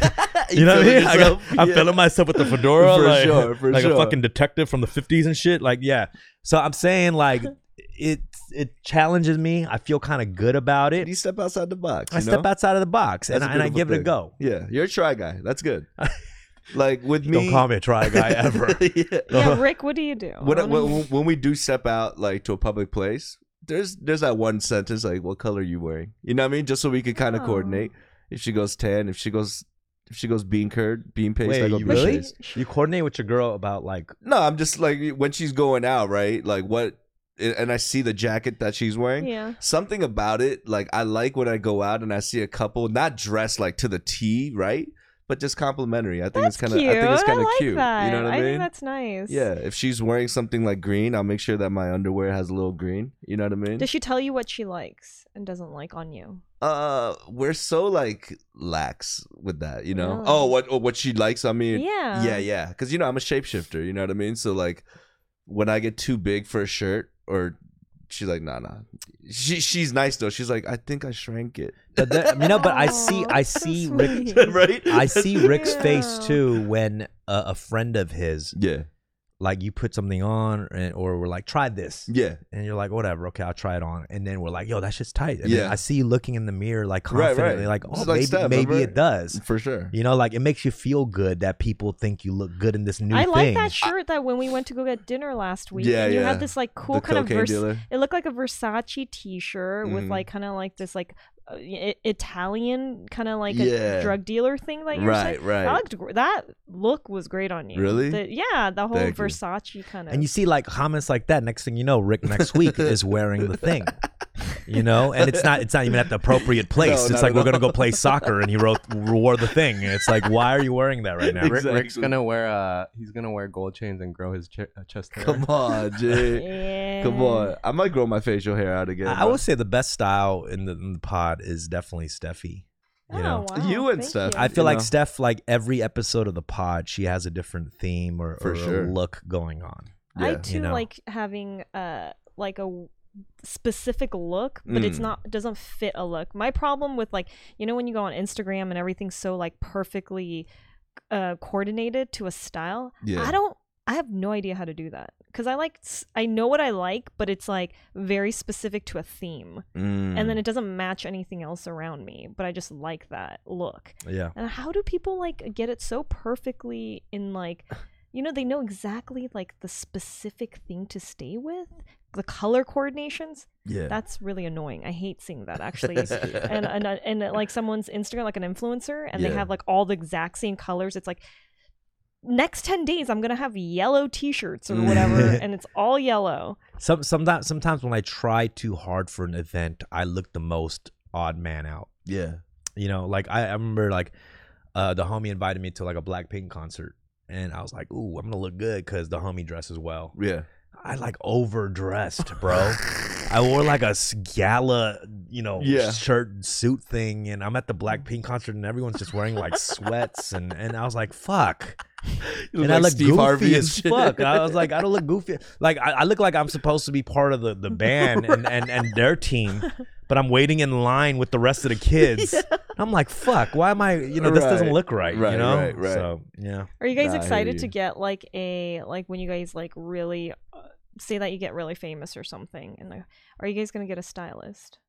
[SPEAKER 3] You
[SPEAKER 2] know what I mean?
[SPEAKER 3] feeling
[SPEAKER 2] I got,
[SPEAKER 3] yourself?
[SPEAKER 2] I'm
[SPEAKER 3] Yeah.
[SPEAKER 2] feeling myself with the fedora,
[SPEAKER 3] For
[SPEAKER 2] like,
[SPEAKER 3] sure, for
[SPEAKER 2] like
[SPEAKER 3] sure.
[SPEAKER 2] a fucking detective from the 50s and shit. Like, yeah. So I'm saying, like, it it challenges me. I feel kind of good about
[SPEAKER 3] You
[SPEAKER 2] it.
[SPEAKER 3] step outside the box.
[SPEAKER 2] I
[SPEAKER 3] you
[SPEAKER 2] step
[SPEAKER 3] know?
[SPEAKER 2] outside of the box and,
[SPEAKER 3] That's a
[SPEAKER 2] I- and I
[SPEAKER 3] beautiful
[SPEAKER 2] give it a
[SPEAKER 3] thing.
[SPEAKER 2] go.
[SPEAKER 3] Yeah, you're a try guy. That's good. like with me,
[SPEAKER 2] Don't call me a try guy ever. Uh-huh.
[SPEAKER 3] yeah.
[SPEAKER 1] Yeah, Rick, what do you do? I
[SPEAKER 3] when, I-
[SPEAKER 1] wanna-
[SPEAKER 3] when, when we do step out like to a public place, there's there's that one sentence like, "What color are you wearing?" You know what I mean? Just so we could kind of
[SPEAKER 1] Oh.
[SPEAKER 3] coordinate. If she goes tan, if she goes if she goes bean curd, bean paste,
[SPEAKER 2] Wait,
[SPEAKER 3] I go
[SPEAKER 2] you
[SPEAKER 3] bean
[SPEAKER 2] really?
[SPEAKER 3] paste.
[SPEAKER 2] you coordinate with your girl about like
[SPEAKER 3] No, I'm just like when she's going out, right? Like what? And I see the jacket that she's wearing.
[SPEAKER 1] yeah.
[SPEAKER 3] something about it like i like when i go out and i see a couple not dressed like to the t right but just complimentary i think
[SPEAKER 1] That's
[SPEAKER 3] it's kind of
[SPEAKER 1] cute.
[SPEAKER 3] i think it's kind of
[SPEAKER 1] like
[SPEAKER 3] cute
[SPEAKER 1] That.
[SPEAKER 3] you know what i,
[SPEAKER 1] think
[SPEAKER 3] mean
[SPEAKER 1] that's nice.
[SPEAKER 3] yeah if she's wearing something like green i'll make sure that my underwear has a little green you know what i mean
[SPEAKER 1] Does she tell you what she likes and doesn't like on you?
[SPEAKER 3] uh we're so like lax with that you know
[SPEAKER 1] Really?
[SPEAKER 3] oh what oh, what she likes on me
[SPEAKER 1] yeah.
[SPEAKER 3] yeah yeah because you know i'm a shapeshifter you know what i mean so like when i get too big for a shirt or she's like nah nah she, she's nice though she's like i think i shrank it
[SPEAKER 2] but the- you know, but I see
[SPEAKER 1] Aw,
[SPEAKER 2] I
[SPEAKER 1] so
[SPEAKER 2] see
[SPEAKER 1] sweet.
[SPEAKER 2] Rick
[SPEAKER 3] right?
[SPEAKER 2] I see Rick's face
[SPEAKER 1] Yeah.
[SPEAKER 2] too when a, a friend of his
[SPEAKER 3] Yeah,
[SPEAKER 2] like you put something on and, or we're like try this
[SPEAKER 3] yeah,
[SPEAKER 2] and you're like, whatever, okay, I'll try it on. And then we're like, yo, that shit's tight. And then
[SPEAKER 3] Yeah.
[SPEAKER 2] I see you looking in the mirror, like
[SPEAKER 3] Right, right.
[SPEAKER 2] confidently, like, oh,
[SPEAKER 3] It's like
[SPEAKER 2] maybe,
[SPEAKER 3] Steph,
[SPEAKER 2] maybe
[SPEAKER 3] remember?
[SPEAKER 2] it does.
[SPEAKER 3] for sure.
[SPEAKER 2] You know, like it makes you feel good that people think you look good in this new
[SPEAKER 1] I
[SPEAKER 2] thing.
[SPEAKER 1] like that shirt that when we went to go get dinner last week,
[SPEAKER 3] Yeah,
[SPEAKER 1] and you
[SPEAKER 3] yeah.
[SPEAKER 1] had this like cool
[SPEAKER 3] the
[SPEAKER 1] kind of
[SPEAKER 3] cocaine
[SPEAKER 1] vers-
[SPEAKER 3] dealer.
[SPEAKER 1] it looked like a Versace T-shirt with
[SPEAKER 3] Mhm.
[SPEAKER 1] like kind of like this like uh, I- Italian kind of like
[SPEAKER 3] Yeah.
[SPEAKER 1] a drug dealer thing that you were saying.
[SPEAKER 3] Right, right.
[SPEAKER 1] That looked gr- that look was great on you.
[SPEAKER 3] Really?
[SPEAKER 1] The- yeah, the whole
[SPEAKER 3] Thank you.
[SPEAKER 1] Versace kind of.
[SPEAKER 2] and you see like comments like that. Next thing you know, Rick next week is wearing the thing. You know, and it's not it's not even at the appropriate place.
[SPEAKER 3] No,
[SPEAKER 2] it's
[SPEAKER 3] not
[SPEAKER 2] like
[SPEAKER 3] at
[SPEAKER 2] we're gonna go
[SPEAKER 3] all.
[SPEAKER 2] play soccer, and he wrote wore the thing. And it's like, why are you wearing that right now?
[SPEAKER 4] Rick, Rick's
[SPEAKER 3] Exactly.
[SPEAKER 4] gonna wear uh he's gonna wear gold chains and grow his ch- uh, chest hair.
[SPEAKER 3] Come on, Jay.
[SPEAKER 1] yeah.
[SPEAKER 3] Come on. I might grow my facial hair out again.
[SPEAKER 2] I, I
[SPEAKER 3] bro.
[SPEAKER 2] would say the best style in the, in the pod is definitely Steffi. You
[SPEAKER 1] Oh,
[SPEAKER 2] know,
[SPEAKER 1] wow,
[SPEAKER 3] You and
[SPEAKER 1] thank
[SPEAKER 3] stuff.
[SPEAKER 1] you.
[SPEAKER 2] I feel
[SPEAKER 3] you
[SPEAKER 2] like
[SPEAKER 3] know?
[SPEAKER 2] Steph, like every episode of the pod, she has a different theme or,
[SPEAKER 3] For
[SPEAKER 2] or a
[SPEAKER 3] sure.
[SPEAKER 2] look going on.
[SPEAKER 1] I
[SPEAKER 3] Yeah.
[SPEAKER 1] too
[SPEAKER 2] You know.
[SPEAKER 1] like having uh like a w- specific look, but it's
[SPEAKER 3] Mm.
[SPEAKER 1] not doesn't fit a look. My problem with like you know when you go on Instagram and everything's so like perfectly uh, coordinated to a style.
[SPEAKER 3] Yeah.
[SPEAKER 1] I don't. I have no idea how to do that because I like s- I know what I like, but it's like very specific to a theme,
[SPEAKER 3] Mm.
[SPEAKER 1] and then it doesn't match anything else around me. But I just like that look.
[SPEAKER 2] Yeah.
[SPEAKER 1] And how do people like get it so perfectly in like, you know, they know exactly like the specific thing to stay with, the color coordinations.
[SPEAKER 3] yeah.
[SPEAKER 1] That's really annoying. I hate seeing that actually. and, and and uh, like someone's Instagram, like an influencer, and they
[SPEAKER 3] Yeah.
[SPEAKER 1] have like all the exact same colors. It's like next ten days, I'm gonna have yellow T-shirts or whatever, and it's all yellow.
[SPEAKER 2] Some sometimes sometimes when I try too hard for an event, I look the most odd man out.
[SPEAKER 3] yeah.
[SPEAKER 2] You know, like I, I remember like uh the homie invited me to like a Blackpink concert. And I was like, "Ooh, I'm gonna look good because the homie dresses well."
[SPEAKER 3] Yeah.
[SPEAKER 2] I like overdressed, bro. I wore like a s- gala, you know,
[SPEAKER 3] Yeah.
[SPEAKER 2] shirt and suit thing, and I'm at the Blackpink concert, and everyone's just wearing like sweats, and and I was like, fuck
[SPEAKER 3] You
[SPEAKER 2] and
[SPEAKER 3] look
[SPEAKER 2] I look
[SPEAKER 3] Steve
[SPEAKER 2] goofy
[SPEAKER 3] Harvey
[SPEAKER 2] as
[SPEAKER 3] and shit.
[SPEAKER 2] fuck. I was like, I don't look goofy. Like I, I look like I'm supposed to be part of the, the band and, and, and their team, but I'm waiting in line with the rest of the kids. I'm like, fuck, why am I you know, this doesn't
[SPEAKER 3] Right.
[SPEAKER 2] look right.
[SPEAKER 3] Right,
[SPEAKER 2] you know?
[SPEAKER 3] right, right.
[SPEAKER 2] So yeah.
[SPEAKER 1] Are you guys
[SPEAKER 3] Nah, I hear
[SPEAKER 1] excited to
[SPEAKER 3] you.
[SPEAKER 1] get like a like when you guys like really uh, say that you get really famous or something? And like, are you guys gonna get a stylist,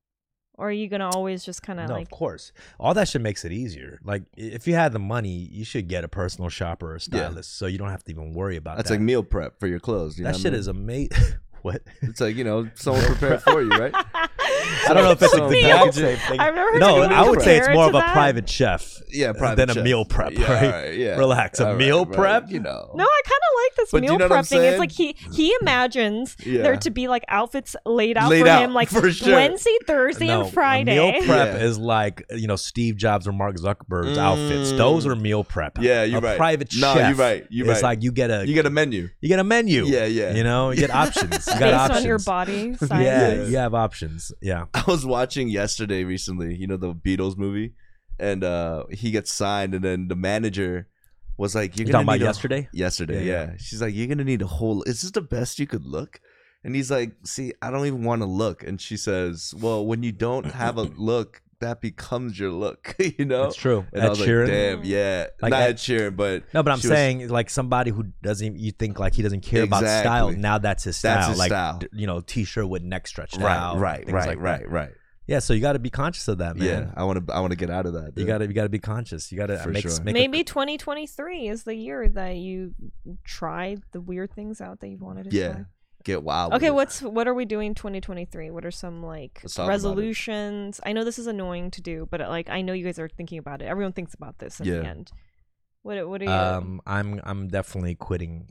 [SPEAKER 1] or are you gonna always just kind
[SPEAKER 2] No,
[SPEAKER 1] of like?
[SPEAKER 2] of course. All that shit makes it easier. Like i- if you had the money, you should get a personal shopper or stylist so you don't have to even worry about
[SPEAKER 3] That's
[SPEAKER 2] that.
[SPEAKER 3] like meal prep for your clothes. You know
[SPEAKER 2] that
[SPEAKER 3] what I
[SPEAKER 2] shit
[SPEAKER 3] mean?
[SPEAKER 2] is amazing. what?
[SPEAKER 3] It's like you know someone prepared for you, right?
[SPEAKER 2] I don't know if it's
[SPEAKER 3] So-
[SPEAKER 2] like the
[SPEAKER 1] Meal
[SPEAKER 2] packaging thing.
[SPEAKER 1] I remember.
[SPEAKER 2] No,
[SPEAKER 1] someone
[SPEAKER 2] I would say
[SPEAKER 1] compared
[SPEAKER 2] it's
[SPEAKER 1] it
[SPEAKER 2] more
[SPEAKER 1] to
[SPEAKER 2] of a
[SPEAKER 1] that.
[SPEAKER 2] private chef.
[SPEAKER 3] Yeah,
[SPEAKER 2] uh,
[SPEAKER 3] private
[SPEAKER 2] than a
[SPEAKER 3] chef.
[SPEAKER 2] meal prep,
[SPEAKER 3] Yeah,
[SPEAKER 2] right?
[SPEAKER 3] all right, yeah.
[SPEAKER 2] Relax, a
[SPEAKER 3] All right,
[SPEAKER 2] meal
[SPEAKER 3] right,
[SPEAKER 2] prep?
[SPEAKER 3] You know.
[SPEAKER 1] No, I kind of like this
[SPEAKER 3] But do
[SPEAKER 1] meal
[SPEAKER 3] you know what I'm
[SPEAKER 1] prep thing. It's
[SPEAKER 3] saying?
[SPEAKER 1] like he he imagines
[SPEAKER 3] Yeah.
[SPEAKER 1] there to be like outfits laid out
[SPEAKER 3] Laid
[SPEAKER 1] for
[SPEAKER 3] out,
[SPEAKER 1] him, like
[SPEAKER 3] for sure.
[SPEAKER 1] Wednesday, Thursday,
[SPEAKER 2] No,
[SPEAKER 1] and
[SPEAKER 2] A
[SPEAKER 1] Friday.
[SPEAKER 2] meal prep
[SPEAKER 3] Yeah.
[SPEAKER 2] is like you know Steve Jobs or Mark Zuckerberg's outfits. Those are meal prep.
[SPEAKER 3] Mm. Yeah, you're
[SPEAKER 2] a
[SPEAKER 3] right.
[SPEAKER 2] Private
[SPEAKER 3] No,
[SPEAKER 2] chef.
[SPEAKER 3] you're right, you're
[SPEAKER 2] it's
[SPEAKER 3] right.
[SPEAKER 2] like you get a
[SPEAKER 3] You
[SPEAKER 2] you
[SPEAKER 3] get a menu.
[SPEAKER 2] get, a menu.
[SPEAKER 3] Yeah, yeah.
[SPEAKER 2] You know, you get options. You got
[SPEAKER 1] Based
[SPEAKER 2] options.
[SPEAKER 1] on your body size.
[SPEAKER 2] Yeah,
[SPEAKER 3] Yes.
[SPEAKER 2] you have options. Yeah.
[SPEAKER 3] I was watching yesterday recently, you know, the Beatles movie, and uh he gets signed, and then the manager was like, "You're
[SPEAKER 2] You talking
[SPEAKER 3] gonna
[SPEAKER 2] about
[SPEAKER 3] need a-
[SPEAKER 2] yesterday?
[SPEAKER 3] Yesterday,
[SPEAKER 2] Yeah,
[SPEAKER 3] yeah, She's like, "You're gonna need a whole. Is this the best you could look?" And he's like, "See, I don't even want to look." And she says, "Well, when you don't have a look, that becomes your look, you know."
[SPEAKER 2] That's true.
[SPEAKER 3] And
[SPEAKER 2] Ed
[SPEAKER 3] I was
[SPEAKER 2] Sheeran.
[SPEAKER 3] like, "Damn, yeah,
[SPEAKER 2] Like
[SPEAKER 3] not
[SPEAKER 2] Ed-
[SPEAKER 3] Ed Sheeran, but
[SPEAKER 2] No, but I'm
[SPEAKER 3] she was-
[SPEAKER 2] saying like somebody who doesn't even- you think like he doesn't care about style.
[SPEAKER 3] Exactly.
[SPEAKER 2] Now that's his style.
[SPEAKER 3] That's his
[SPEAKER 2] like
[SPEAKER 3] style.
[SPEAKER 2] d- you know, t-shirt with neck stretched
[SPEAKER 3] right,
[SPEAKER 2] out.
[SPEAKER 3] right,
[SPEAKER 2] things
[SPEAKER 3] right,
[SPEAKER 2] like that.
[SPEAKER 3] right, right.
[SPEAKER 2] Yeah, so you got to be conscious of that, man.
[SPEAKER 3] Yeah, I want to, I want to get out of that.
[SPEAKER 2] You
[SPEAKER 3] dude.
[SPEAKER 2] gotta you gotta be conscious. You gotta
[SPEAKER 3] For
[SPEAKER 2] make,
[SPEAKER 3] sure.
[SPEAKER 2] make a-
[SPEAKER 1] Maybe 2023 is the year that you try the weird things out that you wanted to
[SPEAKER 3] yeah, get wild.
[SPEAKER 1] try. Okay,
[SPEAKER 3] with it.
[SPEAKER 1] what's what are we doing 2023? What are some like
[SPEAKER 3] Let's talk about it.
[SPEAKER 1] resolutions? I know this is annoying to do, but like I know you guys are thinking about it. Everyone thinks about this in the
[SPEAKER 3] Yeah.
[SPEAKER 1] end. What what are you?
[SPEAKER 2] um I'm I'm definitely quitting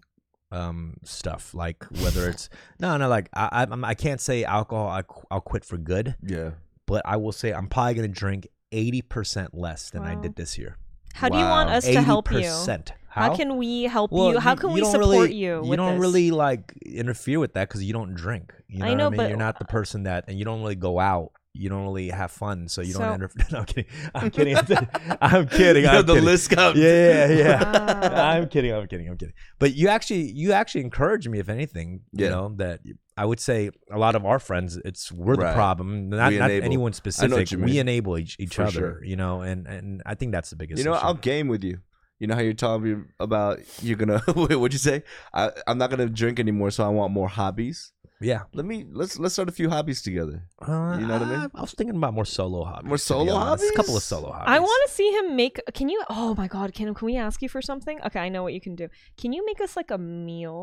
[SPEAKER 2] um stuff like whether it's no no like I I I'm- I can't say alcohol I qu- I'll quit for good,
[SPEAKER 3] Yeah.
[SPEAKER 2] but I will say I'm probably gonna drink eighty percent less than I
[SPEAKER 1] Wow.
[SPEAKER 2] did this year.
[SPEAKER 1] How do you want
[SPEAKER 3] wow.
[SPEAKER 1] us to help you?
[SPEAKER 2] percent.
[SPEAKER 1] How? can we help you? How can we
[SPEAKER 2] don't
[SPEAKER 1] support
[SPEAKER 2] really-
[SPEAKER 1] you?
[SPEAKER 2] You
[SPEAKER 1] with
[SPEAKER 2] don't
[SPEAKER 1] this?
[SPEAKER 2] really like interfere with that because you don't drink. You know,
[SPEAKER 1] I
[SPEAKER 2] what
[SPEAKER 1] know,
[SPEAKER 2] I mean?
[SPEAKER 1] but-
[SPEAKER 2] you're not the person that, and you don't really go out. You don't really have fun, so you
[SPEAKER 1] So-
[SPEAKER 2] don't. Inter- no, I'm kidding. I'm kidding. I'm kidding. I'm
[SPEAKER 3] the
[SPEAKER 2] kidding.
[SPEAKER 3] list comes.
[SPEAKER 2] Yeah, yeah, yeah.
[SPEAKER 3] Uh,
[SPEAKER 1] Wow.
[SPEAKER 2] I'm kidding. I'm kidding. I'm kidding. But you actually, you actually encourage me. If anything, you
[SPEAKER 3] Yeah.
[SPEAKER 2] know that I would say a lot of our friends, it's we're the
[SPEAKER 3] Right.
[SPEAKER 2] problem, not,
[SPEAKER 3] We
[SPEAKER 2] not
[SPEAKER 3] enable.
[SPEAKER 2] anyone
[SPEAKER 3] what
[SPEAKER 2] specific.
[SPEAKER 3] you
[SPEAKER 2] We
[SPEAKER 3] mean.
[SPEAKER 2] enable each, each
[SPEAKER 3] For
[SPEAKER 2] other,
[SPEAKER 3] sure.
[SPEAKER 2] you know, and and I think that's the biggest.
[SPEAKER 3] You know, what?
[SPEAKER 2] issue.
[SPEAKER 3] I'll game with you. You know how you're telling me about you're gonna. wait, what'd you say? I, I'm not gonna drink anymore, so I want more hobbies.
[SPEAKER 2] yeah.
[SPEAKER 3] Let me let's let's start a few hobbies together.
[SPEAKER 2] Uh,
[SPEAKER 3] You know what I mean?
[SPEAKER 2] I was thinking about more solo hobbies.
[SPEAKER 3] More
[SPEAKER 2] to be
[SPEAKER 3] solo
[SPEAKER 2] honest. A couple of
[SPEAKER 3] hobbies?
[SPEAKER 2] solo hobbies.
[SPEAKER 1] I want to see him make. Can you? Oh my God, Can Can we ask you for something? Okay, I know what you can do. Can you make us like a meal,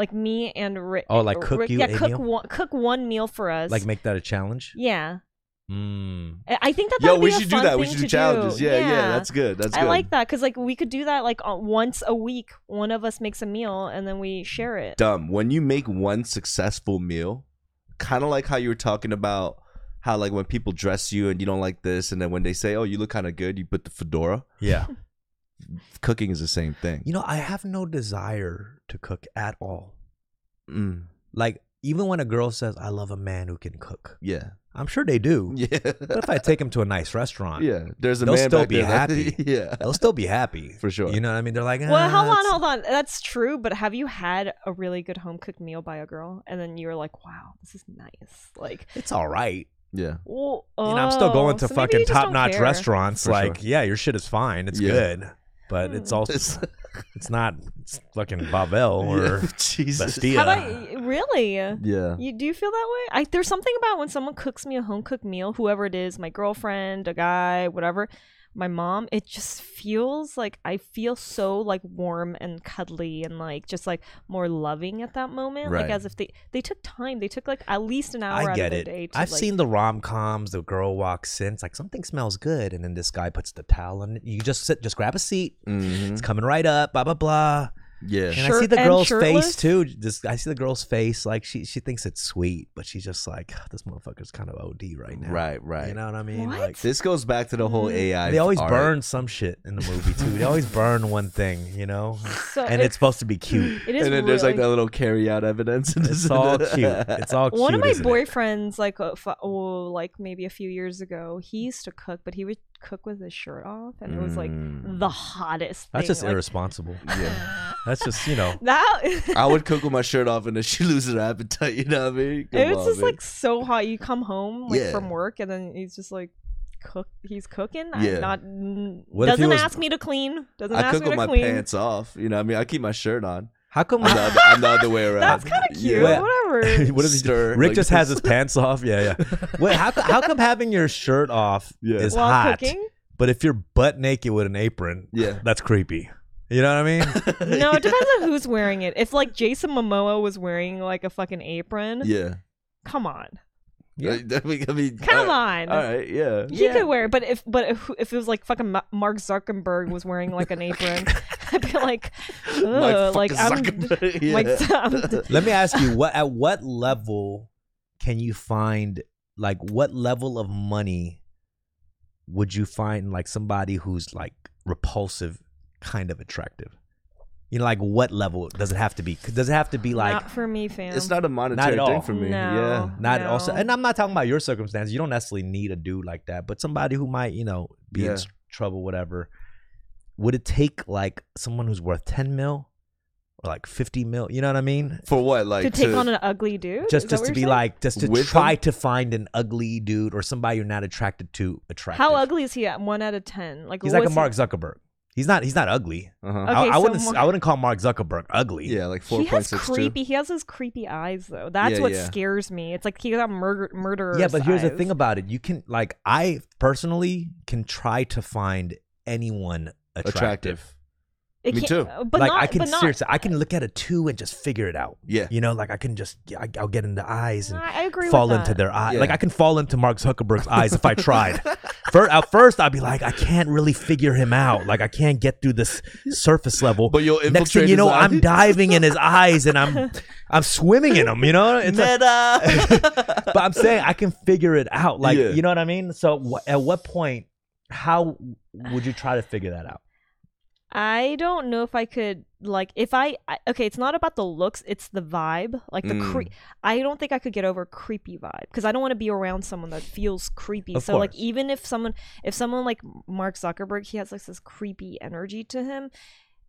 [SPEAKER 1] like me and Rick?
[SPEAKER 2] Oh, like cook
[SPEAKER 1] Rick,
[SPEAKER 2] you
[SPEAKER 1] yeah,
[SPEAKER 2] a
[SPEAKER 1] cook
[SPEAKER 2] meal?
[SPEAKER 1] one, cook one meal for us.
[SPEAKER 2] like make that a challenge.
[SPEAKER 1] yeah,
[SPEAKER 2] Mm.
[SPEAKER 1] I I think that.
[SPEAKER 3] Yo,
[SPEAKER 1] that'd
[SPEAKER 3] we
[SPEAKER 1] be a
[SPEAKER 3] should do
[SPEAKER 1] fun
[SPEAKER 3] that. We
[SPEAKER 1] thing
[SPEAKER 3] should
[SPEAKER 1] to
[SPEAKER 3] do challenges. Yeah, yeah,
[SPEAKER 1] Yeah.
[SPEAKER 3] that's good. That's
[SPEAKER 1] I
[SPEAKER 3] good.
[SPEAKER 1] like that because like we could do that like uh, once a week. One of us makes a meal and then we share it.
[SPEAKER 3] Dumb. When you make one successful meal, kind of like how you were talking about how like when people dress you and you don't like this, and then when they say, "Oh, you look kind of good," you put the fedora.
[SPEAKER 2] Yeah.
[SPEAKER 3] Cooking is the same thing.
[SPEAKER 2] you know, I have no desire to cook at all.
[SPEAKER 3] Mm.
[SPEAKER 2] Like even when a girl says, "I love a man who can cook,"
[SPEAKER 3] Yeah.
[SPEAKER 2] I'm sure they do.
[SPEAKER 3] Yeah.
[SPEAKER 2] But if I take them to a nice restaurant,
[SPEAKER 3] yeah. There's a
[SPEAKER 2] They'll
[SPEAKER 3] man
[SPEAKER 2] still
[SPEAKER 3] back
[SPEAKER 2] be
[SPEAKER 3] there that-
[SPEAKER 2] happy.
[SPEAKER 3] yeah.
[SPEAKER 2] they'll still be happy
[SPEAKER 3] For sure.
[SPEAKER 2] You know what I mean? They're like,
[SPEAKER 1] Well, hold
[SPEAKER 2] "Ah,
[SPEAKER 1] on,
[SPEAKER 2] it's-
[SPEAKER 1] hold on. That's true, but have you had a really good home cooked meal by a girl, and then you're like, "Wow, this is nice." Like,
[SPEAKER 2] It's all right.
[SPEAKER 3] Yeah.
[SPEAKER 1] well,
[SPEAKER 2] You know, I'm still going
[SPEAKER 1] oh,
[SPEAKER 2] to
[SPEAKER 1] so maybe you
[SPEAKER 2] fucking
[SPEAKER 1] just don't
[SPEAKER 2] top notch
[SPEAKER 1] care.
[SPEAKER 2] restaurants.
[SPEAKER 3] For
[SPEAKER 2] like, yeah, your shit is fine. It's
[SPEAKER 3] Yeah.
[SPEAKER 2] good. But it's
[SPEAKER 1] Hmm.
[SPEAKER 2] also
[SPEAKER 3] It's-
[SPEAKER 2] it's not it's fucking Babel or
[SPEAKER 3] Yeah. Jesus.
[SPEAKER 2] Bastille.
[SPEAKER 1] How about really?
[SPEAKER 3] Yeah.
[SPEAKER 1] You do you feel that way? I there's something about when someone cooks me a home cooked meal, whoever it is, my girlfriend, a guy, whatever, my mom, it just feels like I feel so like warm and cuddly and like just like more loving at that moment.
[SPEAKER 3] Right.
[SPEAKER 1] Like as if they they took time. They took like at least an hour
[SPEAKER 2] I
[SPEAKER 1] out
[SPEAKER 2] get
[SPEAKER 1] of
[SPEAKER 2] it.
[SPEAKER 1] their day to
[SPEAKER 2] I've
[SPEAKER 1] like,
[SPEAKER 2] seen the rom coms. The girl walks in. It's like something smells good, and then this guy puts the towel on. it. You just sit, just grab a seat.
[SPEAKER 3] hmm
[SPEAKER 2] It's coming right up. Blah blah blah.
[SPEAKER 3] Yeah.
[SPEAKER 2] And I
[SPEAKER 1] Shirt
[SPEAKER 2] see the
[SPEAKER 1] and
[SPEAKER 2] girl's
[SPEAKER 1] shirtless?
[SPEAKER 2] face too. Just I see the girl's face. Like she she thinks it's sweet, but she's just like this motherfucker's kind of OD right now.
[SPEAKER 3] Right. Right.
[SPEAKER 2] You know what I mean?
[SPEAKER 1] What?
[SPEAKER 2] Like
[SPEAKER 3] This goes back to the whole
[SPEAKER 1] Mm.
[SPEAKER 3] AI.
[SPEAKER 2] they always
[SPEAKER 3] art.
[SPEAKER 2] burn some shit in the movie too. They always burn one thing, you know.
[SPEAKER 1] so
[SPEAKER 2] And it's supposed to be cute.
[SPEAKER 1] it
[SPEAKER 3] And
[SPEAKER 1] is
[SPEAKER 3] then there's like
[SPEAKER 1] really-
[SPEAKER 3] that little carry out evidence.
[SPEAKER 2] It's all cute. It's all cute.
[SPEAKER 1] one of my
[SPEAKER 2] isn't it?
[SPEAKER 1] boyfriends like uh, f- oh, like maybe a few years ago he used to cook but he would cook with his shirt off and it was like
[SPEAKER 3] Mm.
[SPEAKER 1] the hottest
[SPEAKER 2] That's
[SPEAKER 1] thing,
[SPEAKER 2] just
[SPEAKER 1] like,
[SPEAKER 2] irresponsible.
[SPEAKER 3] Yeah.
[SPEAKER 2] That's just you know.
[SPEAKER 1] that
[SPEAKER 3] I would cook with my shirt off and then she loses her appetite. You know what I mean? Come
[SPEAKER 1] it was
[SPEAKER 3] on,
[SPEAKER 1] just
[SPEAKER 3] man.
[SPEAKER 1] like so hot. You come home like
[SPEAKER 3] Yeah.
[SPEAKER 1] from work, and then he's just like, cook. He's cooking.
[SPEAKER 3] Yeah.
[SPEAKER 1] I'm not. n-
[SPEAKER 2] What if he
[SPEAKER 1] doesn't
[SPEAKER 2] was-
[SPEAKER 1] ask me to clean. Doesn't
[SPEAKER 3] I
[SPEAKER 1] ask
[SPEAKER 3] cook
[SPEAKER 1] me
[SPEAKER 3] with
[SPEAKER 1] to
[SPEAKER 3] my
[SPEAKER 1] clean.
[SPEAKER 3] pants off. You know what I mean? I keep my shirt on.
[SPEAKER 2] How come?
[SPEAKER 3] I'm the other, I'm the other way around.
[SPEAKER 1] That's kind of cute.
[SPEAKER 2] Yeah.
[SPEAKER 1] Whatever.
[SPEAKER 2] what is he
[SPEAKER 3] Stir,
[SPEAKER 2] Rick
[SPEAKER 3] like
[SPEAKER 2] just has
[SPEAKER 3] this.
[SPEAKER 2] his pants off. Yeah, yeah. Wait, how co- how come having your shirt off
[SPEAKER 3] Yeah.
[SPEAKER 2] is
[SPEAKER 1] While
[SPEAKER 2] hot,
[SPEAKER 1] cooking?
[SPEAKER 2] but if you're butt naked with an apron,
[SPEAKER 3] Yeah.
[SPEAKER 2] that's creepy. You know what I mean?
[SPEAKER 1] No, it depends on who's wearing it. If like Jason Momoa was wearing like a fucking apron,
[SPEAKER 3] Yeah.
[SPEAKER 1] come on,
[SPEAKER 2] Yeah.
[SPEAKER 3] Like, that we- I mean,
[SPEAKER 1] come
[SPEAKER 3] all
[SPEAKER 1] on.
[SPEAKER 3] right, All right. Yeah.
[SPEAKER 1] He could wear it, but if but if, if it was like fucking Ma- Mark Zuckerberg was wearing like an apron, I'd be like,
[SPEAKER 3] Mike
[SPEAKER 1] Ugh, like
[SPEAKER 3] fucking
[SPEAKER 1] I'm,
[SPEAKER 3] Zuckerberg. yeah.
[SPEAKER 1] like um, I'm
[SPEAKER 2] Let me ask you what at what level can you find like what level of money would you find like somebody who's like repulsive kind of attractive? You know, like what level does it have to be? Does it have to be like
[SPEAKER 1] not for me, fam.
[SPEAKER 3] it's not a monetary thing
[SPEAKER 2] all.
[SPEAKER 3] for me.
[SPEAKER 1] No.
[SPEAKER 3] Yeah.
[SPEAKER 2] Not also,
[SPEAKER 1] No.
[SPEAKER 2] and I'm not talking about your circumstance. You don't necessarily need a dude like that, but somebody who might, you know, be
[SPEAKER 3] Yeah.
[SPEAKER 2] in s- trouble, whatever. Would it take like someone who's worth 10 mil or like 50 mil? You know what I mean?
[SPEAKER 3] For what? Like
[SPEAKER 1] to take on an ugly dude. Is
[SPEAKER 2] Just,
[SPEAKER 1] that
[SPEAKER 2] just
[SPEAKER 1] what
[SPEAKER 2] to
[SPEAKER 1] you're
[SPEAKER 2] be
[SPEAKER 1] saying?
[SPEAKER 2] like, just to
[SPEAKER 3] With
[SPEAKER 2] try
[SPEAKER 3] them?
[SPEAKER 2] to find an ugly dude or somebody you're not attracted to. Attractive.
[SPEAKER 1] how ugly is he at one out of ten? Like
[SPEAKER 2] He's like a
[SPEAKER 1] what's
[SPEAKER 2] Mark Zuckerberg. He's not. He's not ugly.
[SPEAKER 3] uh-huh.
[SPEAKER 1] Okay,
[SPEAKER 2] I, I
[SPEAKER 1] so
[SPEAKER 2] wouldn't. s-
[SPEAKER 1] Mark-
[SPEAKER 2] I wouldn't call Mark Zuckerberg ugly.
[SPEAKER 3] Yeah, like
[SPEAKER 1] He,
[SPEAKER 3] four
[SPEAKER 1] he
[SPEAKER 3] point
[SPEAKER 1] has
[SPEAKER 3] six
[SPEAKER 1] creepy.
[SPEAKER 3] two.
[SPEAKER 1] He has those creepy eyes though. That's
[SPEAKER 3] Yeah,
[SPEAKER 1] what
[SPEAKER 3] yeah.
[SPEAKER 1] scares me. It's like he got murder murderer.
[SPEAKER 2] Yeah, but here's the thing about it. You can like I personally can try to find anyone attractive.
[SPEAKER 3] Attractive. Me too.
[SPEAKER 1] But
[SPEAKER 2] like
[SPEAKER 1] not,
[SPEAKER 2] I can
[SPEAKER 1] but not,
[SPEAKER 2] seriously, I can look at a two and just figure it out.
[SPEAKER 3] Yeah.
[SPEAKER 2] You know, like I can just I, I'll get in the eyes and
[SPEAKER 1] I I agree.
[SPEAKER 2] fall
[SPEAKER 1] with
[SPEAKER 2] into
[SPEAKER 1] that.
[SPEAKER 2] their eyes.
[SPEAKER 3] Yeah.
[SPEAKER 2] Like I can fall into Mark Zuckerberg's eyes if I tried. First, at first, I'd be like, I can't really figure him out. Like I can't get through this surface level.
[SPEAKER 3] But you'll
[SPEAKER 2] next thing
[SPEAKER 3] infiltrate
[SPEAKER 2] you know,
[SPEAKER 3] his
[SPEAKER 2] I'm
[SPEAKER 3] eyes.
[SPEAKER 2] diving in his eyes and I'm I'm swimming in them. You know, it's a, but I'm saying I can figure it out. Like,
[SPEAKER 3] Yeah.
[SPEAKER 2] you know what I mean? So, wh- at what point, how would you try to figure that out?
[SPEAKER 1] I don't know if I could like if I, I okay. It's not about the looks. It's the vibe. Like the
[SPEAKER 3] Mm.
[SPEAKER 1] cre- I don't think I could get over a creepy vibe because I don't want to be around someone that feels creepy.
[SPEAKER 2] Of
[SPEAKER 1] so like
[SPEAKER 2] course.
[SPEAKER 1] even if someone if someone like Mark Zuckerberg, he has like this creepy energy to him.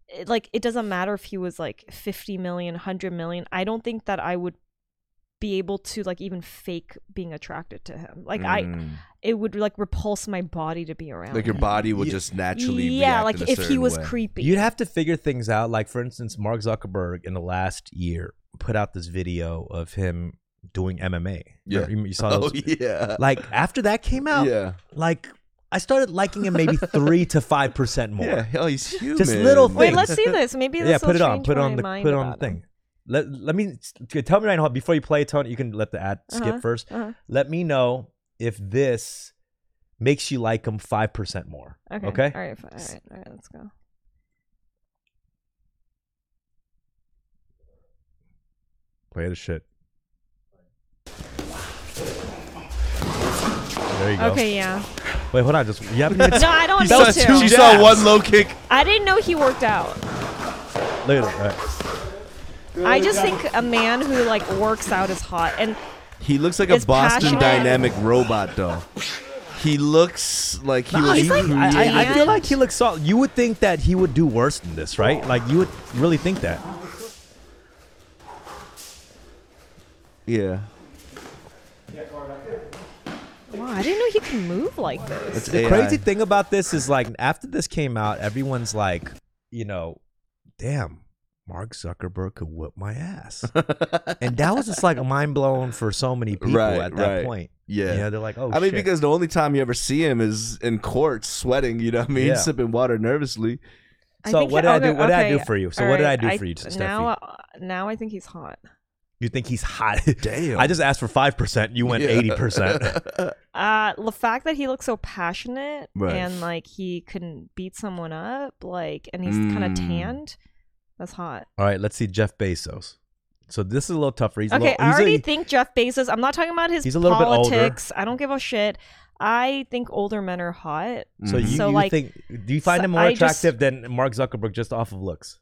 [SPEAKER 1] It, like it doesn't matter if he was like 50 million, 100 million. I don't think that I would be able to like even fake being attracted to him. Like I
[SPEAKER 2] Mm.
[SPEAKER 1] it would like repulse my body to be around.
[SPEAKER 3] Mm. like your
[SPEAKER 1] him.
[SPEAKER 3] body will
[SPEAKER 2] Yeah.
[SPEAKER 3] just naturally
[SPEAKER 1] Yeah,
[SPEAKER 3] react
[SPEAKER 1] like
[SPEAKER 3] in a
[SPEAKER 1] if he
[SPEAKER 3] certain
[SPEAKER 1] was
[SPEAKER 3] way.
[SPEAKER 1] creepy.
[SPEAKER 2] You'd have to figure things out. Like, for instance, Mark Zuckerberg in the last year put out this video of him doing MMA.
[SPEAKER 3] Yeah.
[SPEAKER 2] You, you saw
[SPEAKER 3] Oh
[SPEAKER 2] those?
[SPEAKER 3] yeah.
[SPEAKER 2] Like, after that came out,
[SPEAKER 3] yeah.
[SPEAKER 2] like, I started liking him maybe 3 to 5% more.
[SPEAKER 3] Yeah. Hell, he's human.
[SPEAKER 2] little
[SPEAKER 1] Wait,
[SPEAKER 2] things.
[SPEAKER 1] let's see this. Maybe this
[SPEAKER 2] yeah,
[SPEAKER 1] will
[SPEAKER 2] put it on.
[SPEAKER 1] change
[SPEAKER 2] Put it on
[SPEAKER 1] my
[SPEAKER 2] the
[SPEAKER 1] mind
[SPEAKER 2] put it on the
[SPEAKER 1] about him.
[SPEAKER 2] thing. Let let me tell me right now before you play Tony. You can let the ad skip
[SPEAKER 1] Uh-huh,
[SPEAKER 2] first.
[SPEAKER 1] uh-huh.
[SPEAKER 2] Let me know if this makes you like him five percent more.
[SPEAKER 1] Okay.
[SPEAKER 2] Okay.
[SPEAKER 1] All right. Fine. All right. All right. Let's go.
[SPEAKER 2] Play the shit. There you go.
[SPEAKER 1] Okay. Yeah.
[SPEAKER 2] Wait, hold on. Just you haven't even
[SPEAKER 1] No, I don't
[SPEAKER 2] That
[SPEAKER 1] need
[SPEAKER 2] was
[SPEAKER 1] to.
[SPEAKER 2] two
[SPEAKER 3] She
[SPEAKER 2] jabs.
[SPEAKER 3] saw one low kick.
[SPEAKER 1] I didn't know he worked out.
[SPEAKER 2] look at it. All right.
[SPEAKER 1] I just think a man who like works out is hot, and
[SPEAKER 3] He looks like
[SPEAKER 1] It's
[SPEAKER 3] a Boston
[SPEAKER 1] passionate.
[SPEAKER 3] Dynamic robot, though. He looks like he was.
[SPEAKER 1] he's like-
[SPEAKER 3] created-
[SPEAKER 2] I, I- I feel
[SPEAKER 1] And-
[SPEAKER 2] like he looks solid. You would think that he would do worse than this,
[SPEAKER 3] Oh.
[SPEAKER 2] right? Like you would really think that.
[SPEAKER 3] yeah,
[SPEAKER 1] wow, I didn't know he could move like this.
[SPEAKER 3] that's
[SPEAKER 2] The
[SPEAKER 3] AI.
[SPEAKER 2] crazy thing about this is like after this came out, everyone's like, you know, damn, Mark Zuckerberg could whip my ass, and that was just like mind blown for so many people
[SPEAKER 3] Right,
[SPEAKER 2] at that
[SPEAKER 3] right.
[SPEAKER 2] point.
[SPEAKER 3] Yeah.
[SPEAKER 2] you know, they're like, oh,
[SPEAKER 3] I mean,
[SPEAKER 2] shit.
[SPEAKER 3] because the only time you ever see him is in court, sweating. You know what I mean?
[SPEAKER 2] Yeah.
[SPEAKER 3] Sipping water nervously.
[SPEAKER 2] So
[SPEAKER 1] think
[SPEAKER 2] what
[SPEAKER 1] you're-
[SPEAKER 2] did I do-
[SPEAKER 1] okay,
[SPEAKER 2] what did I do
[SPEAKER 1] okay,
[SPEAKER 2] for you? So
[SPEAKER 1] all
[SPEAKER 2] what did I
[SPEAKER 1] right,
[SPEAKER 2] do for you, Steffi?
[SPEAKER 1] Now, uh, now I think he's hot.
[SPEAKER 2] you think he's hot.
[SPEAKER 3] Damn.
[SPEAKER 2] I just asked for five percent. You went
[SPEAKER 3] Yeah.
[SPEAKER 2] eighty percent.
[SPEAKER 1] Uh, the fact that he looks so passionate
[SPEAKER 3] Right.
[SPEAKER 1] and like he can beat someone up, like, and he's kind
[SPEAKER 2] Hmm.
[SPEAKER 3] Mm.
[SPEAKER 1] of tanned, that's hot.
[SPEAKER 2] All right, let's see Jeff Bezos. So this is a little tougher. He's a
[SPEAKER 1] okay,
[SPEAKER 2] little,
[SPEAKER 1] I
[SPEAKER 2] he's a-
[SPEAKER 1] already think Jeff Bezos. I'm not talking about his
[SPEAKER 2] He's a little bit older.
[SPEAKER 1] politics. I don't give a shit. I think older men are hot.
[SPEAKER 2] So
[SPEAKER 3] Mhm.
[SPEAKER 2] you,
[SPEAKER 1] So,
[SPEAKER 2] you
[SPEAKER 1] like,
[SPEAKER 2] think do you find
[SPEAKER 1] so
[SPEAKER 2] him more
[SPEAKER 1] I just-
[SPEAKER 2] attractive than Mark Zuckerberg just off of looks?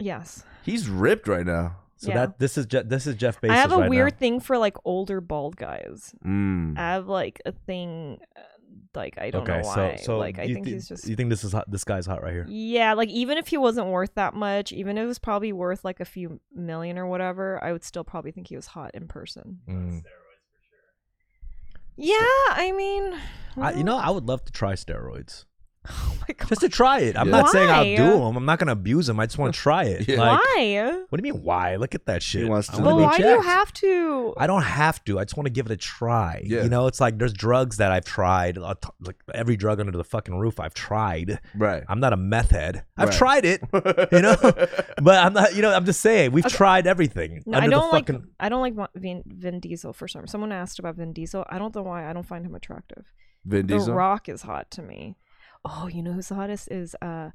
[SPEAKER 1] Yes.
[SPEAKER 3] Mm-hmm. He's ripped right now.
[SPEAKER 2] So
[SPEAKER 1] Yeah.
[SPEAKER 2] that this is Je- this is Jeff Bezos.
[SPEAKER 1] I have a
[SPEAKER 2] right
[SPEAKER 1] weird
[SPEAKER 2] now.
[SPEAKER 1] thing for like older bald guys.
[SPEAKER 3] Mm.
[SPEAKER 1] I have like a thing, uh, like I don't
[SPEAKER 2] okay,
[SPEAKER 1] know why.
[SPEAKER 2] so so
[SPEAKER 1] like I
[SPEAKER 2] you
[SPEAKER 1] think
[SPEAKER 2] thi-
[SPEAKER 1] he's just
[SPEAKER 2] you think this is hot, this guy's hot right here?
[SPEAKER 1] yeah. Like even if he wasn't worth that much, even if it was probably worth like a few million or whatever, I would still probably think he was hot in person.
[SPEAKER 2] Mm.
[SPEAKER 1] Yeah, I mean,
[SPEAKER 2] I,
[SPEAKER 1] well,
[SPEAKER 2] you know, I would love to try steroids
[SPEAKER 1] oh my God.
[SPEAKER 2] just to try it. I'm
[SPEAKER 3] Yeah.
[SPEAKER 2] not saying I'll
[SPEAKER 1] Why?
[SPEAKER 2] do them. I'm not gonna abuse them. I just want to try it.
[SPEAKER 3] Yeah.
[SPEAKER 2] Like,
[SPEAKER 1] why?
[SPEAKER 2] What do you mean? Why? Look at that shit.
[SPEAKER 3] wants
[SPEAKER 2] I
[SPEAKER 3] to
[SPEAKER 2] wanna
[SPEAKER 1] But
[SPEAKER 2] be
[SPEAKER 1] why do you
[SPEAKER 2] jacked.
[SPEAKER 1] have to?
[SPEAKER 2] I don't have to. I just want to give it a try.
[SPEAKER 3] Yeah.
[SPEAKER 2] You know, it's like there's drugs that I've tried. a t- Like every drug under the fucking roof, I've tried.
[SPEAKER 3] Right.
[SPEAKER 2] I'm not a meth head. I've
[SPEAKER 3] Right.
[SPEAKER 2] tried it, you know, but I'm not. You know, I'm just saying we've tried everything.
[SPEAKER 1] No,
[SPEAKER 2] under
[SPEAKER 1] I don't
[SPEAKER 2] the
[SPEAKER 1] like.
[SPEAKER 2] fucking,
[SPEAKER 1] I don't like Vin- Vin, Vin Diesel for some. Someone asked about Vin Diesel. I don't know why. I don't find him attractive.
[SPEAKER 3] Vin
[SPEAKER 1] The
[SPEAKER 3] Diesel.
[SPEAKER 1] Rock is hot to me. Oh, you know who's the hottest is uh.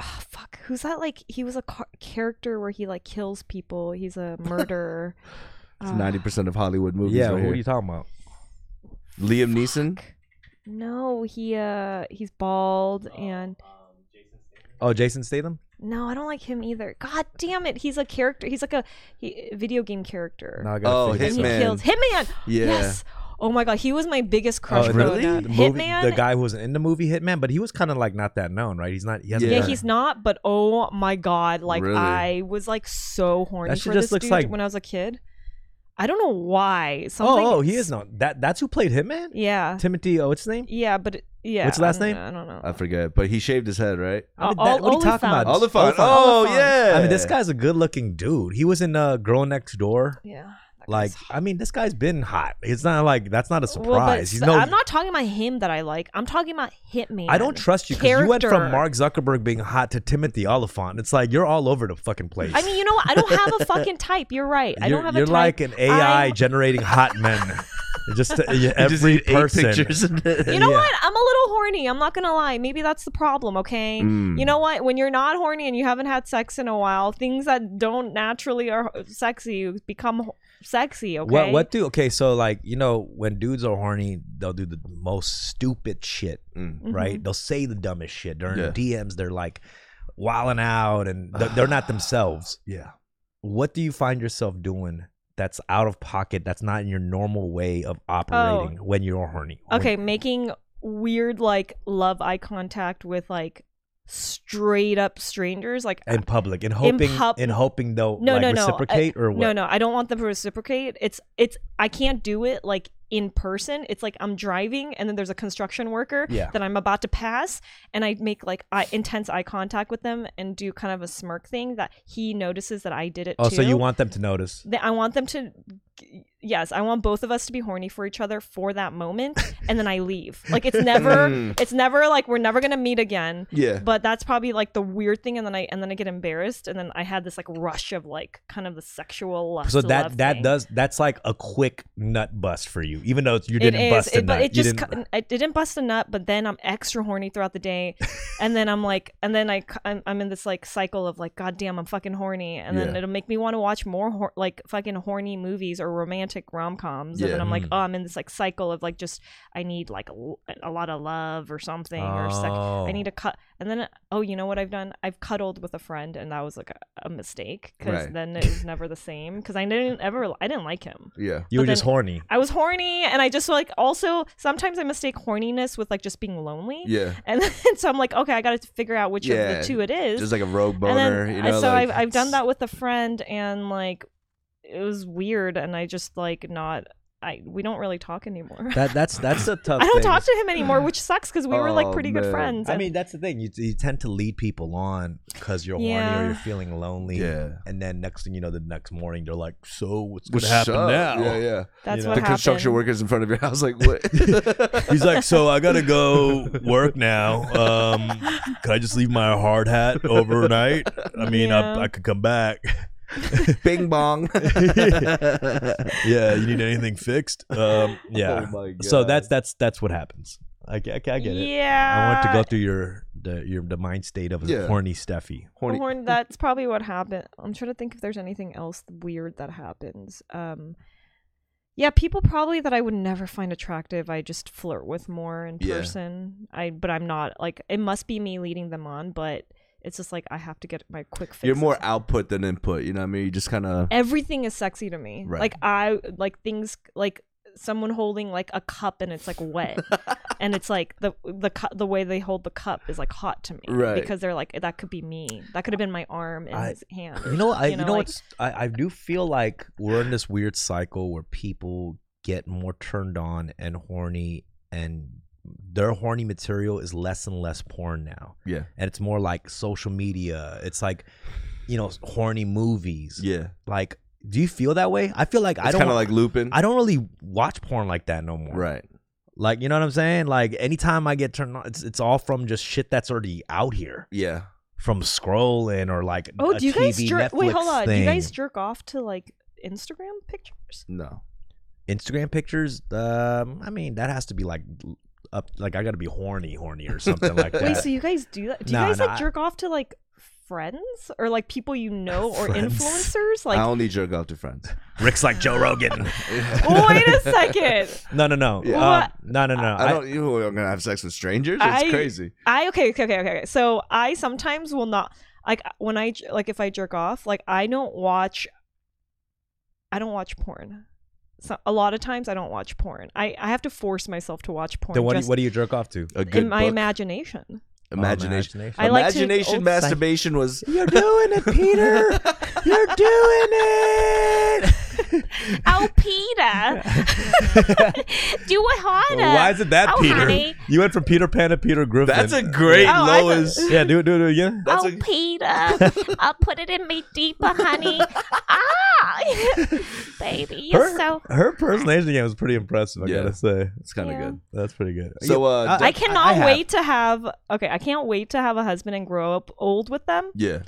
[SPEAKER 1] ah, fuck. Who's that? Like he was a car- character where he like kills people. He's a murderer.
[SPEAKER 3] It's
[SPEAKER 1] Uh,
[SPEAKER 3] ninety percent of Hollywood movies.
[SPEAKER 2] Yeah,
[SPEAKER 3] right
[SPEAKER 2] what
[SPEAKER 3] here.
[SPEAKER 2] are you talking about?
[SPEAKER 3] Liam Neeson.
[SPEAKER 1] no, he uh he's bald and
[SPEAKER 2] Oh, Jason Statham.
[SPEAKER 1] no, I don't like him either. God damn it, he's a character. He's like a he, video game character.
[SPEAKER 2] No, I gotta
[SPEAKER 3] Oh,
[SPEAKER 2] figure
[SPEAKER 1] and
[SPEAKER 2] this
[SPEAKER 1] he
[SPEAKER 2] out.
[SPEAKER 3] Hitman.
[SPEAKER 1] kills Hitman.
[SPEAKER 3] Yeah.
[SPEAKER 1] Yes. Oh my god, he was my biggest crush.
[SPEAKER 2] Oh,
[SPEAKER 3] really?
[SPEAKER 1] growing up.
[SPEAKER 2] The, movie,
[SPEAKER 1] Hitman.
[SPEAKER 2] the guy who was in the movie Hitman, but he was kind of like not that known, right? He's not. He hasn't
[SPEAKER 1] Yeah,
[SPEAKER 2] done-
[SPEAKER 1] he's not, but oh my god, like
[SPEAKER 3] Really?
[SPEAKER 1] I was like so horny
[SPEAKER 2] That shit
[SPEAKER 1] for
[SPEAKER 2] just
[SPEAKER 1] this
[SPEAKER 2] looks
[SPEAKER 1] dude
[SPEAKER 2] like-
[SPEAKER 1] when I was a kid. I don't know why. Something
[SPEAKER 2] Oh, oh, he is known. That that's who played Hitman.
[SPEAKER 1] Yeah.
[SPEAKER 2] Timothy. Oh, what's his name?
[SPEAKER 1] Yeah, but it- yeah.
[SPEAKER 2] What's his last
[SPEAKER 1] I don't-
[SPEAKER 2] name? Uh,
[SPEAKER 1] I don't know.
[SPEAKER 3] I forget, but he shaved his head, right?
[SPEAKER 2] How did
[SPEAKER 1] Ol-
[SPEAKER 2] that- what are you talking
[SPEAKER 1] Oliphant.
[SPEAKER 2] about?
[SPEAKER 3] Oliphant.
[SPEAKER 2] Oliphant.
[SPEAKER 3] Oh
[SPEAKER 1] Oliphant.
[SPEAKER 3] yeah.
[SPEAKER 2] I mean, this guy's a good-looking dude. He was in uh, Girl Next Door.
[SPEAKER 1] yeah. that
[SPEAKER 2] Like,
[SPEAKER 1] guy's-
[SPEAKER 2] I mean, this guy's been hot. It's not like that's not a surprise.
[SPEAKER 1] Well, but
[SPEAKER 2] He's
[SPEAKER 1] s-
[SPEAKER 2] no.
[SPEAKER 1] I'm not talking about him that I like. I'm talking about Hitman.
[SPEAKER 2] I don't trust you because you went from
[SPEAKER 1] Character.
[SPEAKER 2] Mark Zuckerberg being hot to Timothy Oliphant. It's like you're all over the fucking place.
[SPEAKER 1] I mean, you know what? I don't have a fucking type. You're right. I
[SPEAKER 2] you're,
[SPEAKER 1] don't have
[SPEAKER 2] you're
[SPEAKER 1] a
[SPEAKER 2] like
[SPEAKER 1] type.
[SPEAKER 2] an AI
[SPEAKER 1] I'm-
[SPEAKER 2] generating hot men. just uh, yeah,
[SPEAKER 3] You just
[SPEAKER 2] every
[SPEAKER 3] need eight
[SPEAKER 2] person.
[SPEAKER 3] pictures in it.
[SPEAKER 1] You know
[SPEAKER 2] Yeah.
[SPEAKER 1] what? I'm a little horny. I'm not gonna lie. Maybe that's the problem. Okay.
[SPEAKER 3] Mm.
[SPEAKER 1] You know what? When you're not horny and you haven't had sex in a while, things that don't naturally are sexy become ho- sexy. Okay.
[SPEAKER 2] What what do okay? So like you know when dudes are horny, they'll do the most stupid shit,
[SPEAKER 3] Mm.
[SPEAKER 1] Mm-hmm.
[SPEAKER 2] right? They'll say the dumbest shit during
[SPEAKER 3] Yeah.
[SPEAKER 2] DMs. They're like wilding out, and they're, they're not themselves.
[SPEAKER 3] Yeah.
[SPEAKER 2] What do you find yourself doing? That's out of pocket. That's not in your normal way of operating when you're horny.
[SPEAKER 1] Oh. Okay, making weird like love eye contact with like straight up strangers. Like
[SPEAKER 2] in public and hoping
[SPEAKER 1] pub-
[SPEAKER 2] and hoping they'll
[SPEAKER 1] no,
[SPEAKER 2] like,
[SPEAKER 1] no, no,
[SPEAKER 2] reciprocate or what?
[SPEAKER 1] no, no, I don't want them to reciprocate. It's it's I can't do it like in person. It's like I'm driving and then there's a construction worker
[SPEAKER 2] Yeah.
[SPEAKER 1] that I'm about to pass, and I make like eye, intense eye contact with them and do kind of a smirk thing that he notices that I did it.
[SPEAKER 2] Oh,
[SPEAKER 1] too.
[SPEAKER 2] so you want them to notice?
[SPEAKER 1] Th- I want them to, yes, I want both of us to be horny for each other for that moment, and then I leave. Like it's
[SPEAKER 2] Mm.
[SPEAKER 1] never, it's never like we're never gonna meet again.
[SPEAKER 3] Mm. Yeah.
[SPEAKER 1] But that's probably like the weird thing, and then I and then I get embarrassed, and then I had this like rush of like kind of the sexual lust.
[SPEAKER 2] So
[SPEAKER 1] to love
[SPEAKER 2] that that
[SPEAKER 1] thing.
[SPEAKER 2] does that's like a quick nut bust for you, even though you
[SPEAKER 1] It
[SPEAKER 2] didn't
[SPEAKER 1] is,
[SPEAKER 2] bust a
[SPEAKER 1] it,
[SPEAKER 2] nut.
[SPEAKER 1] but it
[SPEAKER 2] You
[SPEAKER 1] just
[SPEAKER 2] didn't-
[SPEAKER 1] cu- it didn't bust a nut. But then I'm extra horny throughout the day, and then I'm like, and then I cu- I'm, I'm in this like cycle of like, goddamn, I'm fucking horny, and then
[SPEAKER 3] Yeah.
[SPEAKER 1] it'll make me want to watch more hor- like fucking horny movies or romantic romantic rom coms, and then
[SPEAKER 3] Yeah.
[SPEAKER 1] I'm like,
[SPEAKER 2] Mm.
[SPEAKER 1] oh, I'm in this like cycle of like just I need like a, l- a lot of love or something or sex.
[SPEAKER 2] Oh.
[SPEAKER 1] I need to cut, and then oh, you know what I've done? I've cuddled with a friend, and that was like a, a mistake because
[SPEAKER 3] Right.
[SPEAKER 1] then it was never the same. Because I didn't ever, I didn't like him.
[SPEAKER 3] Yeah.
[SPEAKER 2] You
[SPEAKER 1] but
[SPEAKER 2] were just
[SPEAKER 1] then-
[SPEAKER 2] horny.
[SPEAKER 1] I was horny, and I just like also sometimes I mistake horniness with like just being lonely.
[SPEAKER 3] Yeah.
[SPEAKER 1] And then, so I'm like, okay, I got to figure out which
[SPEAKER 3] Yeah,
[SPEAKER 1] of the two it is.
[SPEAKER 3] Just like a rogue
[SPEAKER 1] And then- uh,
[SPEAKER 3] boner. you know,
[SPEAKER 1] so
[SPEAKER 3] like,
[SPEAKER 1] I've I've done that with a friend, and like it was weird, and I just like not. I we don't really talk anymore.
[SPEAKER 2] That that's that's a tough.
[SPEAKER 1] I don't
[SPEAKER 2] thing.
[SPEAKER 1] talk to him anymore, which sucks because we were like
[SPEAKER 3] Oh,
[SPEAKER 1] pretty good
[SPEAKER 3] man.
[SPEAKER 1] friends.
[SPEAKER 2] I
[SPEAKER 1] and-
[SPEAKER 2] mean, that's the thing. You, you tend to lead people on because you're horny
[SPEAKER 1] Yeah.
[SPEAKER 2] or you're feeling lonely.
[SPEAKER 3] Yeah.
[SPEAKER 2] And then next thing you know, the next morning they're like, "So what's
[SPEAKER 3] What's
[SPEAKER 2] gonna happen
[SPEAKER 3] up?
[SPEAKER 2] now?"
[SPEAKER 3] Yeah, yeah.
[SPEAKER 1] that's
[SPEAKER 2] you know.
[SPEAKER 1] what
[SPEAKER 3] the
[SPEAKER 1] happened.
[SPEAKER 3] construction workers in front of your house, like what?
[SPEAKER 2] He's like, so I gotta go work now. Um, could I just leave my hard hat overnight? I mean,
[SPEAKER 1] Yeah.
[SPEAKER 2] I, I could come back.
[SPEAKER 3] Bing bong.
[SPEAKER 2] yeah, you need anything fixed? Um, yeah.
[SPEAKER 3] Oh my God.
[SPEAKER 2] so that's that's that's what happens. I, ge- I, ge- I get it.
[SPEAKER 1] Yeah,
[SPEAKER 2] I want to go through your the your the mind state of
[SPEAKER 3] Yeah.
[SPEAKER 2] horny Steffi.
[SPEAKER 3] horny.
[SPEAKER 1] Horn, that's probably what happened. I'm trying to think if there's anything else weird that happens. Um, yeah, people probably that I would never find attractive, I just flirt with more in
[SPEAKER 3] Yeah.
[SPEAKER 1] person. I but I'm not like it must be me leading them on, but it's just like I have to get my quick fix.
[SPEAKER 3] You're more output than input. You know what I mean? You just kind of
[SPEAKER 1] Everything is sexy to me.
[SPEAKER 3] Right.
[SPEAKER 1] Like I like things like someone holding like a cup and it's like wet and it's like the the cu- the way they hold the cup is like hot to me
[SPEAKER 3] Right.
[SPEAKER 1] because they're like that could be me that could have been my arm and
[SPEAKER 2] I-
[SPEAKER 1] his hand
[SPEAKER 2] You know, I you
[SPEAKER 1] You
[SPEAKER 2] know,
[SPEAKER 1] know, like-
[SPEAKER 2] it's I, I do feel like we're in this weird cycle where people get more turned on and horny and their horny material is less and less porn now.
[SPEAKER 3] yeah,
[SPEAKER 2] And it's more like social media. It's like, you know, horny movies.
[SPEAKER 3] yeah.
[SPEAKER 2] Like, do you feel that way? I feel like I
[SPEAKER 3] It's
[SPEAKER 2] don't
[SPEAKER 3] kind of like looping,
[SPEAKER 2] I don't really watch porn like that no more.
[SPEAKER 3] right?
[SPEAKER 2] Like, you know what I'm saying? Like anytime I get turned on, it's it's all from just shit that's already out here.
[SPEAKER 3] Yeah.
[SPEAKER 2] From scrolling or like
[SPEAKER 1] Oh,
[SPEAKER 2] a
[SPEAKER 1] do you guys
[SPEAKER 2] TV,
[SPEAKER 1] jerk? Wait, hold
[SPEAKER 2] Netflix
[SPEAKER 1] on. Do you
[SPEAKER 2] thing.
[SPEAKER 1] guys jerk off to like Instagram pictures?
[SPEAKER 3] No.
[SPEAKER 2] Instagram pictures. Um, I mean that has to be like l- up, like I got to be horny, horny or something like that.
[SPEAKER 1] Wait, so you guys do that? Do
[SPEAKER 2] Nah,
[SPEAKER 1] you guys
[SPEAKER 2] nah, I-
[SPEAKER 1] like jerk off to like friends or like people you know or
[SPEAKER 2] Friends.
[SPEAKER 1] influencers?
[SPEAKER 3] I
[SPEAKER 1] Like,
[SPEAKER 3] only jerk off to friends.
[SPEAKER 2] Rick's like Joe Rogan.
[SPEAKER 1] wait a second.
[SPEAKER 2] no, no, no,
[SPEAKER 3] Yeah.
[SPEAKER 2] Um,
[SPEAKER 1] What?
[SPEAKER 2] no, no, no.
[SPEAKER 3] I don't. You know, I'm gonna have sex with strangers. It's
[SPEAKER 1] I-
[SPEAKER 3] crazy.
[SPEAKER 1] I okay, okay, okay, okay. okay. So I sometimes will not like uh, when I j- like if I jerk off, like I don't watch. I don't watch porn. So a lot of times I don't watch porn. I, I have to force myself to watch porn.
[SPEAKER 2] then what?
[SPEAKER 1] just
[SPEAKER 2] do, what do you jerk off to?
[SPEAKER 3] A good
[SPEAKER 1] in my
[SPEAKER 3] book.
[SPEAKER 1] imagination.
[SPEAKER 3] imagination.
[SPEAKER 1] I like to-
[SPEAKER 3] imagination
[SPEAKER 1] old-
[SPEAKER 3] masturbation was
[SPEAKER 2] You're doing it, Peter. You're doing it.
[SPEAKER 1] Oh, Peter, do it harder.
[SPEAKER 2] Why is it that
[SPEAKER 1] Oh,
[SPEAKER 2] Peter?
[SPEAKER 1] honey.
[SPEAKER 2] You went from Peter Pan to Peter Griffin.
[SPEAKER 3] That's a great
[SPEAKER 1] Oh, I thought- Oh,
[SPEAKER 3] lowest.
[SPEAKER 2] Yeah, do it, do it, do it again.
[SPEAKER 3] That's a,
[SPEAKER 1] Peter, I'll put it in me deeper, honey. ah, baby,
[SPEAKER 2] Her, her personation game was pretty impressive. I
[SPEAKER 3] Yeah.
[SPEAKER 2] gotta say,
[SPEAKER 3] it's kind of
[SPEAKER 1] Yeah.
[SPEAKER 3] good.
[SPEAKER 2] that's pretty good.
[SPEAKER 3] So, uh,
[SPEAKER 2] I-
[SPEAKER 1] I
[SPEAKER 3] Doug-
[SPEAKER 1] cannot
[SPEAKER 2] have-
[SPEAKER 1] wait to have. Okay, I can't wait to have a husband and grow up old with them
[SPEAKER 3] yeah,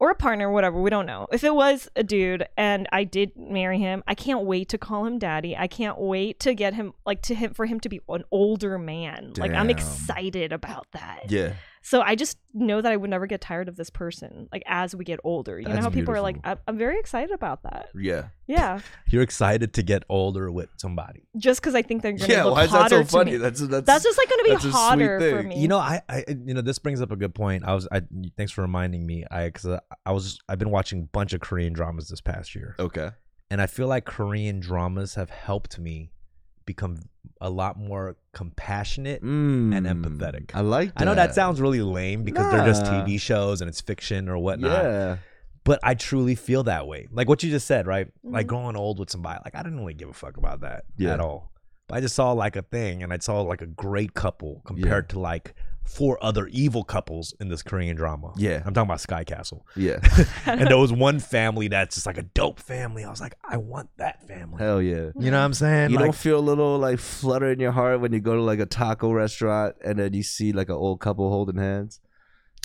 [SPEAKER 1] or a partner, whatever. We don't know. If it was a dude and I did marry him, I can't wait to call him daddy. I can't wait to get him like to him for him to be an older man. Like I'm
[SPEAKER 2] Damn.
[SPEAKER 1] excited about that.
[SPEAKER 3] yeah,
[SPEAKER 1] So I just know that I would never get tired of this person, like as we get older. You know
[SPEAKER 3] That's
[SPEAKER 1] how people are like,
[SPEAKER 3] beautiful.
[SPEAKER 1] I'm, I'm very excited about that.
[SPEAKER 3] yeah.
[SPEAKER 1] Yeah,
[SPEAKER 2] You're excited to get older with somebody.
[SPEAKER 1] just because I think they're gonna
[SPEAKER 3] Yeah.
[SPEAKER 1] look
[SPEAKER 3] Why is that
[SPEAKER 1] hotter
[SPEAKER 3] so
[SPEAKER 1] to
[SPEAKER 3] funny?
[SPEAKER 1] me.
[SPEAKER 3] That's that's
[SPEAKER 1] That's just like gonna
[SPEAKER 3] that's
[SPEAKER 1] be
[SPEAKER 3] a sweet
[SPEAKER 1] hotter for
[SPEAKER 3] thing.
[SPEAKER 1] me.
[SPEAKER 2] You know, I, I, you know, this brings up a good point. I was, I, thanks for reminding me. I, cause I, I was, I've been watching a bunch of Korean dramas this past year,
[SPEAKER 3] okay.
[SPEAKER 2] and I feel like Korean dramas have helped me become a lot more compassionate. and empathetic.
[SPEAKER 3] Mm, I like. That.
[SPEAKER 2] I know that sounds really lame because they're just
[SPEAKER 3] Nah.
[SPEAKER 2] TV shows and it's fiction or whatnot.
[SPEAKER 3] Yeah.
[SPEAKER 2] But I truly feel that way. Like what you just said, right? Like
[SPEAKER 1] Mhm.
[SPEAKER 2] growing old with somebody. Like I didn't really give a fuck about that
[SPEAKER 3] Mm-hmm. Yeah.
[SPEAKER 2] at all. But I just saw like a thing and I saw like a great couple compared to like four other evil couples in this Korean drama.
[SPEAKER 3] Yeah.
[SPEAKER 2] I'm talking about Sky Castle.
[SPEAKER 3] Yeah.
[SPEAKER 2] and there was one family that's just like a dope family. I was like, I want that family.
[SPEAKER 3] Hell yeah.
[SPEAKER 2] You know what I'm saying?
[SPEAKER 3] you
[SPEAKER 2] Like,
[SPEAKER 3] don't feel a little like flutter in your heart when you go to like a taco restaurant and then you see like an old couple holding hands.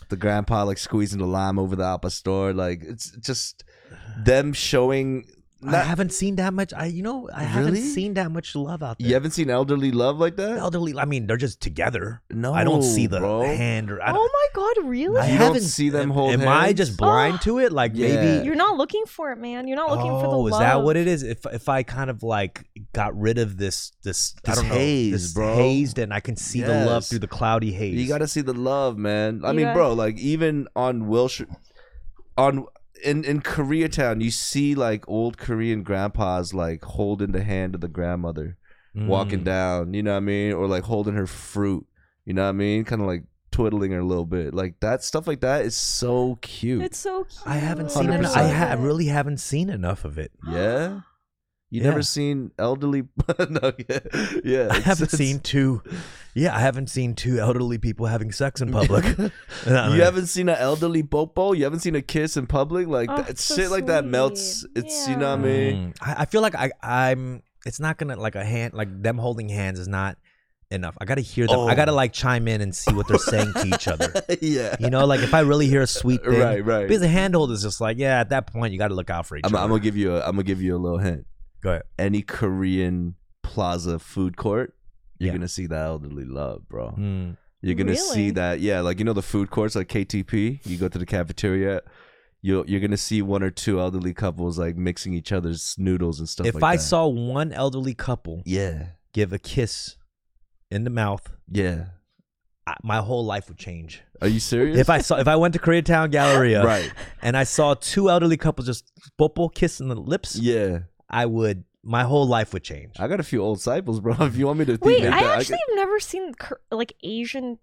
[SPEAKER 3] The grandpa like squeezing the lime over the apple store. Like it's just them showing
[SPEAKER 2] I
[SPEAKER 3] Not-
[SPEAKER 2] haven't seen that much. I you know I haven't
[SPEAKER 3] Really?
[SPEAKER 2] seen that much love out there.
[SPEAKER 3] You haven't seen elderly love like that?
[SPEAKER 2] elderly. I mean, they're just together.
[SPEAKER 3] No,
[SPEAKER 2] I don't see the
[SPEAKER 3] bro.
[SPEAKER 2] hand or I
[SPEAKER 1] oh
[SPEAKER 2] don't.
[SPEAKER 1] my god, really?
[SPEAKER 2] I
[SPEAKER 3] You don't
[SPEAKER 2] haven't
[SPEAKER 3] see
[SPEAKER 2] am-
[SPEAKER 3] them hold
[SPEAKER 2] Am I
[SPEAKER 3] hands?
[SPEAKER 2] just blind
[SPEAKER 1] Oh.
[SPEAKER 2] to it? Like
[SPEAKER 3] Yeah.
[SPEAKER 2] maybe
[SPEAKER 1] You're not looking for it, man. You're not looking for the
[SPEAKER 2] Oh,
[SPEAKER 1] love.
[SPEAKER 2] is that what it is? If if I kind of like got rid of this this, I
[SPEAKER 3] This
[SPEAKER 2] don't know
[SPEAKER 3] haze,
[SPEAKER 2] this
[SPEAKER 3] bro.
[SPEAKER 2] hazed and I can see the love
[SPEAKER 3] Yes.
[SPEAKER 2] through the cloudy haze.
[SPEAKER 3] You gotta see the love, man. I
[SPEAKER 1] You
[SPEAKER 3] mean,
[SPEAKER 1] gotta-
[SPEAKER 3] bro, like even on Wilshire, on in in Koreatown, you see like old Korean grandpas like holding the hand of the grandmother
[SPEAKER 2] Mm.
[SPEAKER 3] walking down. You know what I mean? Or like holding her fruit. You know what I mean? Kind of like twiddling her a little bit. Like that stuff like that is so cute.
[SPEAKER 1] It's so cute.
[SPEAKER 2] I haven't seen.
[SPEAKER 1] I
[SPEAKER 2] En-
[SPEAKER 1] love
[SPEAKER 2] I, ha- I
[SPEAKER 1] it.
[SPEAKER 2] really haven't seen enough of it.
[SPEAKER 3] yeah. You
[SPEAKER 2] Yeah.
[SPEAKER 3] never seen elderly? no, yeah, yeah.
[SPEAKER 2] I
[SPEAKER 3] it's-
[SPEAKER 2] haven't
[SPEAKER 3] it's-
[SPEAKER 2] seen two. Yeah, I haven't seen two elderly people having sex in public.
[SPEAKER 3] You haven't seen an elderly popo. You haven't seen a kiss in public. Like
[SPEAKER 1] Oh,
[SPEAKER 3] that,
[SPEAKER 1] it's so
[SPEAKER 3] shit, like that melts.
[SPEAKER 1] sweet.
[SPEAKER 3] It's you know what I
[SPEAKER 1] Yeah.
[SPEAKER 3] mean.
[SPEAKER 2] Mm. I, I feel like I, I'm. It's not gonna like a hand like them holding hands is not enough. I gotta hear them. I
[SPEAKER 3] Oh.
[SPEAKER 2] gotta like chime in and see what they're saying to each other.
[SPEAKER 3] yeah.
[SPEAKER 2] You know, like if I really hear a sweet thing,
[SPEAKER 3] Right, right.
[SPEAKER 2] Because a handhold is just like yeah. At that point, you gotta look out for each
[SPEAKER 3] I'm,
[SPEAKER 2] other.
[SPEAKER 3] I'm gonna give you. A, I'm gonna give you a little hint.
[SPEAKER 2] Go ahead.
[SPEAKER 3] Any Korean plaza food court, you're
[SPEAKER 2] Yeah.
[SPEAKER 3] gonna see that elderly love, bro.
[SPEAKER 2] Mm.
[SPEAKER 3] You're gonna see
[SPEAKER 1] Really?
[SPEAKER 3] that. Yeah, like you know the food courts, like KTP. You go to the cafeteria. You're you're gonna see one or two elderly couples like mixing each other's noodles and stuff.
[SPEAKER 2] If
[SPEAKER 3] like
[SPEAKER 2] I
[SPEAKER 3] that.
[SPEAKER 2] saw one elderly couple
[SPEAKER 3] yeah,
[SPEAKER 2] give a kiss in the mouth,
[SPEAKER 3] yeah.
[SPEAKER 2] I, my whole life would change.
[SPEAKER 3] Are you serious?
[SPEAKER 2] If I uh, saw, if I went to Koreatown Galleria
[SPEAKER 3] right,
[SPEAKER 2] and I saw two elderly couples just popo kissing the lips,
[SPEAKER 3] yeah.
[SPEAKER 2] I would, my whole life would change.
[SPEAKER 3] I got a few old disciples, bro. If you want me to think
[SPEAKER 1] Wait,
[SPEAKER 3] like
[SPEAKER 1] I
[SPEAKER 3] that,
[SPEAKER 1] actually
[SPEAKER 3] I
[SPEAKER 1] have never seen Kor- like Asian,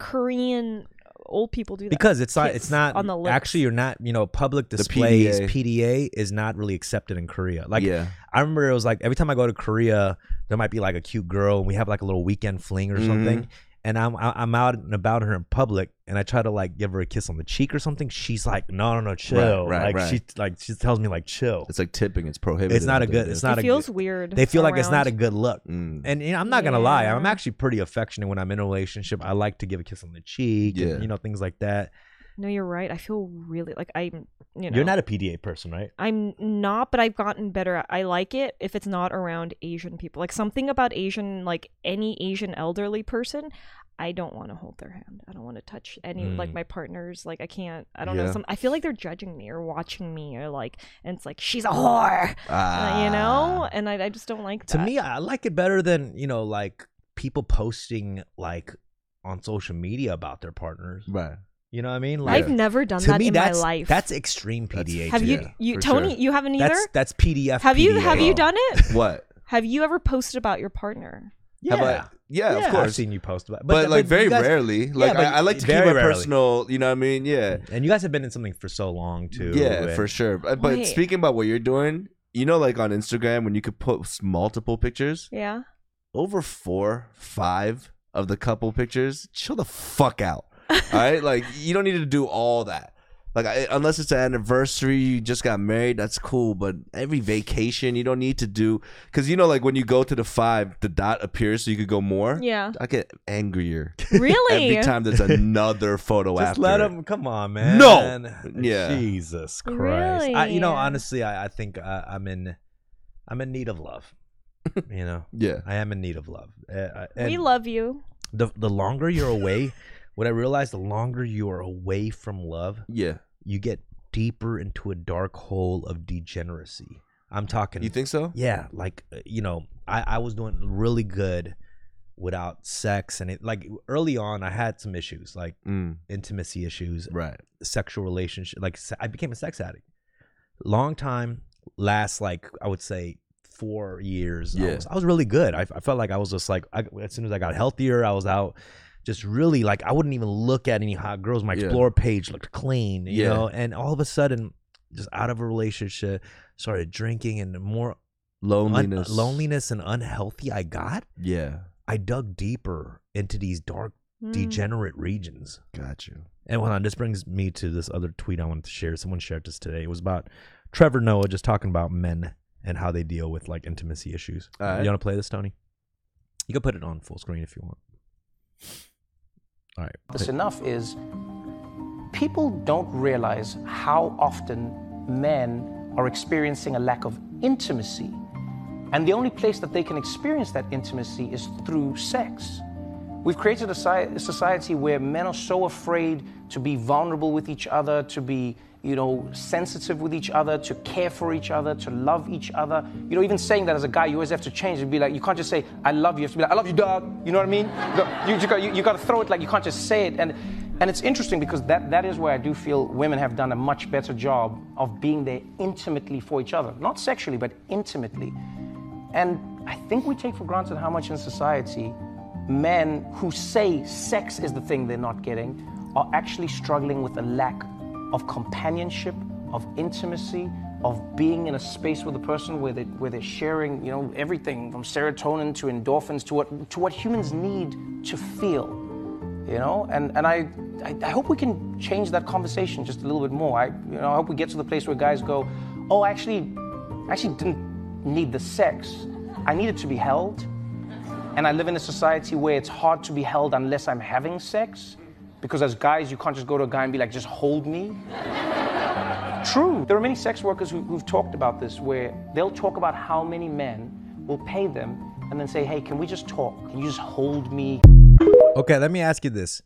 [SPEAKER 1] Korean old people do that.
[SPEAKER 2] because it's not,
[SPEAKER 1] Kiss
[SPEAKER 2] it's not
[SPEAKER 1] on the lips.
[SPEAKER 2] actually you're not, you know, public displays
[SPEAKER 3] PDA.
[SPEAKER 2] PDA. is not really accepted in Korea. Like
[SPEAKER 3] could, yeah,
[SPEAKER 2] I remember it was like every time I go to Korea, there might be like a cute girl and we have like a little weekend fling or something.
[SPEAKER 3] Mm-hmm.
[SPEAKER 2] And I'm I- I'm out and about her in public, and I try to like give her a kiss on the cheek or something. She's like, no, no, no, chill.
[SPEAKER 3] right,
[SPEAKER 2] like
[SPEAKER 3] right.
[SPEAKER 2] she like she tells me like chill.
[SPEAKER 3] it's like tipping. It's prohibited.
[SPEAKER 2] It's not a
[SPEAKER 3] out
[SPEAKER 2] good.
[SPEAKER 3] there,
[SPEAKER 2] It's
[SPEAKER 1] it
[SPEAKER 2] not a.
[SPEAKER 1] feels
[SPEAKER 2] good-
[SPEAKER 1] weird.
[SPEAKER 2] They feel like it's not a
[SPEAKER 1] around-
[SPEAKER 2] good look.
[SPEAKER 3] dude. Mm.
[SPEAKER 2] And you know, I'm not gonna lie. I'm
[SPEAKER 1] Yeah.
[SPEAKER 2] actually pretty affectionate when I'm in a relationship. I like to give a kiss on the cheek.
[SPEAKER 3] Yeah.
[SPEAKER 2] And, you know things like that.
[SPEAKER 1] No, you're right. I feel really like I'm. You know,
[SPEAKER 2] You're not a PDA person, right?
[SPEAKER 1] I'm not, but I've gotten better. at I like it if it's not around Asian people. Like something about Asian, like any Asian elderly person, I don't want to hold their hand. I don't want to touch any
[SPEAKER 2] Mm.
[SPEAKER 1] like my partners. Like I can't. I don't know.
[SPEAKER 3] Yeah.
[SPEAKER 1] Some I feel like they're judging me or watching me or like, and it's like she's a whore,
[SPEAKER 3] Ah.
[SPEAKER 1] uh, you know. And I, I just don't like
[SPEAKER 2] to
[SPEAKER 1] that.
[SPEAKER 2] me i like it better than you know like people posting like on social media about their partners
[SPEAKER 3] right?
[SPEAKER 2] you know what i mean like
[SPEAKER 1] I've never done
[SPEAKER 2] to
[SPEAKER 1] that
[SPEAKER 2] me
[SPEAKER 1] in
[SPEAKER 2] that's
[SPEAKER 1] my life.
[SPEAKER 2] that's extreme pda
[SPEAKER 3] That's-
[SPEAKER 1] have you
[SPEAKER 3] yeah,
[SPEAKER 1] you
[SPEAKER 3] for
[SPEAKER 1] Tony?
[SPEAKER 3] sure.
[SPEAKER 1] You haven't either.
[SPEAKER 2] that's that's pdf
[SPEAKER 1] have you
[SPEAKER 2] PDA.
[SPEAKER 1] have you done it?
[SPEAKER 3] What?
[SPEAKER 1] Have you ever posted about your partner?
[SPEAKER 2] yeah.
[SPEAKER 3] Have I, yeah,
[SPEAKER 2] Yeah,
[SPEAKER 3] of course.
[SPEAKER 2] i've seen you post about it.
[SPEAKER 3] but, like very
[SPEAKER 2] you guys-
[SPEAKER 3] rarely. Like
[SPEAKER 2] but
[SPEAKER 3] I, I like to keep
[SPEAKER 2] very
[SPEAKER 3] my
[SPEAKER 2] rarely.
[SPEAKER 3] personal. You know what I mean? Yeah,
[SPEAKER 2] and you guys have been in something for so long too
[SPEAKER 3] yeah,
[SPEAKER 2] and-
[SPEAKER 3] for sure. But, but
[SPEAKER 1] Wait.
[SPEAKER 3] speaking about what you're doing, you know, like on Instagram when you could post multiple pictures,
[SPEAKER 1] Yeah.
[SPEAKER 3] over four, five of the couple pictures, chill the fuck out. All right, like you don't need to do all that. Like I, unless it's an anniversary, you just got married, that's cool. But every vacation, you don't need to do because you know, like when you go to the five, the dot appears, so you could go more.
[SPEAKER 1] Yeah.
[SPEAKER 3] I get angrier
[SPEAKER 1] Really?
[SPEAKER 3] every time there's another photo
[SPEAKER 2] just
[SPEAKER 3] after.
[SPEAKER 2] let
[SPEAKER 3] it.
[SPEAKER 2] them come on man
[SPEAKER 3] Yeah.
[SPEAKER 2] jesus christ I, you know
[SPEAKER 1] Really?
[SPEAKER 2] honestly i, I think I, i'm in i'm in need of love you know
[SPEAKER 3] Yeah.
[SPEAKER 2] i am in need of love Uh, I-
[SPEAKER 1] we
[SPEAKER 2] and-
[SPEAKER 1] love you.
[SPEAKER 2] the the longer you're away, what I realized the longer you are away from love,
[SPEAKER 3] Yeah.
[SPEAKER 2] you get deeper into a dark hole of degeneracy. I'm talking
[SPEAKER 3] You think so?
[SPEAKER 2] Yeah, like uh, you know, I I was doing really good without sex and it like early on I had some issues, like
[SPEAKER 3] Mm,
[SPEAKER 2] intimacy issues,
[SPEAKER 3] right.
[SPEAKER 2] sexual relationship, like se- I became a sex addict. Long time last like I would say 4 years. I
[SPEAKER 3] Yeah.
[SPEAKER 2] was, I was really good. I, I felt like I was just like I, as soon as I got healthier, I was out just really like I wouldn't even look at any hot girls. My
[SPEAKER 3] Yeah.
[SPEAKER 2] explore page looked clean, you
[SPEAKER 3] Yeah.
[SPEAKER 2] know, and all of a sudden just out of a relationship, started drinking and the more un-
[SPEAKER 3] Loneliness.
[SPEAKER 2] loneliness and unhealthy I got,
[SPEAKER 3] Yeah.
[SPEAKER 2] I dug deeper into these dark
[SPEAKER 1] Mm.
[SPEAKER 2] degenerate regions.
[SPEAKER 3] Got you.
[SPEAKER 2] And hold on, this brings me to this other tweet I wanted to share. Someone shared this today. It was about Trevor Noah just talking about men and how they deal with like intimacy issues.
[SPEAKER 3] All right.
[SPEAKER 2] You want to play this, Tony? You can put it on full screen if you want. All right.
[SPEAKER 5] this enough is people don't realize how often men are experiencing a lack of intimacy. And the only place that they can experience that intimacy is through sex. We've created a soci- a society where men are so afraid to be vulnerable with each other, to be, you know, sensitive with each other, to care for each other, to love each other. You know, even saying that as a guy, you always have to change and be like, you can't just say, I love you. You have to be like, I love you, dog. You know what I mean? You got, you, you got, you, you got to throw it like you can't just say it. And, and it's interesting because that, that is where I do feel women have done a much better job of being there intimately for each other. Not sexually, but intimately. And I think we take for granted how much in society men who say sex is the thing they're not getting are actually struggling with a lack of companionship, of intimacy, of being in a space with a person where, they, where they're sharing, you know, everything from serotonin to endorphins to what, to what humans need to feel you know and and I, I i hope we can change that conversation just a little bit more i you know i hope we get to the place where guys go oh I actually I actually didn't need the sex i needed to be held and i live in a society where it's hard to be held unless i'm having sex because as guys you can't just go to a guy and be like just hold me True. There are many sex workers who, who've talked about this where they'll talk about how many men will pay them and then say, hey, can we just talk? Can you just hold me?
[SPEAKER 2] Okay, let me ask you this.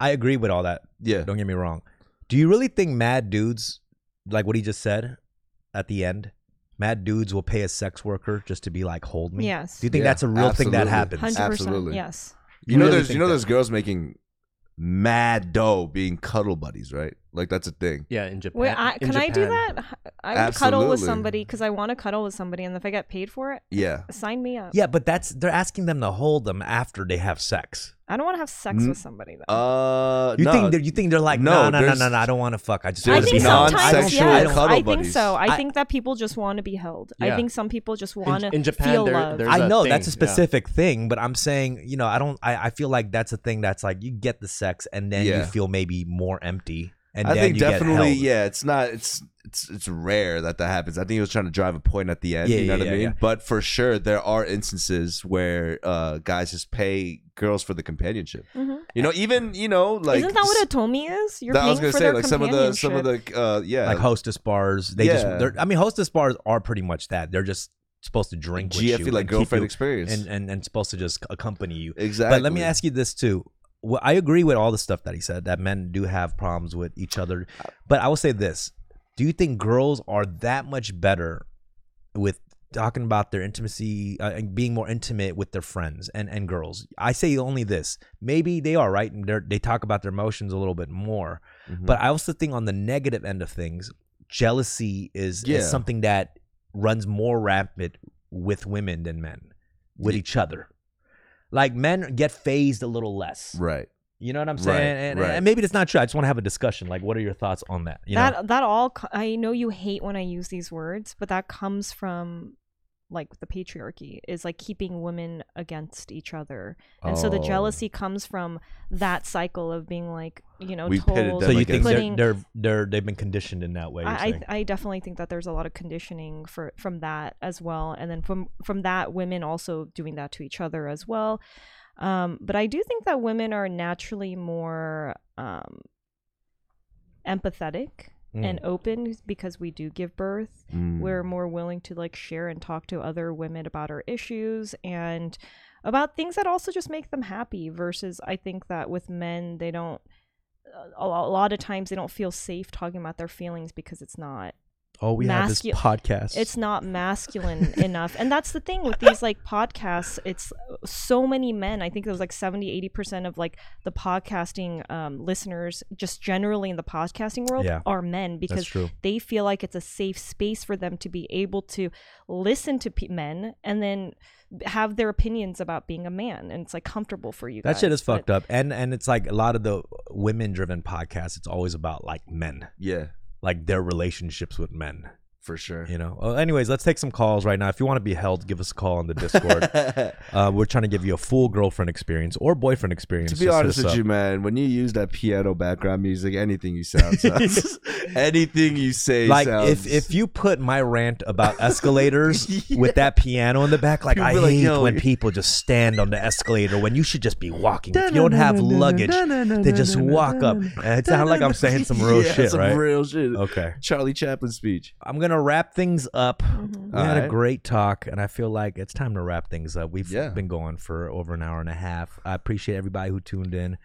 [SPEAKER 2] I agree with all that.
[SPEAKER 3] Yeah.
[SPEAKER 2] Don't get me wrong. Do you really think mad dudes, like what he just said at the end, mad dudes will pay a sex worker just to be like, hold me?
[SPEAKER 1] Yes.
[SPEAKER 2] Do you think
[SPEAKER 3] Yeah,
[SPEAKER 2] that's a real thing that
[SPEAKER 3] absolutely.
[SPEAKER 2] happens?
[SPEAKER 1] 100%.
[SPEAKER 3] Absolutely.
[SPEAKER 1] Yes.
[SPEAKER 3] You know,
[SPEAKER 2] really
[SPEAKER 3] there's
[SPEAKER 2] think
[SPEAKER 3] you know,
[SPEAKER 2] that-
[SPEAKER 3] there's girls making mad dough being cuddle buddies, right? Like that's a thing.
[SPEAKER 4] Yeah, in Japan.
[SPEAKER 1] Wait, I,
[SPEAKER 4] in
[SPEAKER 1] can I do
[SPEAKER 4] Japan.
[SPEAKER 1] that? I would cuddle with
[SPEAKER 3] Absolutely.
[SPEAKER 1] somebody because I want to cuddle with somebody, and if I get paid for it,
[SPEAKER 3] Yeah.
[SPEAKER 1] sign me up.
[SPEAKER 2] Yeah, but that's they're asking them to hold them after they have sex.
[SPEAKER 1] I don't want to have sex with somebody though.
[SPEAKER 3] Uh,
[SPEAKER 2] You
[SPEAKER 3] no,
[SPEAKER 2] think they're you think they're like,
[SPEAKER 3] No,
[SPEAKER 2] no, no, no,
[SPEAKER 3] there's-
[SPEAKER 2] no, no, I don't want to fuck. I just
[SPEAKER 1] I
[SPEAKER 2] want to
[SPEAKER 3] there's
[SPEAKER 1] think
[SPEAKER 2] be held."
[SPEAKER 1] sometimes,
[SPEAKER 3] non-sexual
[SPEAKER 1] yes.
[SPEAKER 3] cuddle
[SPEAKER 1] I think
[SPEAKER 3] buddies.
[SPEAKER 1] so. I,
[SPEAKER 2] I-
[SPEAKER 1] think that people just want to be held. I
[SPEAKER 4] Yeah.
[SPEAKER 1] think some people just
[SPEAKER 4] In,
[SPEAKER 1] want to
[SPEAKER 4] in
[SPEAKER 1] feel
[SPEAKER 4] Japan, there,
[SPEAKER 1] loved.
[SPEAKER 4] there's
[SPEAKER 2] I
[SPEAKER 4] a
[SPEAKER 2] know
[SPEAKER 4] thing,
[SPEAKER 2] that's a
[SPEAKER 4] yeah.
[SPEAKER 2] specific thing, but I'm saying, you know, I don't I, I feel like that's a thing that's like you get the sex and then you
[SPEAKER 3] Yeah.
[SPEAKER 2] feel maybe more empty. And
[SPEAKER 3] I
[SPEAKER 2] then
[SPEAKER 3] think
[SPEAKER 2] you get
[SPEAKER 3] definitely,
[SPEAKER 2] held.
[SPEAKER 3] yeah. It's not. It's it's it's rare that that happens. I think he was trying to drive a point at the end.
[SPEAKER 2] Yeah,
[SPEAKER 3] you know
[SPEAKER 2] yeah,
[SPEAKER 3] what I
[SPEAKER 2] yeah,
[SPEAKER 3] mean.
[SPEAKER 2] yeah.
[SPEAKER 3] But for sure, there are instances where uh, guys just pay girls for the companionship.
[SPEAKER 1] Mm-hmm.
[SPEAKER 3] You know, even you know, like
[SPEAKER 1] Isn't that what a tomi is? You're
[SPEAKER 3] that I
[SPEAKER 1] paying
[SPEAKER 3] was gonna
[SPEAKER 1] for
[SPEAKER 3] say
[SPEAKER 1] their
[SPEAKER 3] like some of the some of
[SPEAKER 1] companionship.
[SPEAKER 3] the uh, yeah
[SPEAKER 2] like hostess bars. They
[SPEAKER 3] Yeah.
[SPEAKER 2] just they're I mean hostess bars are pretty much that. They're just supposed to drink with
[SPEAKER 3] GFE,
[SPEAKER 2] you
[SPEAKER 3] E, like
[SPEAKER 2] and keep
[SPEAKER 3] girlfriend
[SPEAKER 2] you-
[SPEAKER 3] experience.
[SPEAKER 2] and, and and supposed to just accompany you.
[SPEAKER 3] exactly.
[SPEAKER 2] But let me ask you this too. Well, I agree with all the stuff that he said that men do have problems with each other. But I will say this. Do you think girls are that much better with talking about their intimacy uh, and being more intimate with their friends and, and girls? I say only this. Maybe they are, right? And they're, they talk about their emotions a little bit more.
[SPEAKER 3] Mhm.
[SPEAKER 2] But I also think on the negative end of things, jealousy is,
[SPEAKER 3] Yeah.
[SPEAKER 2] is something that runs more rampant with women than men, with each other. Like men get phased a little less.
[SPEAKER 3] right.
[SPEAKER 2] You know what I'm
[SPEAKER 3] Right,
[SPEAKER 2] saying? and,
[SPEAKER 3] right.
[SPEAKER 2] and maybe that's not true. I just want to have a discussion. Like, what are your thoughts on that? You know?
[SPEAKER 1] that that all co- I know you hate when I use these words, but that comes from like the patriarchy is like keeping women against each other. And so the
[SPEAKER 3] Oh.
[SPEAKER 1] jealousy comes from that cycle of being like, you know,
[SPEAKER 3] We
[SPEAKER 1] told
[SPEAKER 3] pitted
[SPEAKER 2] So
[SPEAKER 3] them
[SPEAKER 2] you
[SPEAKER 3] like
[SPEAKER 2] think
[SPEAKER 3] a-
[SPEAKER 1] Putting-
[SPEAKER 2] they're, they're they're they've been conditioned in that way? you're
[SPEAKER 1] I,
[SPEAKER 2] saying?
[SPEAKER 1] I I definitely think that there's a lot of conditioning for from that as well, and then from from that, women also doing that to each other as well. Um, but I do think that women are naturally more um, empathetic
[SPEAKER 2] Mm.
[SPEAKER 1] and open because we do give birth. We're more willing to like share and talk to other women about our issues and about things that also just make them happy. Versus, I think that with men, they don't a, a lot of times they don't feel safe talking about their feelings because it's not
[SPEAKER 2] oh, we have this
[SPEAKER 1] mascu-
[SPEAKER 2] podcast.
[SPEAKER 1] it's not masculine enough and that's the thing with these like podcasts it's so many men i think it was like 70 80% of like the podcasting um, listeners just generally in the podcasting world
[SPEAKER 2] Yeah.
[SPEAKER 1] are men because
[SPEAKER 2] true.
[SPEAKER 1] they feel like it's a safe space for them to be able to listen to pe- men and then have their opinions about being a man and it's like comfortable for you
[SPEAKER 2] that
[SPEAKER 1] guys,
[SPEAKER 2] shit is
[SPEAKER 1] but-
[SPEAKER 2] fucked up. And and it's like a lot of the women driven podcasts. It's always about like men,
[SPEAKER 3] Yeah,
[SPEAKER 2] like their relationships with men.
[SPEAKER 3] for sure.
[SPEAKER 2] You know. Well, anyways, let's take some calls right now. If you want to be held, give us a call on the Discord. uh, we're trying to give you a full girlfriend experience or boyfriend experience.
[SPEAKER 3] To
[SPEAKER 2] Just
[SPEAKER 3] be
[SPEAKER 2] hit
[SPEAKER 3] honest
[SPEAKER 2] us
[SPEAKER 3] with
[SPEAKER 2] up.
[SPEAKER 3] you, man, when you use that piano background music, anything you sound sounds. anything you say
[SPEAKER 2] like if
[SPEAKER 3] sounds.
[SPEAKER 2] if you put my rant about escalators with that piano in the back, like
[SPEAKER 3] People
[SPEAKER 2] I
[SPEAKER 3] be like,
[SPEAKER 2] hate
[SPEAKER 3] "Yo,
[SPEAKER 2] when
[SPEAKER 3] you-"
[SPEAKER 2] people just stand on the escalator when you should just be walking. If you don't have luggage, they just walk up. And It sounds like I'm saying some real
[SPEAKER 3] Yeah,
[SPEAKER 2] shit,
[SPEAKER 3] some
[SPEAKER 2] right? Uh,
[SPEAKER 3] real shit.
[SPEAKER 2] Okay.
[SPEAKER 3] Charlie Chaplin speech.
[SPEAKER 2] I'm gonna gonna wrap things up. We had a
[SPEAKER 3] Alright.
[SPEAKER 2] great talk, and I feel like it's time to wrap things up. We've
[SPEAKER 3] Yeah.
[SPEAKER 2] been going for over an hour and a half. I appreciate everybody who tuned in.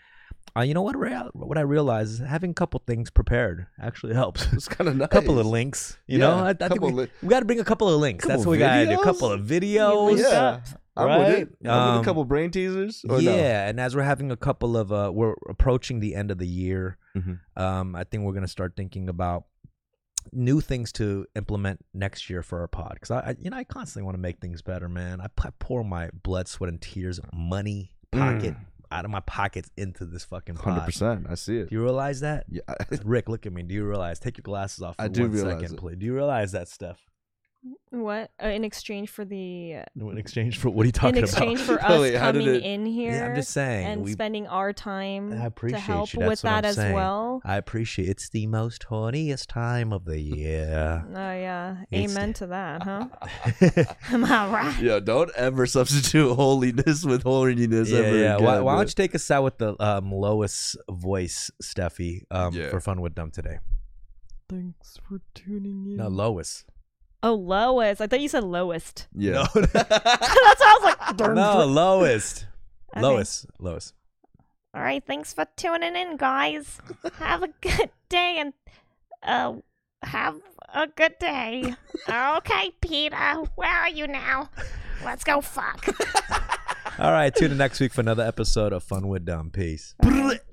[SPEAKER 2] Uh, you know what? Rea- what I realized is having a couple things prepared actually helps.
[SPEAKER 3] It's kind of nice.
[SPEAKER 2] A couple of links, you know.
[SPEAKER 3] Yeah,
[SPEAKER 2] I, I think
[SPEAKER 3] couple
[SPEAKER 2] we,
[SPEAKER 3] li-
[SPEAKER 2] got to bring a couple of links. That's
[SPEAKER 3] Couple
[SPEAKER 2] what we got. A
[SPEAKER 3] videos?
[SPEAKER 2] couple of videos.
[SPEAKER 1] linked
[SPEAKER 3] Yeah,
[SPEAKER 1] up,
[SPEAKER 3] I'm
[SPEAKER 2] right?
[SPEAKER 3] with it. I'm with
[SPEAKER 2] Um,
[SPEAKER 3] a couple brain teasers. Or
[SPEAKER 2] yeah,
[SPEAKER 3] no?
[SPEAKER 2] and as we're having a couple of, uh, we're approaching the end of the year.
[SPEAKER 3] Mhm.
[SPEAKER 2] Um, I think we're gonna start thinking about new things to implement next year for our pod because I, I, you know, I constantly want to make things better, man. I, pu- pour my blood, sweat, and tears, money, pocket out of my pockets into this fucking
[SPEAKER 3] Mm. hundred
[SPEAKER 2] pod.
[SPEAKER 3] percent. I see it.
[SPEAKER 2] Do you realize that?
[SPEAKER 3] Yeah,
[SPEAKER 2] Rick, look at me. Do you realize? Take your glasses off for
[SPEAKER 3] I do
[SPEAKER 2] one
[SPEAKER 3] realize
[SPEAKER 2] second,
[SPEAKER 3] it.
[SPEAKER 2] please. Do you realize that stuff?
[SPEAKER 1] What uh, in exchange for the
[SPEAKER 2] In exchange for what are you
[SPEAKER 1] in
[SPEAKER 2] talking
[SPEAKER 1] exchange
[SPEAKER 2] about?
[SPEAKER 1] for us
[SPEAKER 3] Oh, wait, how did
[SPEAKER 1] coming
[SPEAKER 3] it-
[SPEAKER 1] in here
[SPEAKER 2] Yeah, I'm just saying.
[SPEAKER 1] and
[SPEAKER 2] we-
[SPEAKER 1] spending our time
[SPEAKER 2] I appreciate
[SPEAKER 1] to help
[SPEAKER 2] you.
[SPEAKER 1] with
[SPEAKER 2] That's what I'm
[SPEAKER 1] that as
[SPEAKER 2] saying.
[SPEAKER 1] well.
[SPEAKER 2] I appreciate it's the most horniest time of the year.
[SPEAKER 1] Oh yeah,
[SPEAKER 2] It's-
[SPEAKER 1] amen to that, huh? Am I right?
[SPEAKER 3] yeah. Don't ever substitute holiness with horniness.
[SPEAKER 2] yeah,
[SPEAKER 3] ever
[SPEAKER 2] yeah.
[SPEAKER 3] Again,
[SPEAKER 2] Why, why don't
[SPEAKER 3] man.
[SPEAKER 2] you take us out with the um, lowest voice, Steffi, um,
[SPEAKER 3] Yeah.
[SPEAKER 2] for fun with them today?
[SPEAKER 1] Thanks for tuning in.
[SPEAKER 2] No, Lois.
[SPEAKER 1] Oh, lowest. I thought you said lowest.
[SPEAKER 3] Yeah.
[SPEAKER 1] That's why I was like, darn.
[SPEAKER 2] No, lowest.
[SPEAKER 1] Okay.
[SPEAKER 2] Lois. Lois.
[SPEAKER 1] All right, thanks for tuning in, guys. Have a good day and uh, have a good day. okay, Peter, where are you now? Let's go fuck.
[SPEAKER 2] All right. Tune in next week for another episode of Fun with Dumb. Peace.
[SPEAKER 3] Brrr.